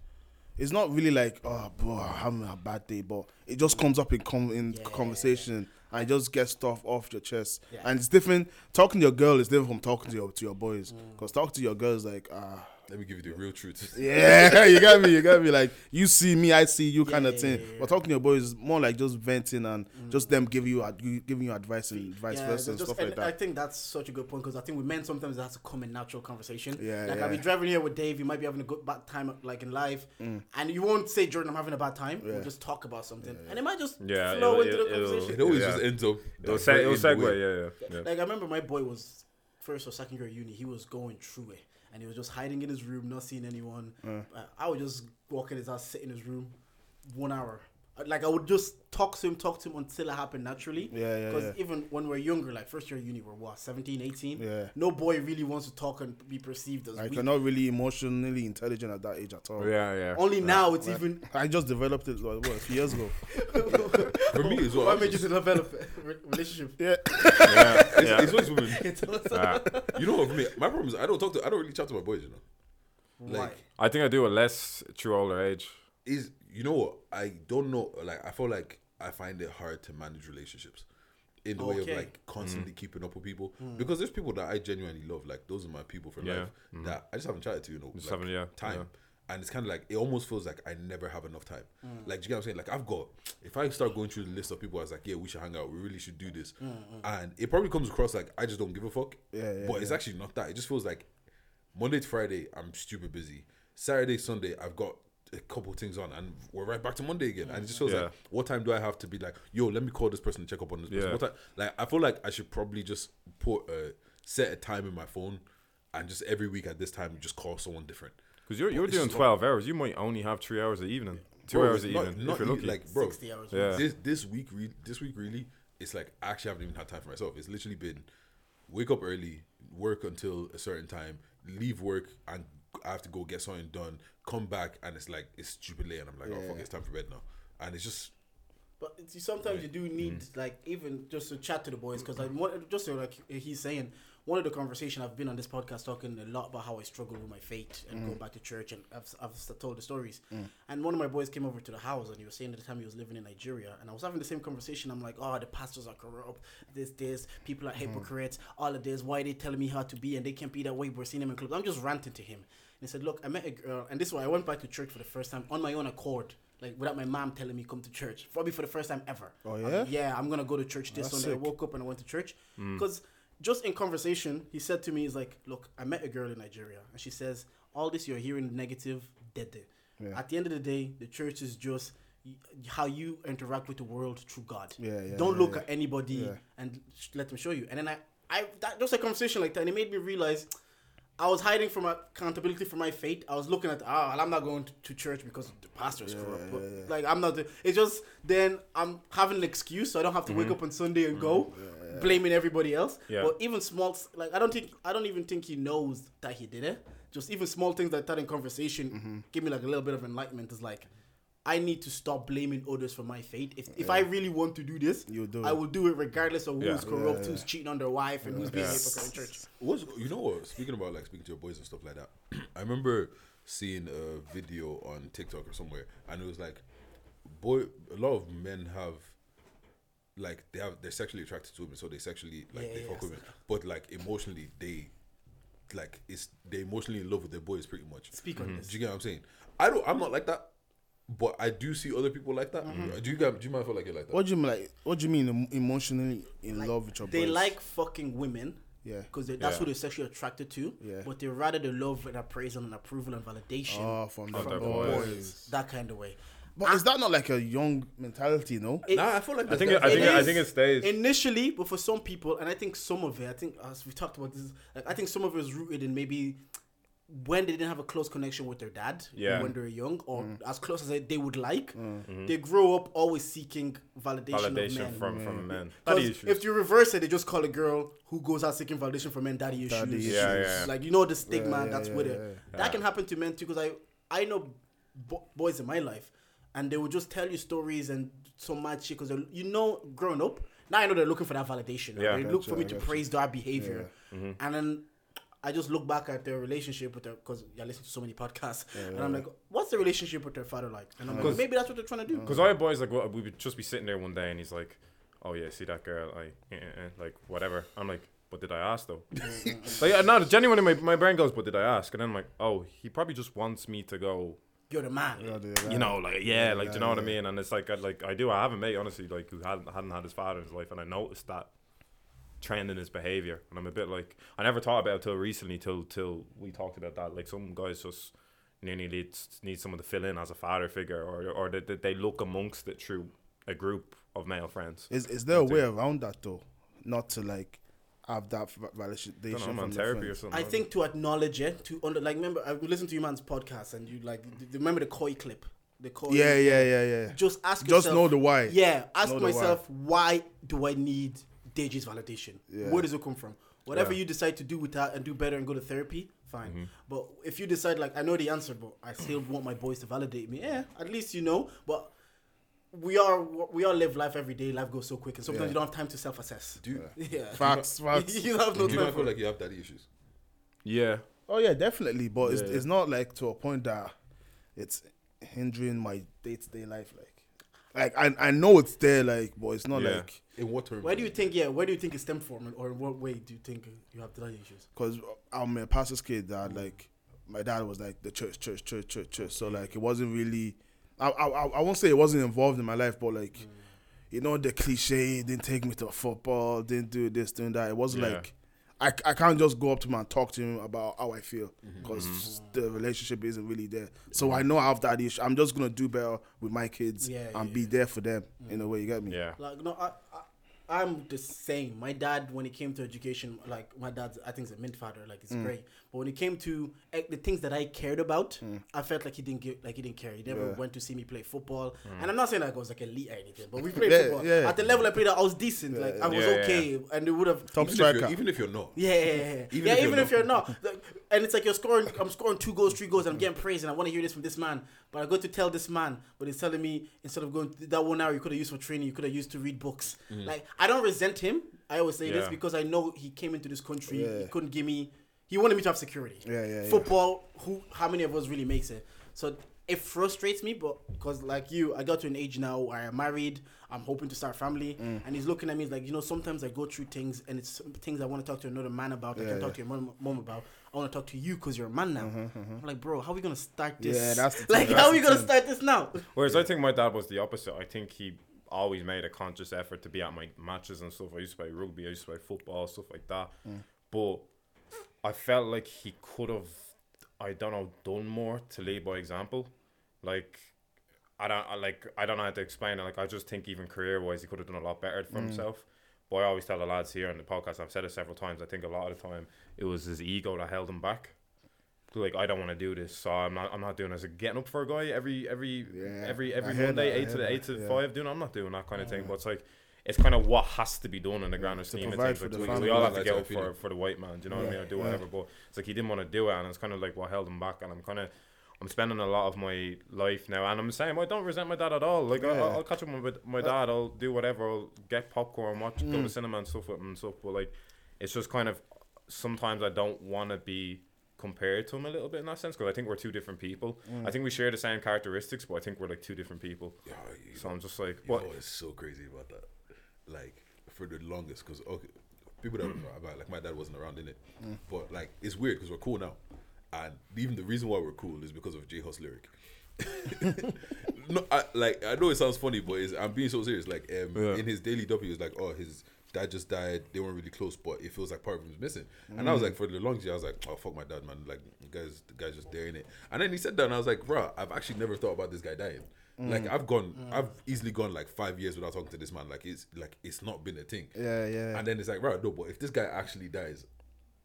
Speaker 5: it's not really like, oh, bro, I'm having a bad day, but it just comes up in com- in
Speaker 2: Yeah.
Speaker 5: conversation and just get stuff off your chest.
Speaker 2: Yeah.
Speaker 5: And it's different. Talking to your girl is different from talking to your to your boys,
Speaker 2: Mm.
Speaker 5: cause talking to your girl is like, ah.
Speaker 3: let me give you the real truth
Speaker 5: yeah, you got me. You got me. Like you see me, I see you, kind
Speaker 2: yeah,
Speaker 5: of thing.
Speaker 2: yeah, yeah.
Speaker 5: But talking to your boys is more like just venting and just them giving you ad- giving you advice and vice
Speaker 2: Yeah,
Speaker 5: versa
Speaker 2: so
Speaker 5: and
Speaker 2: just-
Speaker 5: stuff
Speaker 2: and
Speaker 5: like
Speaker 2: I
Speaker 5: that.
Speaker 2: think that's such a good point because I think with men sometimes that's a common natural conversation.
Speaker 5: Yeah,
Speaker 2: like
Speaker 5: yeah.
Speaker 2: I'll be driving here with Dave. You might be having a good bad time like in life,
Speaker 5: Mm.
Speaker 2: and you won't say Jordan, I'm having a bad time. We'll just talk about something, and it might just
Speaker 4: Yeah,
Speaker 2: flow
Speaker 4: it'll-
Speaker 2: into the
Speaker 4: it'll- it'll-
Speaker 2: conversation.
Speaker 3: it always
Speaker 4: Yeah.
Speaker 3: just ends up
Speaker 4: It'll, se- it'll
Speaker 3: in the way.
Speaker 4: segue, yeah, yeah. yeah.
Speaker 2: Like I remember my boy was first or second year uni. He was going through it, and he was just hiding in his room, not seeing anyone. Uh, I would just walk in his house, sit in his room, one hour. Uh, Like I would just talk to him, talk to him until it happened naturally.
Speaker 5: Yeah, yeah,
Speaker 2: Because
Speaker 5: yeah.
Speaker 2: even when we're younger, like first year uni, we're what 17, 18?
Speaker 5: Yeah.
Speaker 2: No boy really wants to talk and be perceived as
Speaker 5: Like
Speaker 2: weak.
Speaker 5: you're not really emotionally intelligent at that age at all.
Speaker 4: Yeah, yeah.
Speaker 2: Only now it's even.
Speaker 5: I just developed it like, what, a few years ago.
Speaker 3: for me as well
Speaker 2: Why
Speaker 3: I'm
Speaker 2: made you
Speaker 3: just-
Speaker 2: develop a re- relationship?
Speaker 5: yeah.
Speaker 4: yeah,
Speaker 3: it's,
Speaker 4: yeah.
Speaker 3: it's always women
Speaker 4: Ah.
Speaker 3: You know what, for me, my problem is I don't talk to, I don't really chat to my boys, you know. Like,
Speaker 4: I think I do it less through older age.
Speaker 3: is you know what? I don't know. Like, I feel like I find it hard to manage relationships in the way of
Speaker 2: Okay.
Speaker 3: like
Speaker 4: Mm.
Speaker 3: constantly keeping up with people because there's people that I genuinely love. Like those are my people for
Speaker 4: Yeah. Mm-hmm.
Speaker 3: life that I just haven't chatted to you know
Speaker 4: Just
Speaker 3: like,
Speaker 4: haven't- yeah,
Speaker 3: time.
Speaker 4: yeah.
Speaker 3: And it's kind of like it almost feels like I never have enough time.
Speaker 5: Mm.
Speaker 3: Like, do you get what I'm saying? Like, I've got if I start going through the list of people, I was like, yeah, we should hang out. We really should do this. And it probably comes across like I just don't give a fuck.
Speaker 5: Mm, Yeah, yeah,
Speaker 3: but it's actually not that. It just feels like Monday to Friday, I'm stupid busy. Saturday, Sunday, I've got a couple things on, and we're right back to Monday again. And it just feels
Speaker 4: Yeah.
Speaker 3: like, what time do I have to be like, yo, let me call this person and check up on this person?
Speaker 4: Yeah.
Speaker 3: What time? Like, I feel like I should probably just put a set a time in my phone, and just every week at this time, you just call someone different.
Speaker 4: Because you're, you're
Speaker 3: This
Speaker 4: doing
Speaker 3: is what-
Speaker 4: 12 hours. You might only have three hours of evening, two
Speaker 3: Bro,
Speaker 4: hours of
Speaker 3: not-
Speaker 4: evening,
Speaker 3: not
Speaker 4: if you're
Speaker 3: you-
Speaker 4: lucky.
Speaker 3: Like, bro,
Speaker 2: 60 hours.
Speaker 4: Yeah.
Speaker 3: this this week, re- this week really, it's like I actually haven't even had time for myself. It's literally been wake up early, work until a certain time, leave work, and I have to go get something done. Come back, and it's like it's stupid late, and I'm like, oh fuck, it's time for bed now, and it's just
Speaker 2: But it's- sometimes you do need like even just to chat to the boys because like one, just so, like he's saying one of the conversation I've been on this podcast talking a lot about how I struggle with my faith and going back to church and I've, I've s- told the stories and one of my boys came over to the house and he was saying at the time he was living in Nigeria and I was having the same conversation I'm like oh the pastors are corrupt this this people are hypocrites all of this why they telling me how to be and they can't be that way we're seeing them in clubs I'm just ranting to him and he said look I met a girl and this is why I went back to church for the first time on my own accord like without my mom telling me come to church probably for the first time ever
Speaker 5: Oh,
Speaker 2: I'm
Speaker 5: yeah?
Speaker 2: like, yeah i'm gonna go to church this
Speaker 5: That's
Speaker 2: sunday i
Speaker 5: sick.
Speaker 2: woke up and i went to church because just in conversation he said to me he's like look i met a girl in nigeria and she says all this you're hearing negative dead day
Speaker 5: Yeah.
Speaker 2: at the end of the day the church is just y- how you interact with the world through god
Speaker 5: Yeah, yeah,
Speaker 2: don't
Speaker 5: yeah,
Speaker 2: look
Speaker 5: yeah.
Speaker 2: at anybody
Speaker 5: Yeah.
Speaker 2: and sh- let them show you and then i i that just a conversation like that and it made me realize I was hiding from accountability for my faith. I was looking at, ah, well, I'm not going to, to church because the pastor is corrupt. But, Like, I'm not. It's just then I'm having an excuse, so I don't have to wake up on Sunday and go, blaming everybody else.
Speaker 4: Mm-hmm. Yeah.
Speaker 2: But even small, like, I don't think, I don't even think he knows that he did it. Just even small things that I thought in conversation
Speaker 4: Mm-hmm.
Speaker 2: give me like a little bit of enlightenment. Is like, I need to stop blaming others for my faith. If, if I really want to do this,
Speaker 5: You'll do
Speaker 2: I
Speaker 5: it.
Speaker 2: will do it regardless of
Speaker 4: Yeah.
Speaker 2: who's corrupt, who's cheating on their wife, and who's being a
Speaker 4: Yeah.
Speaker 2: hypocrite in church.
Speaker 3: What's you know what? Speaking about like speaking to your boys and stuff like that, I remember seeing a video on TikTok or somewhere, and it was like, boy, a lot of men have, like they have they're sexually attracted to women, so they sexually like
Speaker 2: Yeah,
Speaker 3: they
Speaker 2: yeah,
Speaker 3: fuck
Speaker 2: yeah.
Speaker 3: women, but like emotionally they, like it's they emotionally in love with their boys pretty much.
Speaker 2: Speak
Speaker 4: Mm-hmm.
Speaker 2: on this.
Speaker 3: Do you get what I'm saying? I don't. I'm not like that, but I do see other people like that.
Speaker 2: Mm-hmm.
Speaker 3: Do you get? Do you mind if I feel like you're like that?
Speaker 5: What do you mean, like? What do you mean em- emotionally in
Speaker 2: Like,
Speaker 5: love with your
Speaker 2: They
Speaker 5: boys?
Speaker 2: like fucking women.
Speaker 5: Yeah.
Speaker 2: Because that's
Speaker 4: Yeah.
Speaker 2: who they're sexually attracted to.
Speaker 5: Yeah.
Speaker 2: But they rather the love and appraisal and approval and validation
Speaker 5: oh, from, the
Speaker 4: their
Speaker 5: boys.
Speaker 4: boys.
Speaker 2: that kind of way.
Speaker 5: But is that not like a young mentality? No.
Speaker 2: It-
Speaker 3: Nah, I feel like
Speaker 4: I think
Speaker 3: that's-
Speaker 4: I think
Speaker 2: It
Speaker 4: I
Speaker 2: is
Speaker 4: think it stays.
Speaker 2: Initially, but for some people, and I think some of it, I think as we talked about this, like, I think some of it is rooted in maybe when they didn't have a close connection with their dad
Speaker 4: Yeah.
Speaker 2: when they were young, or as close as they- they would like. They grow up always seeking validation, of
Speaker 4: validation
Speaker 2: men.
Speaker 4: from from men. Daddy
Speaker 2: Because
Speaker 4: issues.
Speaker 2: if you reverse it, they just call a girl who goes out seeking validation from men daddy issues.
Speaker 5: Daddy issues.
Speaker 4: Yeah, yeah, yeah.
Speaker 2: Like you know the stigma
Speaker 5: Yeah, yeah,
Speaker 2: that's
Speaker 5: yeah,
Speaker 2: with
Speaker 5: yeah,
Speaker 2: it. That can happen to men too, because I I know bo- boys in my life, and they will just tell you stories and so much because you know growing up. Now I know they're looking for that validation.
Speaker 4: Yeah. Mm-hmm.
Speaker 2: they look
Speaker 5: Gotcha,
Speaker 2: for me
Speaker 5: I
Speaker 2: to
Speaker 5: gotcha.
Speaker 2: praise their behavior, and then. I just look back at their relationship with their because I listen to so many podcasts and I'm like, what's the relationship with their father like? And I'm like,
Speaker 4: 'Cause-
Speaker 2: maybe that's what they're trying to do.
Speaker 5: Uh-huh.
Speaker 4: Because I had boys like well, we would just be sitting there one day and he's like, "Oh yeah, see that girl? I eh, eh, eh," like whatever." I'm like, "What did I ask though?" like uh, no, genuinely, my, my brain goes, "What did I ask?" And then I'm like, "Oh, he probably just wants me to go."
Speaker 2: You're the man.
Speaker 4: You know, like yeah, like do you know what I mean? And it's like I, like I do. I have a mate honestly, like who hadn't hadn't had his father in his life, and I noticed that trend in his behavior. And I'm a bit like I never thought about it till recently, till till we talked about that. Like some guys just nearly need need someone to fill in as a father figure, or or that that they look amongst it through a group of male friends.
Speaker 5: Is is there a way around that though? Not to like have that va- validation
Speaker 4: I don't know,
Speaker 5: from
Speaker 4: man,
Speaker 5: the
Speaker 4: therapy or
Speaker 5: friends.
Speaker 4: something.
Speaker 2: I
Speaker 4: don't
Speaker 2: think to acknowledge it, to under, like remember, I listened to your man's podcast, and you like d- d- remember the koi clip, the koi.
Speaker 5: Yeah, yeah, yeah, yeah.
Speaker 2: Just ask.
Speaker 5: Just
Speaker 2: yourself-
Speaker 5: know the why.
Speaker 2: Yeah, ask
Speaker 5: Know the why.
Speaker 2: myself why do I need Deji's validation? Where does it come from? Whatever you decide to do with that and do better and go to therapy, fine.
Speaker 5: Mm-hmm.
Speaker 2: But if you decide like I know the answer, but I still want my boys to validate me, yeah, at least you know. But we are we all live life every day. Life goes so quick, and sometimes
Speaker 5: Yeah.
Speaker 2: you don't have time to self-assess.
Speaker 3: Do you,
Speaker 2: yeah,
Speaker 5: Facts, facts.
Speaker 2: you have no
Speaker 3: do
Speaker 2: time
Speaker 3: you mind if I feel
Speaker 2: for it.
Speaker 3: like you have daddy issues?
Speaker 4: yeah,
Speaker 5: Oh yeah, definitely. But it's,
Speaker 4: Yeah.
Speaker 5: it's not like to a point that it's hindering my day to day life. Like Like I, I know it's there, like, but it's not
Speaker 4: Yeah.
Speaker 5: like
Speaker 3: In what terms?
Speaker 2: Where do you think? Yeah, where do you think it stemmed from, or in what way do you think you have drug issues?
Speaker 5: because I'm a pastor's kid that like my dad was like the church, church, church, church, church. So like it wasn't really. I I I I won't say it wasn't involved in my life, but like
Speaker 2: Mm.
Speaker 5: you know the cliche didn't take me to football, didn't do this, doing that. It wasn't
Speaker 4: Yeah.
Speaker 5: like. I, I can't just go up to him and talk to him about how I feel
Speaker 2: Mm-hmm.
Speaker 5: because the relationship isn't really there. So I know I have that issue. I'm just gonna do better with my kids
Speaker 2: Yeah,
Speaker 5: and
Speaker 2: yeah, Mm.
Speaker 5: be there for them in a way. You get me?
Speaker 4: Yeah.
Speaker 2: Like no, I, I I'm the same. My dad, when it came to education, like my dad, I think is a mint father, like he's great. But when it came to eh, the things that I cared about, I felt like he didn't give, like he didn't care. He never went to see me play football. And I'm not saying like I was like elite or anything, but we played
Speaker 5: Yeah,
Speaker 2: football
Speaker 5: yeah.
Speaker 2: at the level I played. at, I was decent. like I was
Speaker 4: Yeah, yeah.
Speaker 2: okay, and they would have
Speaker 5: Top
Speaker 3: even if,
Speaker 5: striker.
Speaker 3: you're, even if you're not.
Speaker 2: yeah, yeah, yeah, yeah.
Speaker 3: Even
Speaker 2: yeah
Speaker 3: if you're
Speaker 2: even if
Speaker 3: not-
Speaker 2: you're not, Like, and it's like you're scoring. I'm scoring two goals, three goals, and I'm getting praise, and I want to hear this from this man. But I go to tell this man, but he's telling me instead of going to that one hour you could have used for training, you could have used to read books. Like I don't resent him. I always say this
Speaker 4: Yeah.
Speaker 2: because I know he came into this country. He
Speaker 5: Yeah.
Speaker 2: couldn't give me. He wanted me to have security.
Speaker 5: Yeah, yeah, yeah.
Speaker 2: Football. Who? How many of us really makes it? So it frustrates me, but because like you, I got to an age now where I'm married. I'm hoping to start a family,
Speaker 5: Mm.
Speaker 2: and he's looking at me like you know. Sometimes I go through things, and it's some things I want to talk to another man about. I can talk to your mom, mom about. I want to talk to you because you're a man now. I'm like, bro, how are we gonna start this?
Speaker 5: Mm-hmm, Yeah, that's the
Speaker 2: like,
Speaker 5: thing, that's
Speaker 2: how are we
Speaker 5: the
Speaker 2: gonna
Speaker 5: thing.
Speaker 2: start this now?
Speaker 4: Whereas I think my dad was the opposite. I think he always made a conscious effort to be at my matches and stuff. I used to play rugby, I used to play football, stuff like that. But I felt like he could have, I don't know, done more to lead by example. Like, I don't I, like I don't know how to explain it. Like I just think even career wise he could have done a lot better
Speaker 5: Mm.
Speaker 4: for himself. But I always tell the lads here on the podcast, I've said it several times, I think a lot of the time it was his ego that held him back. Like I don't want to do this, so I'm not. I'm not doing this. Getting up for a guy every every every every
Speaker 5: hear
Speaker 4: Monday
Speaker 5: that, I
Speaker 4: eight to
Speaker 5: hear
Speaker 4: the
Speaker 5: that,
Speaker 4: eight to
Speaker 5: yeah.
Speaker 4: five. Doing I'm not doing that kind of thing. But it's like it's kind of what has to be done in the grander scheme of
Speaker 5: Mm. provide
Speaker 4: things.
Speaker 5: for
Speaker 4: Like,
Speaker 5: the
Speaker 4: we,
Speaker 5: family,
Speaker 4: we all
Speaker 3: yeah,
Speaker 4: have to
Speaker 3: that's
Speaker 4: get
Speaker 3: how I
Speaker 4: up
Speaker 3: feel
Speaker 4: for
Speaker 3: it.
Speaker 4: for the white man. Do you know what I mean? Or do whatever. But it's like he didn't want to do it, and it's kind of like what held him back. And I'm kind of. I'm spending a lot of my life now, and I'm saying I don't resent my dad at all. Like I I'll, I'll catch up with my dad, I'll do whatever, I'll get popcorn, watch, go to cinema and stuff with him and stuff. But like, it's just kind of sometimes I don't want to be compared to him a little bit in that sense because I think we're two different people. I think we share the same characteristics, but I think we're like two different people.
Speaker 3: Yeah, you
Speaker 4: So I'm just like,
Speaker 3: You
Speaker 4: what?
Speaker 3: know what's so crazy about that? Like for the longest, because okay, people that don't know about like my dad wasn't around in it,
Speaker 4: Mm.
Speaker 3: but like it's weird because we're cool now, and even the reason why we're cool is because of J Hus lyric. no, I, like I know it sounds funny, but it's, I'm being so serious. Like um,
Speaker 4: Yeah.
Speaker 3: in his daily W, it's like oh his dad just died. They weren't really close, but it feels like part of him's missing. And
Speaker 4: Mm.
Speaker 3: I was like for the longest, year, I was like oh fuck my dad, man. Like the guys, the guys just daring it. And then he said that, and I was like bruh, I've actually never thought about this guy dying.
Speaker 5: Mm.
Speaker 3: Like I've gone, I've easily gone like five years without talking to this man. Like it's like it's not been a thing.
Speaker 5: Yeah, yeah.
Speaker 3: And then it's like, right, no, but if this guy actually dies,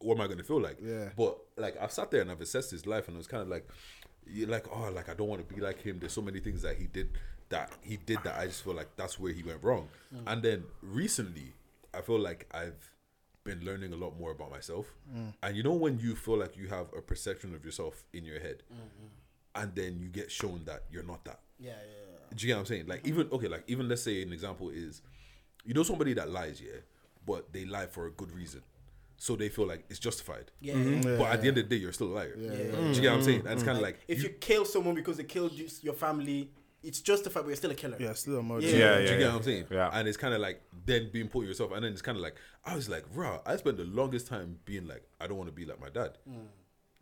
Speaker 3: what am I gonna feel like?
Speaker 5: Yeah.
Speaker 3: But like I've sat there and I've assessed his life and it was kind of like you're like, oh like I don't want to be like him. There's so many things that he did that he did that I just feel like that's where he went wrong.
Speaker 5: Mm.
Speaker 3: And then recently I feel like I've been learning a lot more about myself.
Speaker 5: Mm.
Speaker 3: And you know when you feel like you have a perception of yourself in your head
Speaker 5: Mm-hmm.
Speaker 3: and then you get shown that you're not that.
Speaker 2: Yeah, yeah, yeah.
Speaker 3: Do you get what I'm saying? Like even okay, like even let's say an example is, you know somebody that lies, yeah, but they lie for a good reason, so they feel like it's justified.
Speaker 2: Yeah,
Speaker 5: Mm-hmm.
Speaker 3: But at the end of the day, you're still a liar.
Speaker 2: yeah.
Speaker 3: Do you get what I'm saying? And it's kind of like,
Speaker 2: If you, kill someone because they killed you, your family, it's justified, but you're still a killer.
Speaker 5: Yeah, still a murder.
Speaker 2: Yeah,
Speaker 4: Yeah,
Speaker 3: do you
Speaker 4: yeah,
Speaker 3: get
Speaker 4: yeah.
Speaker 3: what I'm saying?
Speaker 4: Yeah.
Speaker 3: And it's kind of like then being put yourself, and then it's kind of like I was like, rah, I spent the longest time being like, I don't want to be like my dad,
Speaker 2: Mm.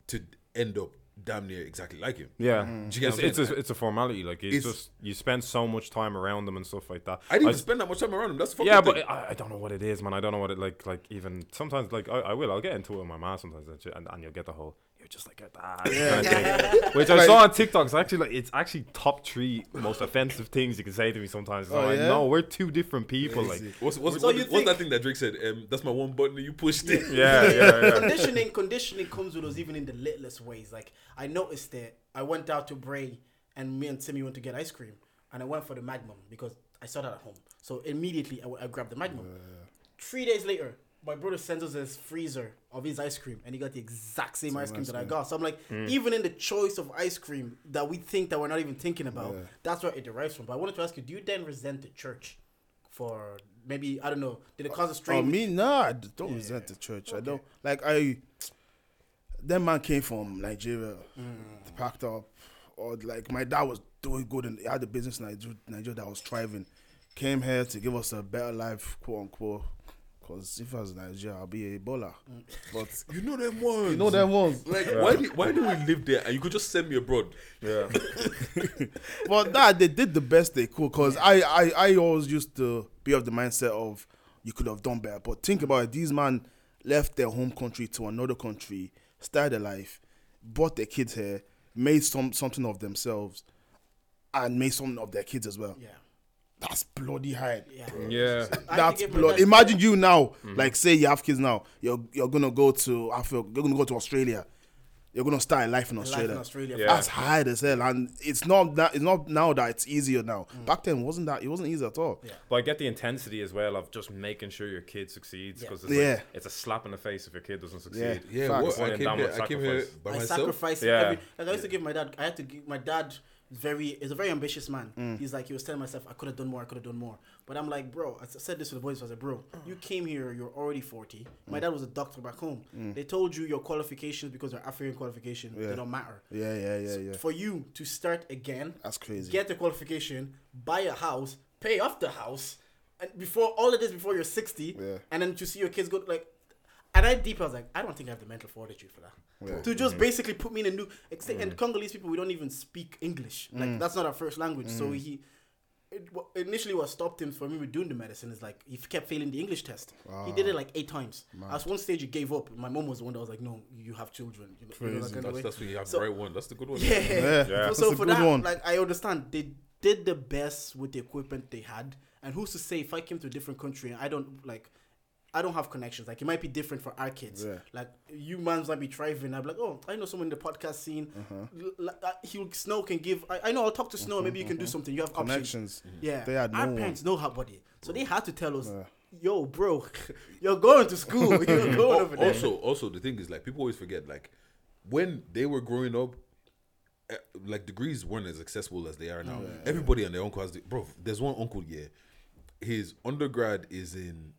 Speaker 3: to end up damn near exactly like him.
Speaker 4: Yeah,
Speaker 3: Do you get
Speaker 4: it's
Speaker 3: what I'm
Speaker 4: it's
Speaker 3: saying?
Speaker 4: a, it's a formality. Like it's,
Speaker 3: It's-
Speaker 4: just you spend so much time around them and stuff like that.
Speaker 3: I didn't
Speaker 4: I
Speaker 3: even spend that much time around him. That's the fucking
Speaker 4: Yeah,
Speaker 3: thing.
Speaker 4: but I, I don't know what it is, man. I don't know what it like. Like even sometimes, like I, I will, I'll get into it with my mom sometimes, and, she, and, and you'll get the whole you're just like your dad, kind of thing. which I saw on TikTok. It's actually like it's actually top three most offensive things you can say to me sometimes. So
Speaker 5: Oh,
Speaker 4: I
Speaker 5: yeah?
Speaker 4: know we're two different people. Like
Speaker 3: What's, what's,
Speaker 2: So
Speaker 3: what
Speaker 2: you
Speaker 3: did- what's that
Speaker 2: think-
Speaker 3: thing that Drake said? Um, that's my one button and you pushed it.
Speaker 4: yeah, yeah, yeah.
Speaker 2: conditioning conditioning comes with us even in the littlest ways. Like I noticed that I went out to Bray and me and Timmy went to get ice cream and I went for the Magnum because I saw that at home. So immediately I, w- I grabbed the Magnum. Three days later, my brother sends us his freezer of his ice cream and he got the exact same ice cream that I got. So I'm like, even in the choice of ice cream that we think that we're not even thinking about, that's where it derives from. But I wanted to ask you, do you then resent the church for maybe, I don't know, did it cause a strain?
Speaker 5: Oh, me nah, I d- don't resent the church. I don't Mm. like I. That man came from Nigeria, packed up or like my dad was doing good and he had a business in Nigeria, Nigeria that was thriving. Came here to give us a better life, quote unquote. Because if I was in Nigeria, I'll be a baller. But
Speaker 3: You know them ones.
Speaker 5: you know Mm. them ones.
Speaker 3: Like why do, why do we live there and you could just send me abroad?
Speaker 4: Yeah.
Speaker 5: But that they did the best they could because I, I I always used to be of the mindset of you could have done better. But think about it, these man left their home country to another country, started a life, brought their kids here, made some something of themselves, and made something of their kids as well.
Speaker 2: Yeah.
Speaker 5: That's bloody hard.
Speaker 2: Yeah.
Speaker 4: Yeah.
Speaker 2: I
Speaker 5: That's
Speaker 2: think if my
Speaker 5: blood.
Speaker 2: dad-
Speaker 5: Imagine you now,
Speaker 4: Mm.
Speaker 5: like say you have kids now, you're you're gonna go to Africa, you're gonna go to Australia, you're gonna start a life in
Speaker 2: in
Speaker 5: Australia.
Speaker 2: Australia.
Speaker 4: Yeah.
Speaker 5: That's hard as hell, and it's not that it's not now that it's easier now. Back then, it wasn't that it wasn't easy at all.
Speaker 4: But I get the intensity as well of just making sure your kid succeeds
Speaker 2: Yeah.
Speaker 4: because it's,
Speaker 5: Yeah.
Speaker 4: like, it's a slap in the face if your kid doesn't succeed.
Speaker 5: Yeah.
Speaker 3: Yeah,
Speaker 5: Facts.
Speaker 3: what? I
Speaker 4: Going
Speaker 3: came
Speaker 4: down
Speaker 3: here.
Speaker 4: with
Speaker 3: I came here
Speaker 4: sacrifice.
Speaker 3: by
Speaker 2: I
Speaker 3: myself.
Speaker 2: sacrificed
Speaker 4: Yeah.
Speaker 2: every. Like I used to give my dad. I had to give my dad. is Very is a very ambitious man. He's like he was telling myself I could have done more. I could have done more. But I'm like, bro. I s- said this to the boys. I was like, bro, you came here. You're already 40. My dad was a doctor back home. They told you your qualifications because they're African qualification. They don't matter.
Speaker 5: Yeah, yeah, yeah, yeah.
Speaker 2: For you to start again,
Speaker 5: That's crazy.
Speaker 2: Get the qualification, buy a house, pay off the house, and before all of this before you're 60,
Speaker 5: Yeah.
Speaker 2: and then to see your kids go like. And I deep, I was like, I don't think I have the mental fortitude for that. To just basically put me in a new. Except, And Congolese people, we don't even speak English. Like
Speaker 5: Mm.
Speaker 2: that's not our first language. So he. It, wa- initially, what stopped him from even doing the medicine is like he kept failing the English test. He did it like eight times. At one stage, he gave up. My mom was the one that was like, "No, you have children." You know, you know, that kind of
Speaker 3: That's,
Speaker 2: way.
Speaker 3: that's what you have
Speaker 2: So-
Speaker 3: the right one. That's the good one.
Speaker 2: Yeah.
Speaker 5: Yeah,
Speaker 2: So-
Speaker 5: that's
Speaker 2: So,
Speaker 5: a
Speaker 2: for
Speaker 5: good
Speaker 2: that,
Speaker 5: one.
Speaker 2: like I understand they did the best with the equipment they had, and who's to say if I came to a different country and I don't like, I don't have connections. Like it might be different for our kids.
Speaker 5: Yeah.
Speaker 2: Like you man's might be thriving. I'm like, oh, I know someone in the podcast scene.
Speaker 5: Uh-huh.
Speaker 2: L- l- uh, he Snow can give. I, I know. I'll talk to Snow. Maybe you can do something. You have options.
Speaker 5: Mm-hmm, Connections.
Speaker 2: Yeah,
Speaker 5: They had
Speaker 2: our
Speaker 5: no
Speaker 2: parents know how body, so they had to tell us, yo, bro, you're going to school. You're going
Speaker 5: Oh,
Speaker 3: Al-
Speaker 2: over there.
Speaker 3: also, also the thing is like people always forget like when they were growing up, eh, like degrees weren't as accessible as they are now. Everybody and their uncle has. The, bro, there's one uncle. Yeah, his undergrad is in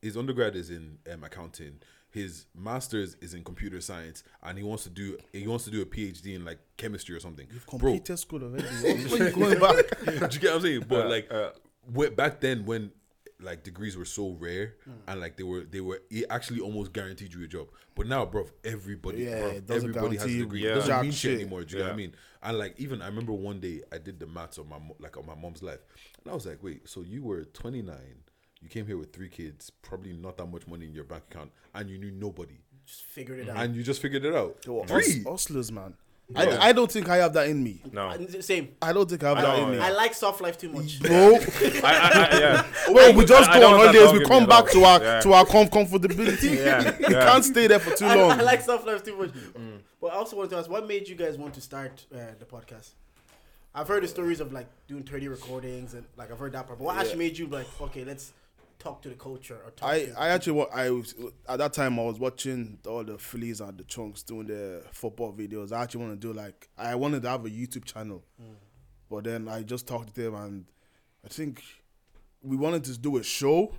Speaker 3: his undergrad is in um, accounting. His master's is in computer science, and he wants to do he wants to do a PhD in like chemistry or something. Bro,
Speaker 5: Completed school already. Why you going back?
Speaker 3: do you get what I'm saying? But like, wh- back then when like degrees were so rare and like they were they were it actually almost guaranteed you a job. But now, bro, everybody,
Speaker 5: Yeah,
Speaker 3: bruv,
Speaker 5: it doesn't
Speaker 3: everybody has a
Speaker 5: guarantee
Speaker 3: degree.
Speaker 5: you
Speaker 3: It doesn't
Speaker 5: jack
Speaker 3: mean shit
Speaker 5: shit.
Speaker 3: anymore. Do you know what I
Speaker 4: Yeah.
Speaker 3: mean? And like even I remember one day I did the maths on my mo- like on my mom's life, and I was like, wait, so you were 29. You came here with three kids, probably not that much money in your bank account, and you knew nobody,
Speaker 5: oh.
Speaker 2: Just figured
Speaker 5: Mm-hmm.
Speaker 2: it out.
Speaker 3: and you just figured it out.
Speaker 5: Hus-
Speaker 3: Three.
Speaker 5: Hustlers, man. I, I don't think I have that in me.
Speaker 4: No. I,
Speaker 2: And Same.
Speaker 5: I don't think I have that in me.
Speaker 2: I like soft life too much.
Speaker 5: Bro,
Speaker 4: I, I, yeah.
Speaker 5: well, we just
Speaker 4: I- I
Speaker 5: go
Speaker 4: don't
Speaker 5: on
Speaker 4: want that
Speaker 5: holidays.
Speaker 4: dog
Speaker 5: We
Speaker 4: in
Speaker 5: come
Speaker 4: me at
Speaker 5: back to our
Speaker 4: all.
Speaker 5: to our com- comfortability.
Speaker 4: Yeah,
Speaker 5: We
Speaker 4: yeah.
Speaker 5: can't stay there for too
Speaker 2: I,
Speaker 5: long.
Speaker 2: I like soft life too much. But I also want to ask, what made you guys want to start uh, the podcast? I've heard the stories of like doing 30 recordings and like I've heard that part. But what actually made you like, okay, let's talk to the culture or talk
Speaker 5: I,
Speaker 2: to
Speaker 5: I actually wa- I was, at that time I was watching all the Phillies and the Chunks doing their football videos. I actually want to do like I wanted to have a YouTube channel,
Speaker 2: Mm.
Speaker 5: but then I just talked to them and I think we wanted to do a show,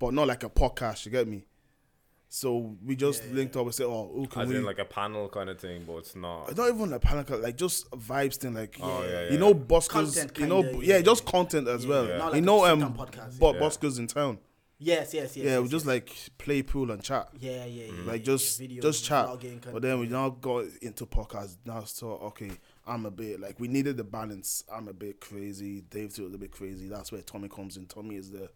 Speaker 5: but not like a podcast. You get me? So we just linked up and said, "Oh, who can
Speaker 4: As
Speaker 5: we?"
Speaker 4: in like a panel kind of thing, but it's not.
Speaker 5: not even like panic, like just vibes thing, like
Speaker 4: Oh, yeah, yeah,
Speaker 5: you know,
Speaker 4: yeah.
Speaker 5: Buskers,
Speaker 2: Content
Speaker 5: you know,
Speaker 2: kinda,
Speaker 5: yeah,
Speaker 2: yeah,
Speaker 5: just
Speaker 2: yeah.
Speaker 5: content as
Speaker 2: Yeah,
Speaker 5: well.
Speaker 2: yeah. Not
Speaker 5: You
Speaker 2: like
Speaker 5: know,
Speaker 2: a
Speaker 5: um,
Speaker 2: sit-down podcast,
Speaker 5: but
Speaker 4: yeah.
Speaker 5: Buskers in town,
Speaker 2: Yes, yes, yes.
Speaker 5: yeah,
Speaker 2: yes,
Speaker 5: we just
Speaker 2: yes.
Speaker 5: like play pool and chat
Speaker 2: yeah, yeah, yeah.
Speaker 5: like
Speaker 2: yeah,
Speaker 5: just
Speaker 2: yeah, Mm-hmm. videos,
Speaker 5: just chat.
Speaker 2: vlogging, kind
Speaker 5: But
Speaker 2: of-
Speaker 5: then we now got into podcasts. Now so okay, I'm a bit like we needed the balance. I'm a bit crazy. Dave too is a bit crazy. That's where Tommy comes in. Tommy is the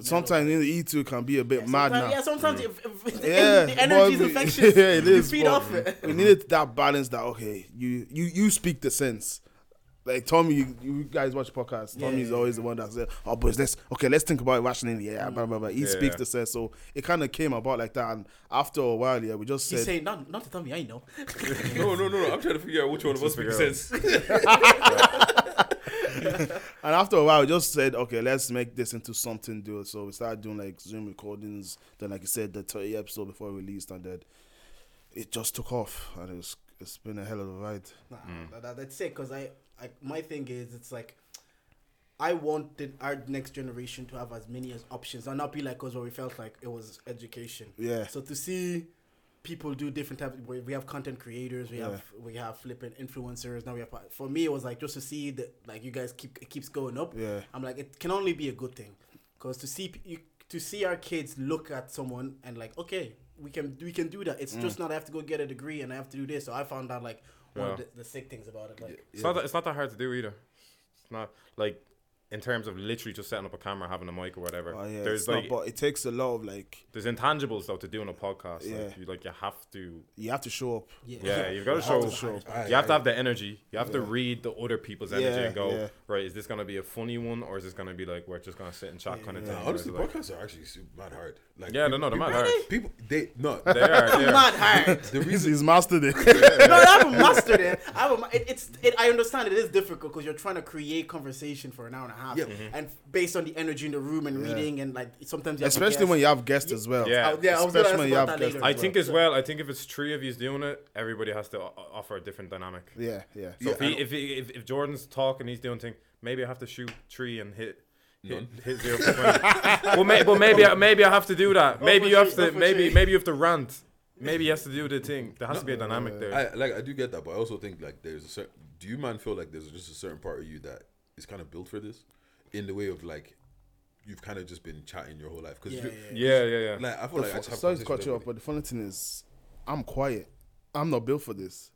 Speaker 5: sometimes he too can be a bit mad
Speaker 2: Sometimes-
Speaker 5: now.
Speaker 2: Yeah, sometimes if, if the,
Speaker 5: Yeah,
Speaker 2: en- the energy is
Speaker 5: but-
Speaker 2: infectious.
Speaker 5: yeah, it
Speaker 2: you
Speaker 5: is,
Speaker 2: feed
Speaker 5: but-
Speaker 2: off it.
Speaker 5: we needed that balance. That okay, you you you speak the sense. Like Tommy, you, you guys watch podcasts. Tommy's
Speaker 2: yeah,
Speaker 5: always the one that says, "Oh, boys, let's okay, let's think about it rationally." Yeah, blah blah blah. He speaks
Speaker 4: yeah.
Speaker 5: the sense, so it kind of came about like that. And after a while, yeah, we just
Speaker 2: He's
Speaker 5: said,
Speaker 2: saying, not, not to tell me, I know.
Speaker 3: No, no, no, no. I'm trying to figure out which one of us makes
Speaker 4: figure out.
Speaker 3: sense.
Speaker 5: And after a while, we just said, okay, let's make this into something do. So we started doing like Zoom recordings. Then, like you said, the 30 episode before it released, and then it just took off. And it was, it's been a hell of a ride.
Speaker 2: Nah, that- that- that's it. Cause I, I, my thing is, it's like, I wanted our next generation to have as many as options, and not be like us where we felt like it was education.
Speaker 5: Yeah.
Speaker 2: So to see people do different types. We, we have content creators. We have we have flipping influencers. Now we have. For me, it was like just to see that like you guys keep it keeps going up.
Speaker 5: Yeah.
Speaker 2: I'm like it can only be a good thing, because to see p- you to see our kids look at someone and like okay we can we can do that. It's just not I have to go get a degree and I have to do this. So I found out like one of
Speaker 4: Yeah.
Speaker 2: the, the sick things about it. Like
Speaker 4: It's not that, it's not that hard to do either. It's not like in terms of literally just setting up a camera, having a mic or whatever.
Speaker 5: Oh, yeah,
Speaker 4: there's
Speaker 5: it's not-
Speaker 4: like
Speaker 5: but it takes a lot of like
Speaker 4: there's intangibles though to doing a podcast.
Speaker 5: Yeah.
Speaker 4: Like, you like you have to
Speaker 5: you have to show up.
Speaker 4: Yeah, you've got to show.
Speaker 5: show up.
Speaker 4: You have to have the energy. You have to read the other people's energy
Speaker 5: Yeah,
Speaker 4: and go,
Speaker 5: yeah.
Speaker 4: right, is this going to be a funny one or is this going to be like, we're just going to sit and chat kind of thing?
Speaker 3: Nah, honestly,
Speaker 4: Like,
Speaker 3: podcasts are actually super mad hard. Like,
Speaker 4: yeah,
Speaker 3: peop-
Speaker 4: no, no, they're
Speaker 3: people,
Speaker 4: not hard.
Speaker 3: People, they no.
Speaker 4: They are, they are.
Speaker 2: Not hard.
Speaker 3: the
Speaker 5: He's,
Speaker 3: reason
Speaker 5: he's mastered it.
Speaker 2: no, I have a master there. I have a, ma- it, it's it, I understand it is difficult because you're trying to create conversation for an hour and a half,
Speaker 3: Yeah. Mhm.
Speaker 2: and based on the energy in the room and reading and like sometimes you have
Speaker 5: Especially when
Speaker 2: you
Speaker 5: you have guests as well.
Speaker 4: Yeah.
Speaker 2: oh, yeah, I was gonna
Speaker 5: Especially
Speaker 2: ask
Speaker 5: when you
Speaker 2: about
Speaker 5: have
Speaker 2: that
Speaker 5: guests.
Speaker 2: later.
Speaker 4: I think as well, I think if it's three of you doing it, everybody has to o- offer a different dynamic.
Speaker 5: Yeah, yeah.
Speaker 3: Yeah,
Speaker 4: So if, he,
Speaker 3: I know.
Speaker 4: if, he, if if Jordan's talking, he's doing thing. Maybe I have to shoot three and hit hit, hit zero. For 20. well, may, but maybe I- maybe I have to do that. Maybe
Speaker 2: for
Speaker 4: you have
Speaker 2: three,
Speaker 4: to
Speaker 2: go for
Speaker 4: maybe
Speaker 2: three.
Speaker 4: maybe you have to rant. Maybe he has to do the thing. There has to be a dynamic there.
Speaker 3: I like I do get that, but I also think like there's a certain. Do you man feel like there's just a certain part of you that is kind of built for this, in the way of like, you've kind of just been chatting your whole life because
Speaker 2: Yeah, yeah,
Speaker 4: yeah, yeah, yeah.
Speaker 3: like I feel like I just have
Speaker 5: Sorry to
Speaker 3: conversations
Speaker 5: cut
Speaker 3: with
Speaker 5: you off,
Speaker 3: everybody.
Speaker 5: but the funny thing is, I'm quiet. I'm not built for this.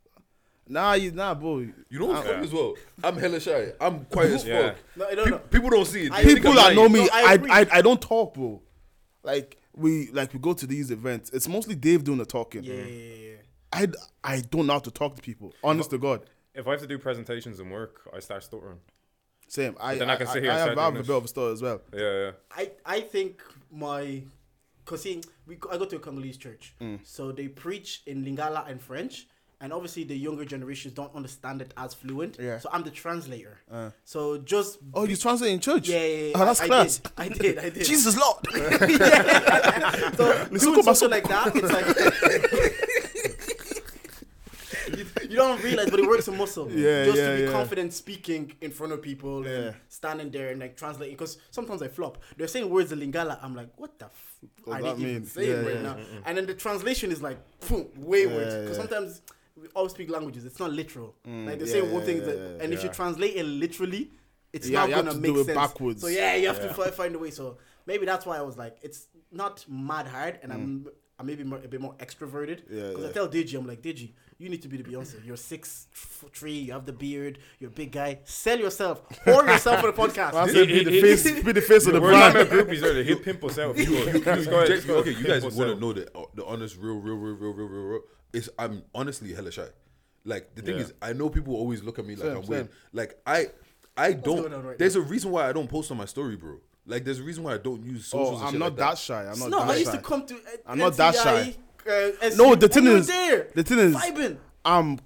Speaker 5: Nah, you nah, bro.
Speaker 3: You know what's funny as well? I'm hella shy. I'm quiet as
Speaker 4: Yeah.
Speaker 3: fuck.
Speaker 2: No, I don't
Speaker 3: Pe-
Speaker 2: know.
Speaker 3: People don't see it.
Speaker 2: I-
Speaker 3: They think
Speaker 5: People
Speaker 3: I'm
Speaker 5: that
Speaker 3: lying.
Speaker 5: know me,
Speaker 2: No, I
Speaker 5: I,
Speaker 2: agree.
Speaker 5: I, I don't talk, bro. Like we like we go to these events. It's mostly Dave doing the talking.
Speaker 2: yeah, yeah, yeah, yeah.
Speaker 5: I I don't know how to talk to people. Honest to God,
Speaker 4: If I have to do presentations and work, I start stuttering.
Speaker 5: same. I
Speaker 4: then I can
Speaker 5: I,
Speaker 4: sit here
Speaker 5: I
Speaker 4: and
Speaker 5: have,
Speaker 4: start
Speaker 5: I have
Speaker 4: doing
Speaker 5: a
Speaker 4: this.
Speaker 5: bit of a story as well.
Speaker 4: Yeah, yeah.
Speaker 2: I I think my, cause see, we go- I go to a Congolese church,
Speaker 5: Mm.
Speaker 2: so they preach in Lingala and French, and obviously the younger generations don't understand it as fluent.
Speaker 5: Yeah. Uh.
Speaker 2: So I'm the translator. So just
Speaker 5: Oh, you translate in church?
Speaker 2: Yeah, yeah, yeah.
Speaker 5: Oh, that's
Speaker 2: I,
Speaker 5: class.
Speaker 2: I did. I did. I did.
Speaker 5: Jesus Lord.
Speaker 2: yeah. So doing
Speaker 5: Kobasu.
Speaker 2: something like that, it's like you, you don't realize, but it works a muscle.
Speaker 5: Yeah,
Speaker 2: just
Speaker 5: yeah,
Speaker 2: to be
Speaker 5: yeah.
Speaker 2: confident speaking in front of people
Speaker 5: Yeah.
Speaker 2: and standing there and like translating. Because sometimes I flop. They're saying words in Lingala. I'm like, what the f-
Speaker 5: What
Speaker 2: are
Speaker 5: does
Speaker 2: they
Speaker 5: that
Speaker 2: even
Speaker 5: mean?
Speaker 2: saying
Speaker 5: Yeah,
Speaker 2: right
Speaker 5: yeah.
Speaker 2: now? And then the translation is like phew, wayward.
Speaker 5: Yeah,
Speaker 2: Because
Speaker 5: yeah. Mm,
Speaker 2: sometimes. We all speak languages. It's not literal. like they
Speaker 5: yeah,
Speaker 2: say one
Speaker 5: yeah,
Speaker 2: thing,
Speaker 5: yeah,
Speaker 2: that,
Speaker 5: yeah,
Speaker 2: and if you
Speaker 4: yeah.
Speaker 2: translate it literally, it's
Speaker 5: Yeah,
Speaker 2: not
Speaker 5: you have
Speaker 2: gonna
Speaker 5: to
Speaker 2: make
Speaker 5: do it
Speaker 2: sense.
Speaker 5: backwards.
Speaker 2: So yeah, yeah, you have to fi- find a way. So maybe that's why I was like, it's not mad hard, and I'm I maybe more, a bit more
Speaker 5: Mm.
Speaker 2: extroverted.
Speaker 5: Yeah,
Speaker 2: Because I
Speaker 5: yeah.
Speaker 2: tell Digi, I'm like, Digi, you need to be the Beyonce. You're six f- three, you have the beard, you're a big guy. Sell yourself, or yourself for the
Speaker 5: I
Speaker 2: podcast.
Speaker 5: said, be
Speaker 4: He-
Speaker 5: the
Speaker 4: he-
Speaker 5: face, be the face of the
Speaker 4: We're talking
Speaker 5: brand.
Speaker 4: about groupies earlier. He'll pimp us out. He'll- he'll just go ahead-
Speaker 3: Jake,
Speaker 4: just go
Speaker 3: okay,
Speaker 4: ahead
Speaker 3: you
Speaker 4: pimp
Speaker 3: guys
Speaker 4: us
Speaker 3: want to
Speaker 4: out.
Speaker 3: know the uh, the honest, real, real, real, real, real, real, real. It's I'm honestly hella shy. Like the thing
Speaker 4: Yeah.
Speaker 3: is, I know people always look at me like
Speaker 5: Same,
Speaker 3: I'm weird.
Speaker 5: same.
Speaker 3: Like I, I don't.
Speaker 2: going on right
Speaker 3: there's a reason why I don't post on my story, bro. Like there's a reason why I don't use socials.
Speaker 5: Oh,
Speaker 3: and
Speaker 5: I'm
Speaker 3: shit
Speaker 5: not
Speaker 3: like
Speaker 5: that shy. I'm not
Speaker 2: No,
Speaker 5: that
Speaker 2: I used
Speaker 5: shy.
Speaker 2: to come to. Uh,
Speaker 5: I'm not that
Speaker 2: NCIE, Uh,
Speaker 5: No,
Speaker 2: SU,
Speaker 5: the thing
Speaker 2: and you were
Speaker 5: is-
Speaker 2: there,
Speaker 5: the thing is- Mm-hmm.
Speaker 2: vibing.
Speaker 5: I'm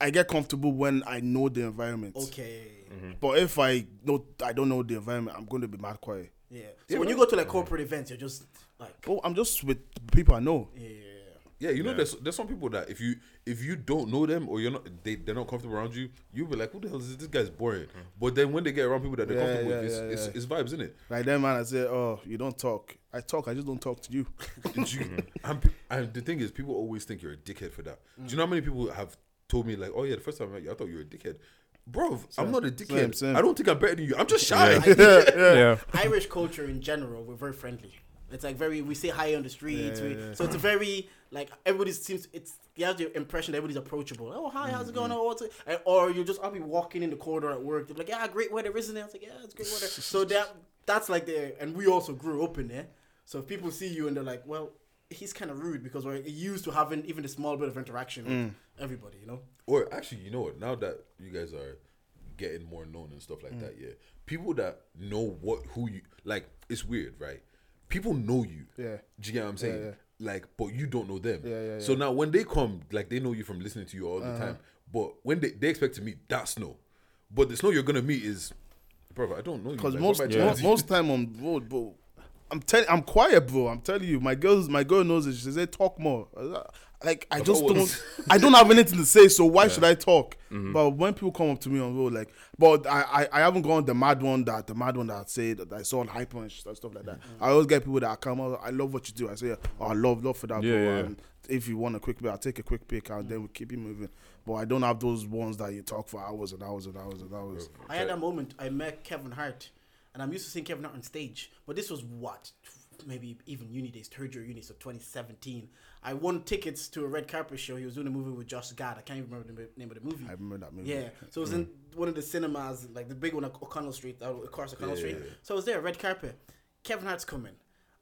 Speaker 5: I get comfortable when I know the environment.
Speaker 2: Okay.
Speaker 5: But if I know I don't know the environment, I'm going to be mad quiet.
Speaker 2: Yeah. So when you go to like corporate events, you're just like,
Speaker 5: Oh, I'm just with people I know.
Speaker 2: yeah.
Speaker 3: Yeah, you know, there's there's some people that if you if you don't know them or you're not they they're not comfortable around you, you'll be like, who the hell is this? This guy's boring. But then when they get around people that they're
Speaker 5: Mm. Yeah,
Speaker 3: comfortable
Speaker 5: yeah,
Speaker 3: with, it's,
Speaker 5: yeah,
Speaker 3: it's,
Speaker 5: yeah.
Speaker 3: it's vibes, isn't it?
Speaker 5: Like that man, I said, oh, you don't talk. I talk. I just don't talk to you.
Speaker 3: Did you,
Speaker 5: Mm-hmm.
Speaker 3: I'm, I'm, the thing is, people always think you're a dickhead for that. Do you know how many people have told me like, "Oh yeah, the first time I met you, I thought you were a dickhead." Bro, I'm not a dickhead.
Speaker 5: same, same.
Speaker 3: I don't think I'm better than you. I'm just shy.
Speaker 2: I think-
Speaker 4: Yeah.
Speaker 2: Irish culture in general, we're very friendly. It's like very we say hi on the streets. we, So it's a very like everybody seems it's you have the impression that everybody's approachable. Oh hi, how's it going? Oh, what's it? And, or you just I'll be walking in the corridor at work. They're like, yeah, great weather, isn't it? I was like, yeah, it's great weather. So that that's like the and we also grew up in there. So if people see you and they're like, well, he's kind of rude because we're used to having even a small bit of interaction with everybody, you know.
Speaker 3: Or actually, you know what? Now that you guys are getting more known and stuff like
Speaker 5: Mm.
Speaker 3: that, yeah, people that know what who you like, it's weird, right? People know you.
Speaker 5: Yeah.
Speaker 3: Do you get what I'm saying? Like, but you don't know them.
Speaker 5: Yeah, yeah, Uh-huh.
Speaker 3: So now when they come, like they know you from listening to you all the time. But when they, they expect to meet, that's no. But the snow you're gonna meet is, bro. I don't know you.
Speaker 5: Because
Speaker 3: like,
Speaker 5: most
Speaker 3: what am I
Speaker 5: mo-
Speaker 3: trying
Speaker 5: most,
Speaker 3: to do?"
Speaker 5: time on road, bro. I'm telling, I'm quiet, bro. I'm telling you, my girls, my girl knows it. She says, "Talk more." I like I
Speaker 3: About
Speaker 5: just
Speaker 3: what? Mm-hmm.
Speaker 5: don't I don't have anything to say, so why should I talk? But when people come up to me on road, like, but I, I I haven't gone the mad one that the mad one that said that I saw on hyper and stuff like that.
Speaker 3: Mm-hmm.
Speaker 5: I always get people that come out. I love what you do. I say, oh, I love love for that.
Speaker 4: Yeah,
Speaker 5: bro.
Speaker 4: yeah, yeah.
Speaker 5: And if you want a quick pick, I'll take a quick pick and then we keep it moving. But I don't have those ones that you talk for hours and hours and hours and hours.
Speaker 2: I had that moment. I met Kevin Hart, and I'm used to seeing Kevin Hart on stage, but this was what maybe even uni days, third year uni, so 2017. I won tickets to a red carpet show. He was doing a movie with Josh Gad. I can't even remember the ma- name of the movie.
Speaker 5: I remember that movie. Mm.
Speaker 2: Yeah, so it was in one of the cinemas, like the big one on O'Connell Street, uh, across O'Connell Street. So I was there, red carpet. Kevin Hart's coming.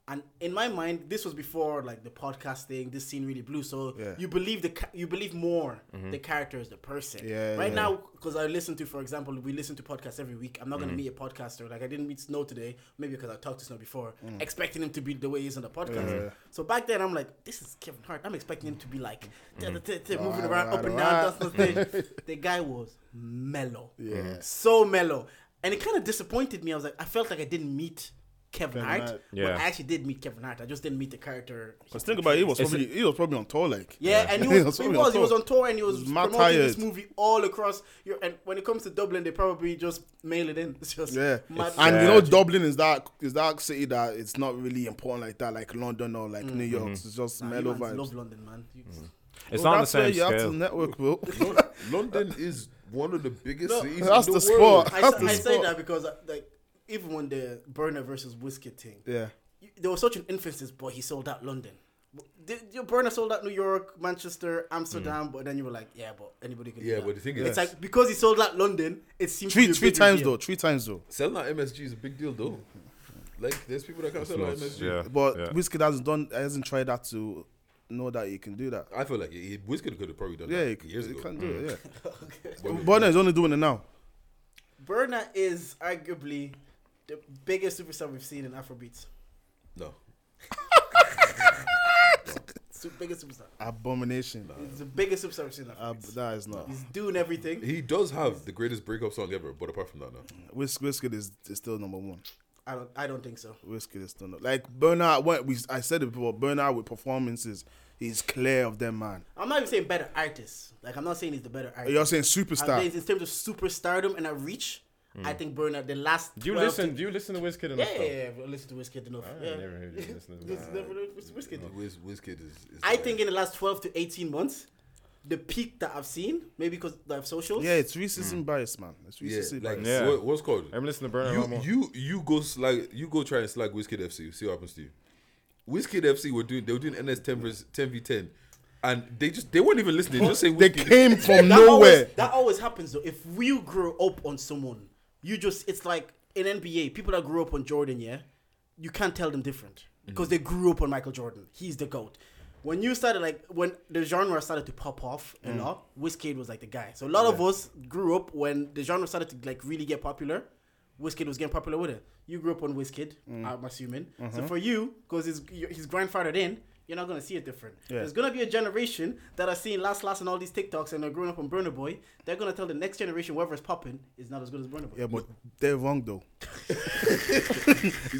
Speaker 2: And in my mind, this was before like the podcast thing. This scene really blew. So
Speaker 5: Yeah. Mm-hmm.
Speaker 2: you believe the ca- you believe more the character is the person.
Speaker 5: Yeah,
Speaker 2: Right
Speaker 5: yeah.
Speaker 2: now, because I listen to, for example, we listen to podcasts every week. I'm not
Speaker 5: Mm.
Speaker 2: gonna meet a podcaster. Like I didn't meet Snow today, maybe because I talked to Snow before,
Speaker 5: Mm.
Speaker 2: expecting him to be the way he is on the podcast. So back then, I'm like, this is Kevin Hart. I'm expecting him to be
Speaker 5: Mm.
Speaker 2: like "Da, da, da, da," moving around, up and down,
Speaker 5: alright.
Speaker 2: that's the thing. The guy was mellow.
Speaker 5: Yeah.
Speaker 2: So mellow. And it kind of disappointed me. I was like, I felt like I didn't meet Kevin,
Speaker 5: Kevin
Speaker 2: Hart,
Speaker 5: Hart.
Speaker 4: Yeah.
Speaker 2: but I actually did meet Kevin Hart. I just didn't meet the character.
Speaker 5: Cause think about it, he was
Speaker 4: It's
Speaker 5: probably he was probably on tour like.
Speaker 2: Yeah, and he
Speaker 5: He
Speaker 2: was,
Speaker 5: was
Speaker 2: he
Speaker 5: probably
Speaker 2: was,
Speaker 5: on
Speaker 2: he was
Speaker 5: tour.
Speaker 2: on tour and he was,
Speaker 5: He was mad
Speaker 2: promoting this
Speaker 5: tired.
Speaker 2: movie all across. Europe. And when it comes to Dublin, they probably just mail it in. It's just
Speaker 5: Yeah,
Speaker 2: mad-
Speaker 5: and you
Speaker 4: Yeah.
Speaker 5: know Dublin is that is that city that it's not really important like that, like London or like New York. It's just
Speaker 2: Nah, you
Speaker 5: mellow
Speaker 2: mans
Speaker 5: vibes. Mm.
Speaker 2: love London, man. You-
Speaker 4: It's
Speaker 5: Well,
Speaker 4: not on the
Speaker 5: that's where
Speaker 4: same
Speaker 5: you have to
Speaker 4: scale.
Speaker 5: network, bro.
Speaker 3: Lon- London is one of the biggest
Speaker 2: No,
Speaker 3: cities.
Speaker 5: that's
Speaker 3: in the,
Speaker 5: the
Speaker 3: world.
Speaker 5: spot.
Speaker 2: I,
Speaker 5: That's
Speaker 2: sa-
Speaker 5: the
Speaker 2: I say
Speaker 5: spot.
Speaker 2: that because uh, like even when the Burner versus Whiskey thing,
Speaker 5: yeah,
Speaker 2: you- there was such an emphasis, but he sold out London. Did, your burner sold out New York, Manchester,
Speaker 5: Mm.
Speaker 2: Amsterdam, but then you were like, yeah, but anybody can. do
Speaker 3: Yeah,
Speaker 2: that.
Speaker 3: but the thing
Speaker 2: it's
Speaker 3: is-
Speaker 2: like because he sold out London, it seems to
Speaker 5: three
Speaker 2: be a
Speaker 5: three
Speaker 2: bigger
Speaker 5: times
Speaker 2: deal.
Speaker 5: though, three times though.
Speaker 3: Selling out MSG is a big deal, though. Like, there's people that can't sell out MSG.
Speaker 4: Yeah.
Speaker 5: But
Speaker 4: yeah.
Speaker 5: Whiskey hasn't done hasn't tried that to know that he can do that.
Speaker 3: I feel like he, Wizkid could have probably done
Speaker 5: Yeah,
Speaker 3: that
Speaker 5: he,
Speaker 3: years
Speaker 5: he
Speaker 3: ago.
Speaker 5: can do it. Mm. Yeah,
Speaker 3: But-
Speaker 5: Burner is only doing it now.
Speaker 2: Burner is arguably the biggest superstar we've seen in Afrobeats.
Speaker 3: no.
Speaker 2: Su- biggest superstar.
Speaker 5: Abomination.
Speaker 2: He's the biggest superstar we've seen in
Speaker 5: Ab-
Speaker 2: Afrobeats.
Speaker 5: that is not.
Speaker 2: He's doing everything.
Speaker 3: He does have the greatest breakup song ever, but apart from that, no.
Speaker 5: Whis- Whiskey is, is still number one.
Speaker 2: I don't. I don't think so.
Speaker 5: Whiskey is still not. Like Burner, what we I said it before. Burner with performances, he's clear of them, man.
Speaker 2: I'm not even saying better artist. Like I'm not saying he's the better artist.
Speaker 5: You're saying
Speaker 2: I'm
Speaker 5: superstar.
Speaker 2: saying in terms of superstardom and a reach, I
Speaker 5: Mm.
Speaker 2: think Burner the last.
Speaker 4: Do you
Speaker 2: 12
Speaker 4: listen? Do you listen to Wizkid enough?
Speaker 2: Yeah,
Speaker 4: though?
Speaker 2: yeah, yeah. Well, Listen to Wizkid enough.
Speaker 4: I
Speaker 2: yeah.
Speaker 4: never heard you listen to
Speaker 2: Listen
Speaker 4: Wizkid.
Speaker 2: to Wiz- Wizkid.
Speaker 3: Wiz, Wizkid is, is.
Speaker 2: I
Speaker 3: the
Speaker 2: think
Speaker 3: guy.
Speaker 2: in the last 12 to 18 months, the peak that I've seen, maybe because I've socials.
Speaker 5: Yeah, it's racism bias, man. It's racism
Speaker 3: Yeah, like,
Speaker 5: bias.
Speaker 4: Yeah.
Speaker 3: What, what's it called?
Speaker 4: I'm listening to Burner
Speaker 3: You,
Speaker 4: Hamo.
Speaker 3: you you go slag you go try and slag Wizkid FC. See what happens to you. Wizkid FC were doing they were doing NS ten versus ten v ten, and they just they weren't even listening. They just say
Speaker 5: They
Speaker 3: Wizkid.
Speaker 5: came from
Speaker 2: That
Speaker 5: nowhere.
Speaker 2: Always, that always happens though. If you grow up on someone, you just, it's like in NBA, people that grew up on Jordan, yeah, you can't tell them different
Speaker 5: Mm.
Speaker 2: because they grew up on Michael Jordan. He's the GOAT. When you started, like, when the genre started to pop off
Speaker 5: Mm.
Speaker 2: a lot, Wizkid was like the guy. So a lot of us grew up when the genre started to, like, really get popular. Wizkid was getting popular with it. You grew up on Wizkid,
Speaker 5: Mm.
Speaker 2: I'm assuming.
Speaker 5: Mm-hmm.
Speaker 2: So for you, because his his grandfathered in, you're not gonna see it different. There's gonna be a generation that are seeing Last Last and all these TikToks and are growing up on Burner Boy. They're gonna tell the next generation whoever's popping is not as good as Burner Boy.
Speaker 5: Yeah, but they're wrong though.
Speaker 3: He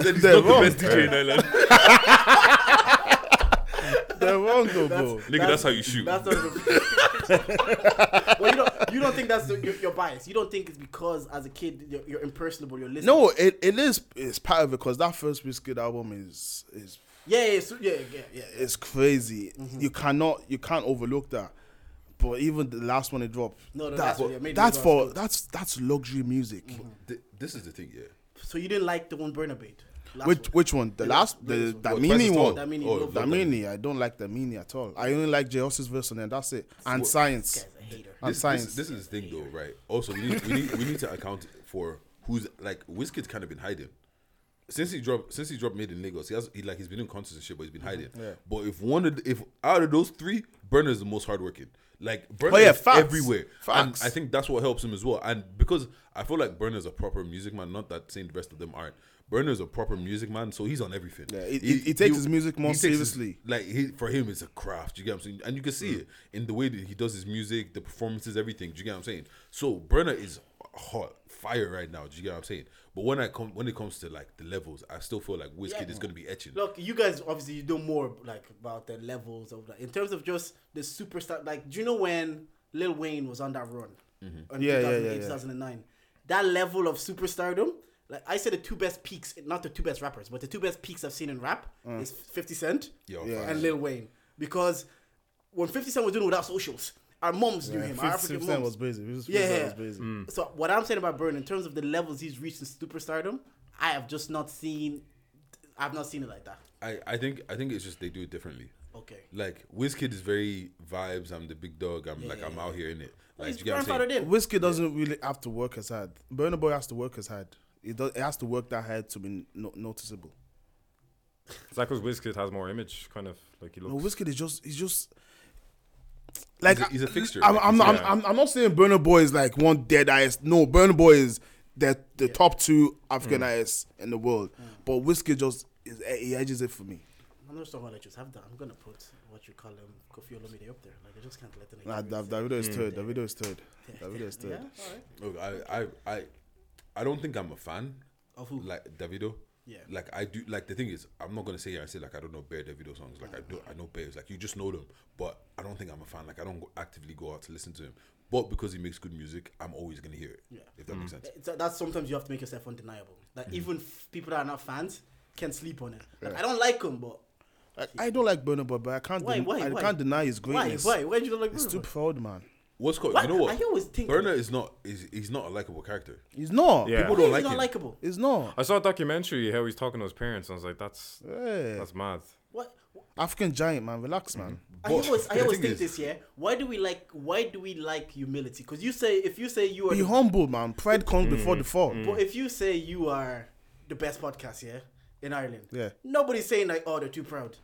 Speaker 3: said he's
Speaker 5: They're
Speaker 3: not the
Speaker 5: wrong.
Speaker 3: best DJ in Ireland.
Speaker 5: They're wrong though, bro.
Speaker 3: Nigga, that's how you shoot.
Speaker 2: That's not the- well, you don't you don't think that's the, your, your bias. You don't think it's because as a kid you're, you're impersonable. You're listening.
Speaker 5: No, it, it is it's part of it because that first Wizkid album is is
Speaker 2: Yeah, yeah, so, yeah, yeah, yeah.
Speaker 5: is crazy.
Speaker 2: Mm-hmm.
Speaker 5: You cannot you can't overlook that. But even the last one it dropped,
Speaker 2: No, no,
Speaker 5: that-
Speaker 2: that's what- yeah, maybe
Speaker 5: that's
Speaker 2: it
Speaker 5: for that's that's luxury music.
Speaker 2: Mm-hmm.
Speaker 3: Th- this is the thing, yeah.
Speaker 2: So you didn't like the one Burner Bait. last
Speaker 5: Which
Speaker 2: one.
Speaker 5: which one? The last the
Speaker 2: What,
Speaker 5: that
Speaker 3: What,
Speaker 5: mini
Speaker 3: Price is
Speaker 5: one.
Speaker 3: Tall?
Speaker 5: That
Speaker 2: Damini,
Speaker 3: Oh,
Speaker 2: love
Speaker 3: that
Speaker 2: Damini.
Speaker 3: mini.
Speaker 5: mini, I don't like that mini at all. I only like Jos's verse on there. That's it. And
Speaker 2: This
Speaker 5: science
Speaker 2: guy's a hater.
Speaker 5: and
Speaker 3: This,
Speaker 5: science.
Speaker 3: this, this is the thing, though, right? Also, we need, we need we need to account for who's like Wizkid's kind of been hiding since he dropped since he dropped Made in Lagos. He has he like he's been in concerts and shit, but he's
Speaker 5: Mm-hmm.
Speaker 3: been hiding. But if one of the, if out of those three, Burner is the most hardworking. Like Burner
Speaker 5: Oh, yeah,
Speaker 3: is
Speaker 5: facts.
Speaker 3: everywhere,
Speaker 5: Facts.
Speaker 3: and I think that's what helps him as well. And because I feel like Burner's a proper music man, not that saying the rest of them aren't. Burner's a proper music man, so he's on everything.
Speaker 5: Yeah, he- he- he takes his music more
Speaker 3: he takes his-
Speaker 5: seriously.
Speaker 3: like he, for him it's a craft. You get what I'm saying? And you
Speaker 2: Mm.
Speaker 3: can see it in the way that he does his music, the performances, everything. Do you get what I'm saying? So Brenner is hot fire right now. Do you get what I'm saying? But when I come when it comes to like the levels, I still feel like Wizkid
Speaker 2: Yeah.
Speaker 3: is gonna be etching.
Speaker 2: Look, you guys obviously you know more like about the levels of that in terms of just the superstar. Like, do you know when Lil Wayne was on that run? On
Speaker 5: Yeah, yeah,
Speaker 2: 2008,
Speaker 5: yeah, yeah.
Speaker 2: 2009. That level of superstardom. Like I said, the two best peaks, not the two best rappers, but the two best peaks I've seen in rap is 50 Cent
Speaker 3: Yeah, on
Speaker 5: Mm. Yeah.
Speaker 3: fire.
Speaker 2: and Lil Wayne. Because when 50 Cent was doing without socials, our moms knew him. Our African
Speaker 5: 50%
Speaker 2: moms.
Speaker 5: was busy. 50%
Speaker 2: Yeah, yeah.
Speaker 5: was busy.
Speaker 2: So what I'm saying about Burn in terms of the levels he's reached in superstardom, I have just not seen. I've not seen it like that.
Speaker 3: I, I think I think it's just they do it differently.
Speaker 2: Okay.
Speaker 3: Like Wizkid is very vibes. I'm the big dog. I'm like
Speaker 2: yeah,
Speaker 3: I'm out here in it. Like
Speaker 2: He's
Speaker 3: do you get what I'm
Speaker 2: grandfathered
Speaker 3: saying?
Speaker 2: in.
Speaker 5: Whiskey doesn't really have to work as hard. Burner Boy has to work as hard. It, does, it has to work that hard to be no, noticeable.
Speaker 4: Is that because Wizkid has more image? Kind of like he looks.
Speaker 5: No, Whiskey is just he's just like
Speaker 3: He's a- he's a fixture.
Speaker 5: I'm,
Speaker 3: Like,
Speaker 5: I'm,
Speaker 3: he's-
Speaker 5: not,
Speaker 4: yeah.
Speaker 5: I'm, I'm, I'm not saying Burner Boy is like one dead artist. No, Burner Boy is the the top two African
Speaker 2: Mm.
Speaker 5: artists in the world. But Whiskey just is, eh, he edges it for me.
Speaker 2: I'm not just gonna let you have that. I'm gonna put what you call him Kofi Olomide up there. Like I just can't let the
Speaker 5: Nah,
Speaker 2: Nigerians-
Speaker 5: Dav- Davido is third. Davido is third. Davido is
Speaker 2: Mm. Yeah,
Speaker 5: third.
Speaker 2: all right.
Speaker 3: Look, I, I I I don't think I'm a fan
Speaker 2: Of who?
Speaker 3: like Davido.
Speaker 2: Yeah.
Speaker 3: Like I do. Like the thing is, I'm not gonna sit here and say like I don't know Bear Davido songs. Like I do. I know Bears. Like you just know them. But I don't think I'm a fan. Like I don't go, actively go out to listen to him. But because he makes good music, I'm always gonna hear it.
Speaker 2: Yeah.
Speaker 3: If that
Speaker 5: Mm.
Speaker 3: makes sense.
Speaker 2: It's- that's sometimes you have to make yourself undeniable. That
Speaker 3: Mm.
Speaker 2: even f- people that are not fans can sleep on it. Like I don't like him, but
Speaker 5: I, I don't like Burner Boy, but I can't
Speaker 2: why?
Speaker 5: den-
Speaker 2: Why?
Speaker 5: I
Speaker 2: why?
Speaker 5: can't deny his
Speaker 2: Why?
Speaker 5: greatness.
Speaker 2: Why? Why do you not like
Speaker 5: It's
Speaker 2: Burna Boy?
Speaker 5: too proud, man.
Speaker 3: What's called?
Speaker 2: What?
Speaker 3: You know what?
Speaker 2: I always think-
Speaker 3: Burner is not. Is he's not a likable character.
Speaker 5: He's not.
Speaker 4: Yeah.
Speaker 3: People
Speaker 2: Why
Speaker 3: don't
Speaker 2: is he
Speaker 3: like
Speaker 2: not
Speaker 3: him.
Speaker 2: likable?
Speaker 5: He's not.
Speaker 4: I saw a documentary how he's talking to his parents. And I was like, that's
Speaker 5: Yeah.
Speaker 4: that's mad.
Speaker 2: What?
Speaker 5: African giant, man. Relax, man.
Speaker 2: I
Speaker 3: But
Speaker 2: always, I
Speaker 3: the
Speaker 2: always
Speaker 3: thing
Speaker 2: think
Speaker 3: is-
Speaker 2: this. Yeah. Why do we like? Why do we like humility? Because you say if you say you are,
Speaker 5: Be
Speaker 2: the,
Speaker 5: humble, man. Pride comes
Speaker 2: Mm.
Speaker 5: before the fall.
Speaker 2: but if you say you are the best podcast, yeah, in Ireland,
Speaker 5: Yeah.
Speaker 2: nobody's saying like, oh, they're too proud.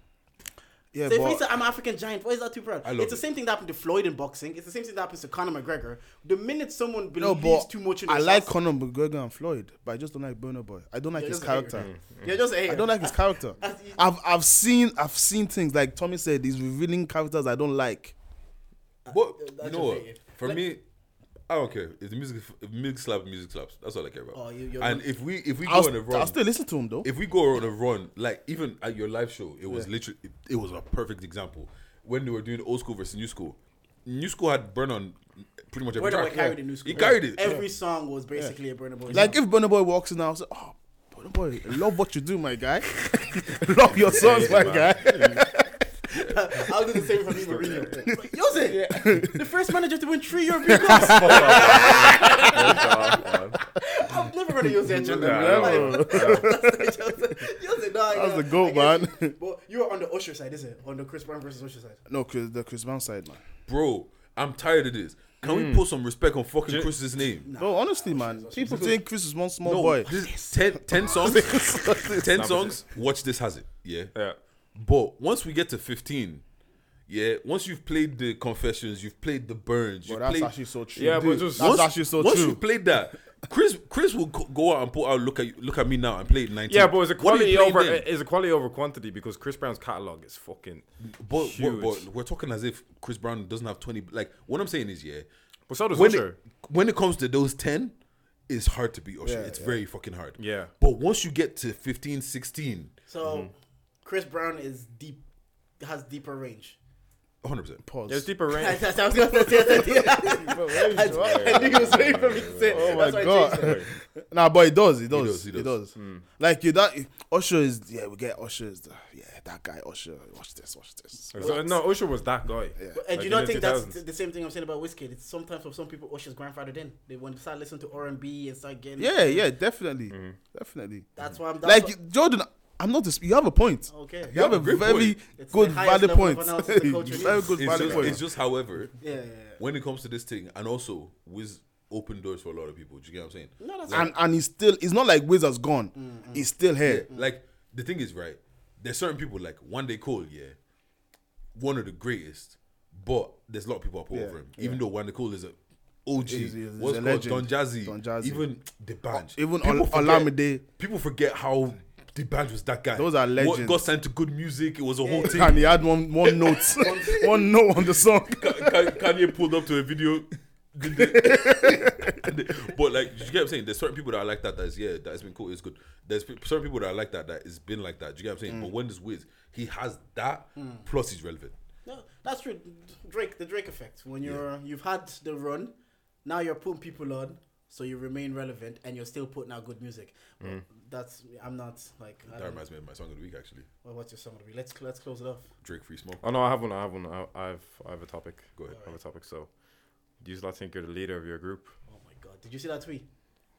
Speaker 5: Yeah,
Speaker 2: So if
Speaker 5: but
Speaker 2: we say I'm African giant, why is that too proud?
Speaker 3: I love
Speaker 2: It's the
Speaker 3: it.
Speaker 2: same thing that happened to Floyd in boxing. It's the same thing that happens to Conor McGregor. The minute someone
Speaker 5: No,
Speaker 2: believes
Speaker 5: but
Speaker 2: too much in
Speaker 5: I
Speaker 2: themselves,
Speaker 5: like Conor McGregor and Floyd, but I just don't like Burner Boy. I don't like
Speaker 2: you're
Speaker 5: his
Speaker 2: just a hater.
Speaker 5: character.
Speaker 2: You're just a hater.
Speaker 5: I don't like his character.
Speaker 2: As you-
Speaker 5: I've I've seen I've seen things like Tommy said. These revealing characters I don't like.
Speaker 3: But
Speaker 2: Uh, that's
Speaker 3: you know
Speaker 2: your
Speaker 3: what?
Speaker 2: thing.
Speaker 3: For me, I don't care if the music, if music slaps, music slaps. That's all I care about.
Speaker 2: Oh, you- you're
Speaker 3: and
Speaker 2: not-
Speaker 3: if we if we
Speaker 5: I'll,
Speaker 3: go on a
Speaker 5: st- I'll
Speaker 3: run,
Speaker 5: still listen to him though.
Speaker 3: if we go on a run, like even at your live show, it was literally it, it was a perfect example when they were doing old school versus new school. New school had burn on pretty much every
Speaker 2: Burna Boy
Speaker 3: track.
Speaker 2: carried the new school.
Speaker 3: He carried it.
Speaker 2: Every song was basically a Burna Boy.
Speaker 5: like
Speaker 2: song.
Speaker 5: if Burner Boy walks in, I'll say, "Oh, Burner Boy, I love what you do, my guy. love your songs, my guy."
Speaker 2: I'll do the same for me, Mourinho. It's like, Jose, the first manager to win three European Cups. I've never heard of Jose Agenda.
Speaker 4: Nah,
Speaker 2: Jose, nah,
Speaker 5: That's
Speaker 2: nah,
Speaker 5: the
Speaker 2: I
Speaker 5: goat,
Speaker 2: get
Speaker 5: man.
Speaker 2: you. But you were on the Usher side, is it? On the Chris Brown versus Usher side.
Speaker 5: no, Chris, the Chris Brown side, man.
Speaker 3: Bro, I'm tired of this. Can we put some respect on fucking Chris's name?
Speaker 5: No, honestly, man. People think Chris is one small boy.
Speaker 3: this, ten, ten songs, ten songs. Watch this has it. Yeah.
Speaker 4: Yeah.
Speaker 3: But once we get to 15, yeah, once you've played the confessions, you've played the burns,
Speaker 5: But
Speaker 3: you've
Speaker 5: that's
Speaker 3: played.
Speaker 5: actually so true.
Speaker 4: Yeah, but just-
Speaker 5: that's
Speaker 3: once,
Speaker 5: actually so
Speaker 3: once
Speaker 5: true.
Speaker 3: you've played that, Chris, Chris will go- go out and put out. Look at you, look at me now and play 19.
Speaker 4: Yeah, but it's a
Speaker 3: What are
Speaker 4: quality
Speaker 3: you playing
Speaker 4: over
Speaker 3: then?
Speaker 4: it's a quality over quantity because Chris Brown's catalog is fucking
Speaker 3: But, but,
Speaker 4: huge.
Speaker 3: but we're talking as if Chris Brown doesn't have 20. Like what I'm saying is, yeah,
Speaker 4: But so does
Speaker 3: when it,
Speaker 4: Usher.
Speaker 3: when it comes to those 10, it's hard to beat Usher. it's very fucking hard.
Speaker 4: Yeah.
Speaker 3: But once you get to 15, 16,
Speaker 2: So Chris Brown is deep, has deeper range.
Speaker 3: 100. percent
Speaker 5: Pause.
Speaker 4: There's deeper range.
Speaker 2: That's- that's- I was gonna say that. I knew he was waiting for me to say. it.
Speaker 5: Oh
Speaker 2: That's
Speaker 5: my
Speaker 2: why I changed it.
Speaker 5: god. nah, but it does, it does,
Speaker 3: does, he
Speaker 5: it does.
Speaker 3: does. Hmm.
Speaker 5: Like you, that Usher is. Yeah, we get Usher is. The, yeah, that guy Usher. Watch this, watch this.
Speaker 4: So, no, Usher was that guy.
Speaker 2: But- And do
Speaker 4: Like
Speaker 2: you
Speaker 4: in
Speaker 2: not
Speaker 4: the
Speaker 2: think that's
Speaker 4: 2000s.
Speaker 2: th- the same thing I'm saying about Whiskey? It's sometimes for some people, Usher's grandfathered in. They want to start listening to R and B and start getting.
Speaker 5: Yeah, yeah, definitely,
Speaker 3: Hmm.
Speaker 5: definitely.
Speaker 2: That's why I'm. That's
Speaker 5: like
Speaker 2: why-
Speaker 5: Jordan, I'm not. Dis- you have a point.
Speaker 2: Okay.
Speaker 5: you have a
Speaker 3: great
Speaker 5: very
Speaker 3: point.
Speaker 2: It's
Speaker 5: good
Speaker 2: the highest
Speaker 5: valid
Speaker 2: level of
Speaker 5: point.
Speaker 2: analysis the culture
Speaker 5: very
Speaker 2: needs.
Speaker 5: good
Speaker 3: It's
Speaker 5: valid
Speaker 3: just, it's
Speaker 5: point.
Speaker 3: just however.
Speaker 2: yeah, yeah, yeah.
Speaker 3: when it comes to this thing, and also Wiz opened doors for a lot of people. Do you get what I'm saying?
Speaker 2: No, that's
Speaker 5: And and he's still. It's not like Wizard's gone.
Speaker 2: Mm,
Speaker 5: He's still here.
Speaker 3: Like the thing is, right? There's certain people like one day Cole, yeah, one of the greatest, but there's a lot of people I put over him. Even though one day Cole is a OG,
Speaker 5: He's- he's-
Speaker 3: what's
Speaker 5: he's a
Speaker 3: called Don
Speaker 5: legend.
Speaker 3: Jazzy,
Speaker 5: Don Jazzy. Oh,
Speaker 3: even the band,
Speaker 5: Even
Speaker 3: People
Speaker 5: Ol-
Speaker 3: forget-
Speaker 5: Olamide.
Speaker 3: People forget how the band was that guy.
Speaker 5: Those are
Speaker 3: What
Speaker 5: legends.
Speaker 3: got signed to good music. It was a whole
Speaker 5: And
Speaker 3: thing.
Speaker 5: he had one one note, one note on the song.
Speaker 3: Ka- Ka- Kanye pulled up to a video. did the- but like get what I'm saying? There's certain people that are like that. That's yeah, that's been cool. It's good. There's pe- certain people that are like that. That it's been like that. Do you get what I'm saying? But when this Wiz, he has that plus he's relevant.
Speaker 2: No, that's true. Drake, the Drake effect. When you're you've had the run, now you're putting people on, so you remain relevant, and you're still putting out good music.
Speaker 4: Mm.
Speaker 2: That's I'm not like. I
Speaker 3: That
Speaker 2: don't,
Speaker 3: reminds me of my song of the week actually.
Speaker 2: well, what's your song gonna be? Let's let's close it off.
Speaker 3: Drake Free Smoke.
Speaker 4: Oh no, I have one. I have one. I I have I have a topic.
Speaker 3: Go ahead.
Speaker 4: I have a topic. So, do you lot think you're the leader of your group?
Speaker 2: Oh my god! Did you see that tweet?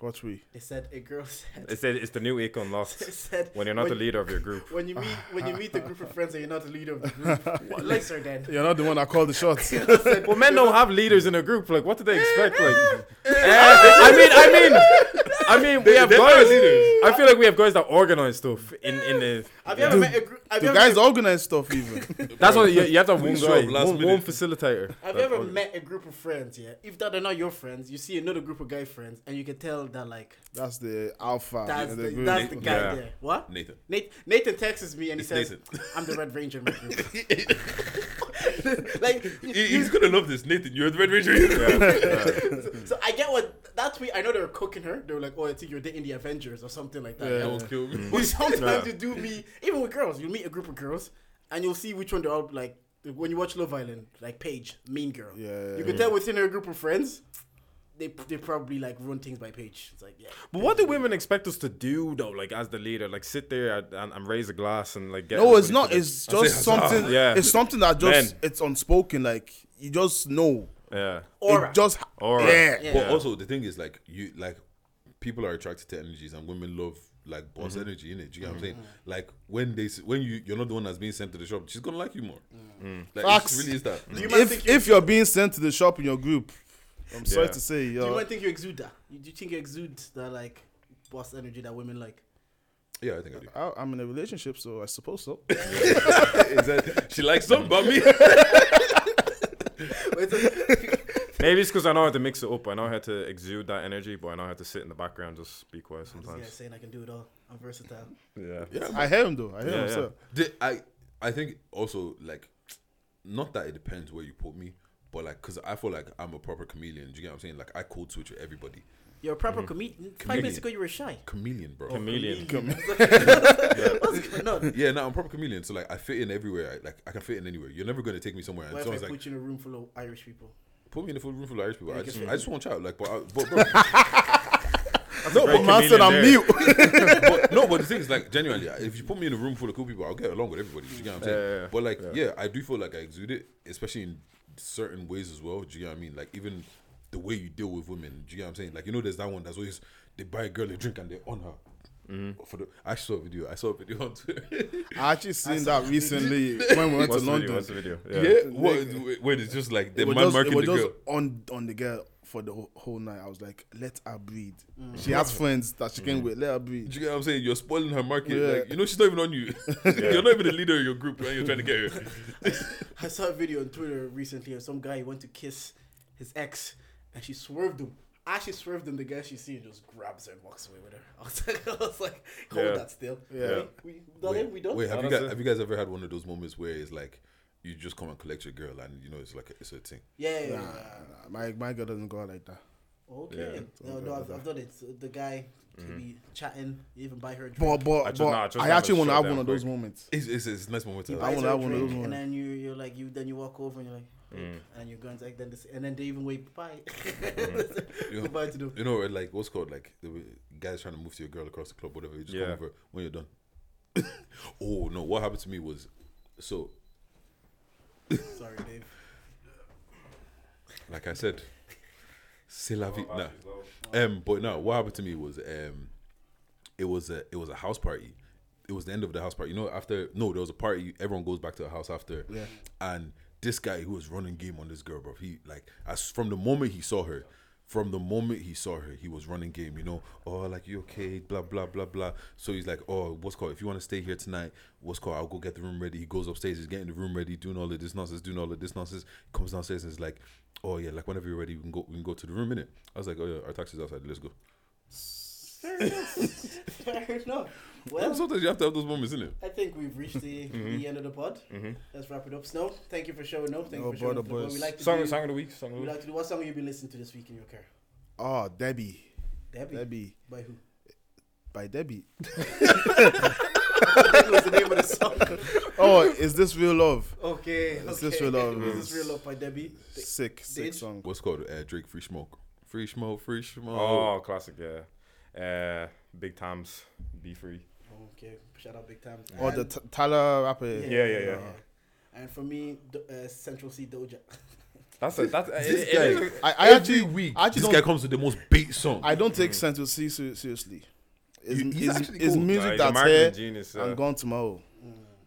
Speaker 5: What we?
Speaker 2: They said a girl said.
Speaker 4: It said it's the new Akon lost.
Speaker 2: They said
Speaker 4: When you're not the
Speaker 2: when-
Speaker 4: leader of your group.
Speaker 2: When you meet when you meet the group of friends and you're not the leader of the group, like sir, then
Speaker 5: You're not the one that called the shots.
Speaker 4: Well, men don't have leaders in a group. Like, what do they expect? Like, Eh, I mean, I mean, I mean, we have guys. I feel like we have guys that organize stuff in in the.
Speaker 2: Have you ever met a group? Have you
Speaker 5: the
Speaker 2: ever,
Speaker 5: guys
Speaker 2: met-
Speaker 5: organize stuff even.
Speaker 4: That's what you, you have to have one
Speaker 3: show up
Speaker 4: guy,
Speaker 3: last
Speaker 4: one,
Speaker 3: minute.
Speaker 4: one facilitator.
Speaker 2: have you ever met a group of friends? Yeah, if that are not your friends, you see another group of guy friends, and you can tell that like
Speaker 5: That's the alpha.
Speaker 2: that's
Speaker 5: of
Speaker 2: the,
Speaker 5: group.
Speaker 2: that's the guy
Speaker 4: Yeah.
Speaker 2: there. What?
Speaker 3: Nathan.
Speaker 2: Nate, Nathan texts me and he
Speaker 3: It's
Speaker 2: says,
Speaker 3: Nathan.
Speaker 2: "I'm the Red Ranger." in my group." like,
Speaker 3: He-
Speaker 2: you-
Speaker 3: he's gonna love this, Nathan. You're the Red Ranger.
Speaker 2: so I get what that tweet. I know they were cooking her. They were like, "Oh, I think you're dating the Avengers or something like that."
Speaker 5: Yeah.
Speaker 2: yeah?
Speaker 3: That will kill me.
Speaker 2: But sometimes you do meet, even with girls, you meet a group of girls and you'll see which one they're all like. When you watch Love Island, like Paige, mean girl.
Speaker 5: Yeah.
Speaker 2: You can tell within her group of friends, they they probably like run things by Paige. It's like, yeah.
Speaker 4: But what do women expect us to do though? Like, as the leader, like sit there and, and, and raise a glass and like get.
Speaker 5: No, it's
Speaker 4: everybody
Speaker 5: not.
Speaker 4: to-
Speaker 5: It's just something.
Speaker 4: Yeah.
Speaker 5: It's something that just
Speaker 4: Men.
Speaker 5: it's unspoken. Like you just know.
Speaker 4: yeah.
Speaker 2: Aura.
Speaker 5: It just
Speaker 4: Aura.
Speaker 5: yeah.
Speaker 2: Yeah.
Speaker 3: But also the thing is like you like people are attracted to energies and women love like boss energy in it. Do you get what I'm saying? Like when they s- when you you're not the one that's being sent to the shop, she's gonna like you more. Mm. Like it
Speaker 5: Facts.
Speaker 3: really is that.
Speaker 2: Do you might think
Speaker 5: If
Speaker 2: you,
Speaker 5: if you're being sent to the shop in your group, I'm sorry
Speaker 4: Yeah.
Speaker 5: to say,
Speaker 2: do you
Speaker 5: you're,
Speaker 2: might think you exude that. You, do you think you exude that like boss energy that women like?
Speaker 3: Yeah, I think I do.
Speaker 5: I, I'm in a relationship, so I suppose so.
Speaker 3: Is that- she likes something about me.
Speaker 2: But it's-
Speaker 4: Maybe it's because I know how to mix it up. I know how to exude that energy, but I know how to sit in the background, just be quiet
Speaker 2: this guy's
Speaker 4: sometimes.
Speaker 2: saying I can do it all. I'm versatile.
Speaker 4: Yeah.
Speaker 5: I hear him though. I hear
Speaker 4: Yeah,
Speaker 5: him.
Speaker 4: yeah.
Speaker 5: Sir.
Speaker 3: The- I I think also like not that it depends where you put me, but like because I feel like I'm a proper chameleon. Do you get what I'm saying? Like I code switch with everybody.
Speaker 2: You're a proper comedian. Five minutes
Speaker 3: Mm-hmm. Comedian.
Speaker 2: ago, you were shy.
Speaker 3: Chameleon, bro.
Speaker 4: Chameleon.
Speaker 2: What's going on?
Speaker 3: yeah, no, I'm proper chameleon. So like I fit in everywhere. I, like I can fit in anywhere. You're never gonna take me somewhere and
Speaker 2: What if I
Speaker 3: someone's
Speaker 2: put
Speaker 3: like,
Speaker 2: you in a room full of Irish people?
Speaker 3: put me in a full room full of Irish people. I
Speaker 2: you can
Speaker 3: just
Speaker 2: fit
Speaker 3: I just won't chat. Like, but I, but, but,
Speaker 5: No,
Speaker 4: great
Speaker 5: but man said I'm
Speaker 4: comedian
Speaker 5: mute.
Speaker 3: but no, but the thing is like genuinely, if you put me in a room full of cool people, I'll get along with everybody. Do you get what I'm saying?
Speaker 4: Yeah, yeah, yeah.
Speaker 3: But like, yeah. I do feel like I exude it, especially in certain ways as well. Do you get what I mean? Like even the way you deal with women. Do you get what I'm saying? Like you know, there's that one that's always they buy a girl a drink and they're on her.
Speaker 5: Mm-hmm.
Speaker 3: For the, I saw a video. I saw a video on Twitter.
Speaker 5: I actually seen that recently when we went to
Speaker 4: What's the video?
Speaker 5: London.
Speaker 4: What's the video?
Speaker 3: yeah, what, where it's just like the
Speaker 5: It was
Speaker 3: man
Speaker 5: just, it
Speaker 3: marking the
Speaker 5: was just
Speaker 3: girl.
Speaker 5: on on the girl for the whole, whole night. I was like, let her breathe.
Speaker 2: Mm.
Speaker 5: She has friends that she
Speaker 4: Mm.
Speaker 5: can with. Let her breathe.
Speaker 3: Do you get what I'm saying? You're spoiling her market.
Speaker 5: Yeah.
Speaker 3: Like, you know she's not even on you. you're not even the leader of your group, and you're trying to get her.
Speaker 2: I saw a video on Twitter recently of some guy who went to kiss his ex and she swerved him. As she swerved him, the guy she seen just grabs her and walks away with her. I was like, I was like hold
Speaker 4: Yeah.
Speaker 2: that still.
Speaker 5: Yeah.
Speaker 2: We, we, done it? we done?
Speaker 3: Wait, have you,
Speaker 4: Honestly.
Speaker 3: guys, have you guys ever had one of those moments where it's like you just come and collect your girl, and you know it's like a, it's a thing.
Speaker 2: Yeah, yeah, yeah.
Speaker 5: Nah, nah, my my girl doesn't go out like that.
Speaker 2: Okay. No, no, I've, I've done it. So the guy could
Speaker 3: Mm-hmm.
Speaker 2: be chatting, you even buy her a drink.
Speaker 5: But but,
Speaker 4: I just-
Speaker 5: but
Speaker 4: nah, I just
Speaker 5: I
Speaker 4: have
Speaker 5: actually
Speaker 4: a
Speaker 5: want to have
Speaker 4: shutdown
Speaker 5: one of those
Speaker 4: quick.
Speaker 5: moments.
Speaker 3: It's it's, it's a nice moment. To
Speaker 5: I want-
Speaker 3: have.
Speaker 2: Buys her a
Speaker 5: I want
Speaker 2: drink,
Speaker 5: those
Speaker 2: And
Speaker 5: ones.
Speaker 2: then you, you're like, you then you walk over and you're like,
Speaker 4: Mm.
Speaker 2: and your guns like then this, and then they even wave bye,
Speaker 4: Mm.
Speaker 3: You know,
Speaker 2: goodbye to them.
Speaker 3: you know, like what's called like the way- guys trying to move to your girl across the club, whatever. You just come
Speaker 4: Yeah.
Speaker 3: over when you're done. oh no, what happened to me was so
Speaker 2: Sorry, Dave.
Speaker 3: like I said, c'est la vie. Nah. Um, but no, what happened to me was um, it was a it was a house party. It was the end of the house party. You know, after no, there was a party. Everyone goes back to the house after. Yeah. And this guy who was running game on this girl, bro. He like as from the moment he saw her. From the moment he saw her, he was running game, you know. Oh, like you okay? Blah blah blah blah. So he's like, oh, what's called? If you want to stay here tonight, what's called? I'll go get the room ready. He goes upstairs, he's getting the room ready, doing all of this nonsense, doing all of this nonsense. Comes downstairs and is like, oh yeah, like whenever you're ready, we can go, we can go to the room, innit? I was like, oh yeah, our taxi's outside. Let's go.
Speaker 2: Fair enough. Fair enough. Well,
Speaker 3: Sometimes you have to have those moments, innit?
Speaker 2: I think we've reached the,
Speaker 4: Mm-hmm.
Speaker 2: the end of the pod. Let's wrap it up. Snow, thank you for showing up. Thank
Speaker 5: No
Speaker 2: you for showing
Speaker 5: bother,
Speaker 2: up. to the pod.
Speaker 5: boys.
Speaker 2: We like to
Speaker 4: Song,
Speaker 2: do,
Speaker 4: song of the week. Song
Speaker 2: We
Speaker 4: of the week.
Speaker 2: like to do. What song have you been listening to this week in your car?
Speaker 5: Oh, Debbie.
Speaker 2: Debbie.
Speaker 5: Debbie
Speaker 2: By who?
Speaker 5: by Debbie.
Speaker 2: That was the name of the song.
Speaker 5: Oh, is this real love?
Speaker 2: Okay.
Speaker 5: Is
Speaker 2: okay.
Speaker 5: this Real Love?
Speaker 2: Is this real love by Debbie?
Speaker 5: Sick, sick
Speaker 2: did-
Speaker 5: song.
Speaker 3: What's called uh, Drake Free Smoke. Free Smoke, Free Smoke.
Speaker 4: Oh, classic, yeah. Uh, Big Tams, Be Free.
Speaker 2: Okay. Shout out big time.
Speaker 5: Or
Speaker 2: And-
Speaker 5: Oh, the t- Tyler rapper.
Speaker 4: Yeah, yeah, yeah.
Speaker 2: And for me, Do- uh, Central C Doja.
Speaker 4: That's a, that's
Speaker 3: This
Speaker 4: it- it-
Speaker 3: guy,
Speaker 5: I, I
Speaker 3: every
Speaker 5: actually,
Speaker 3: week,
Speaker 5: I actually
Speaker 3: this
Speaker 5: don't-
Speaker 3: guy comes with the most beat song.
Speaker 5: I don't take Central C ser- seriously. It's,
Speaker 3: He- he's
Speaker 5: it's-
Speaker 3: actually
Speaker 5: it's
Speaker 3: cool.
Speaker 4: Nah,
Speaker 5: music
Speaker 4: he's a
Speaker 5: that's
Speaker 4: marketing
Speaker 5: here
Speaker 4: genius, uh, yeah.
Speaker 5: and gone tomorrow.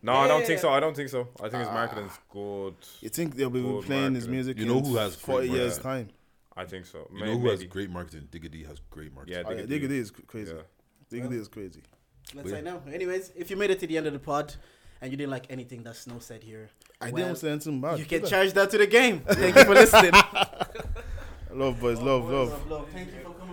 Speaker 4: No, I don't think so. I don't think so. I think his marketing's
Speaker 5: Ah.
Speaker 4: good.
Speaker 5: You think they'll be
Speaker 4: Good
Speaker 5: playing his
Speaker 4: marketing.
Speaker 5: music?
Speaker 3: You know
Speaker 5: in
Speaker 3: who has
Speaker 5: forty
Speaker 3: great
Speaker 5: years
Speaker 3: marketing?
Speaker 5: time?
Speaker 4: I think so.
Speaker 3: you
Speaker 4: May-
Speaker 3: know who has
Speaker 4: maybe.
Speaker 3: great marketing? Diggity has great marketing.
Speaker 4: Yeah,
Speaker 5: Oh, yeah,
Speaker 4: Diggity.
Speaker 5: Diggity is cr- crazy.
Speaker 4: Yeah.
Speaker 5: Diggity is crazy.
Speaker 2: Let's say now. Anyways, if you made it to the end of the pod and you didn't like anything that Snow said here,
Speaker 5: I
Speaker 2: well,
Speaker 5: didn't say anything bad.
Speaker 2: you can
Speaker 5: did I?
Speaker 2: charge that to the game. Thank you for listening.
Speaker 5: Love boys, love, love.
Speaker 2: love. Thank you for coming.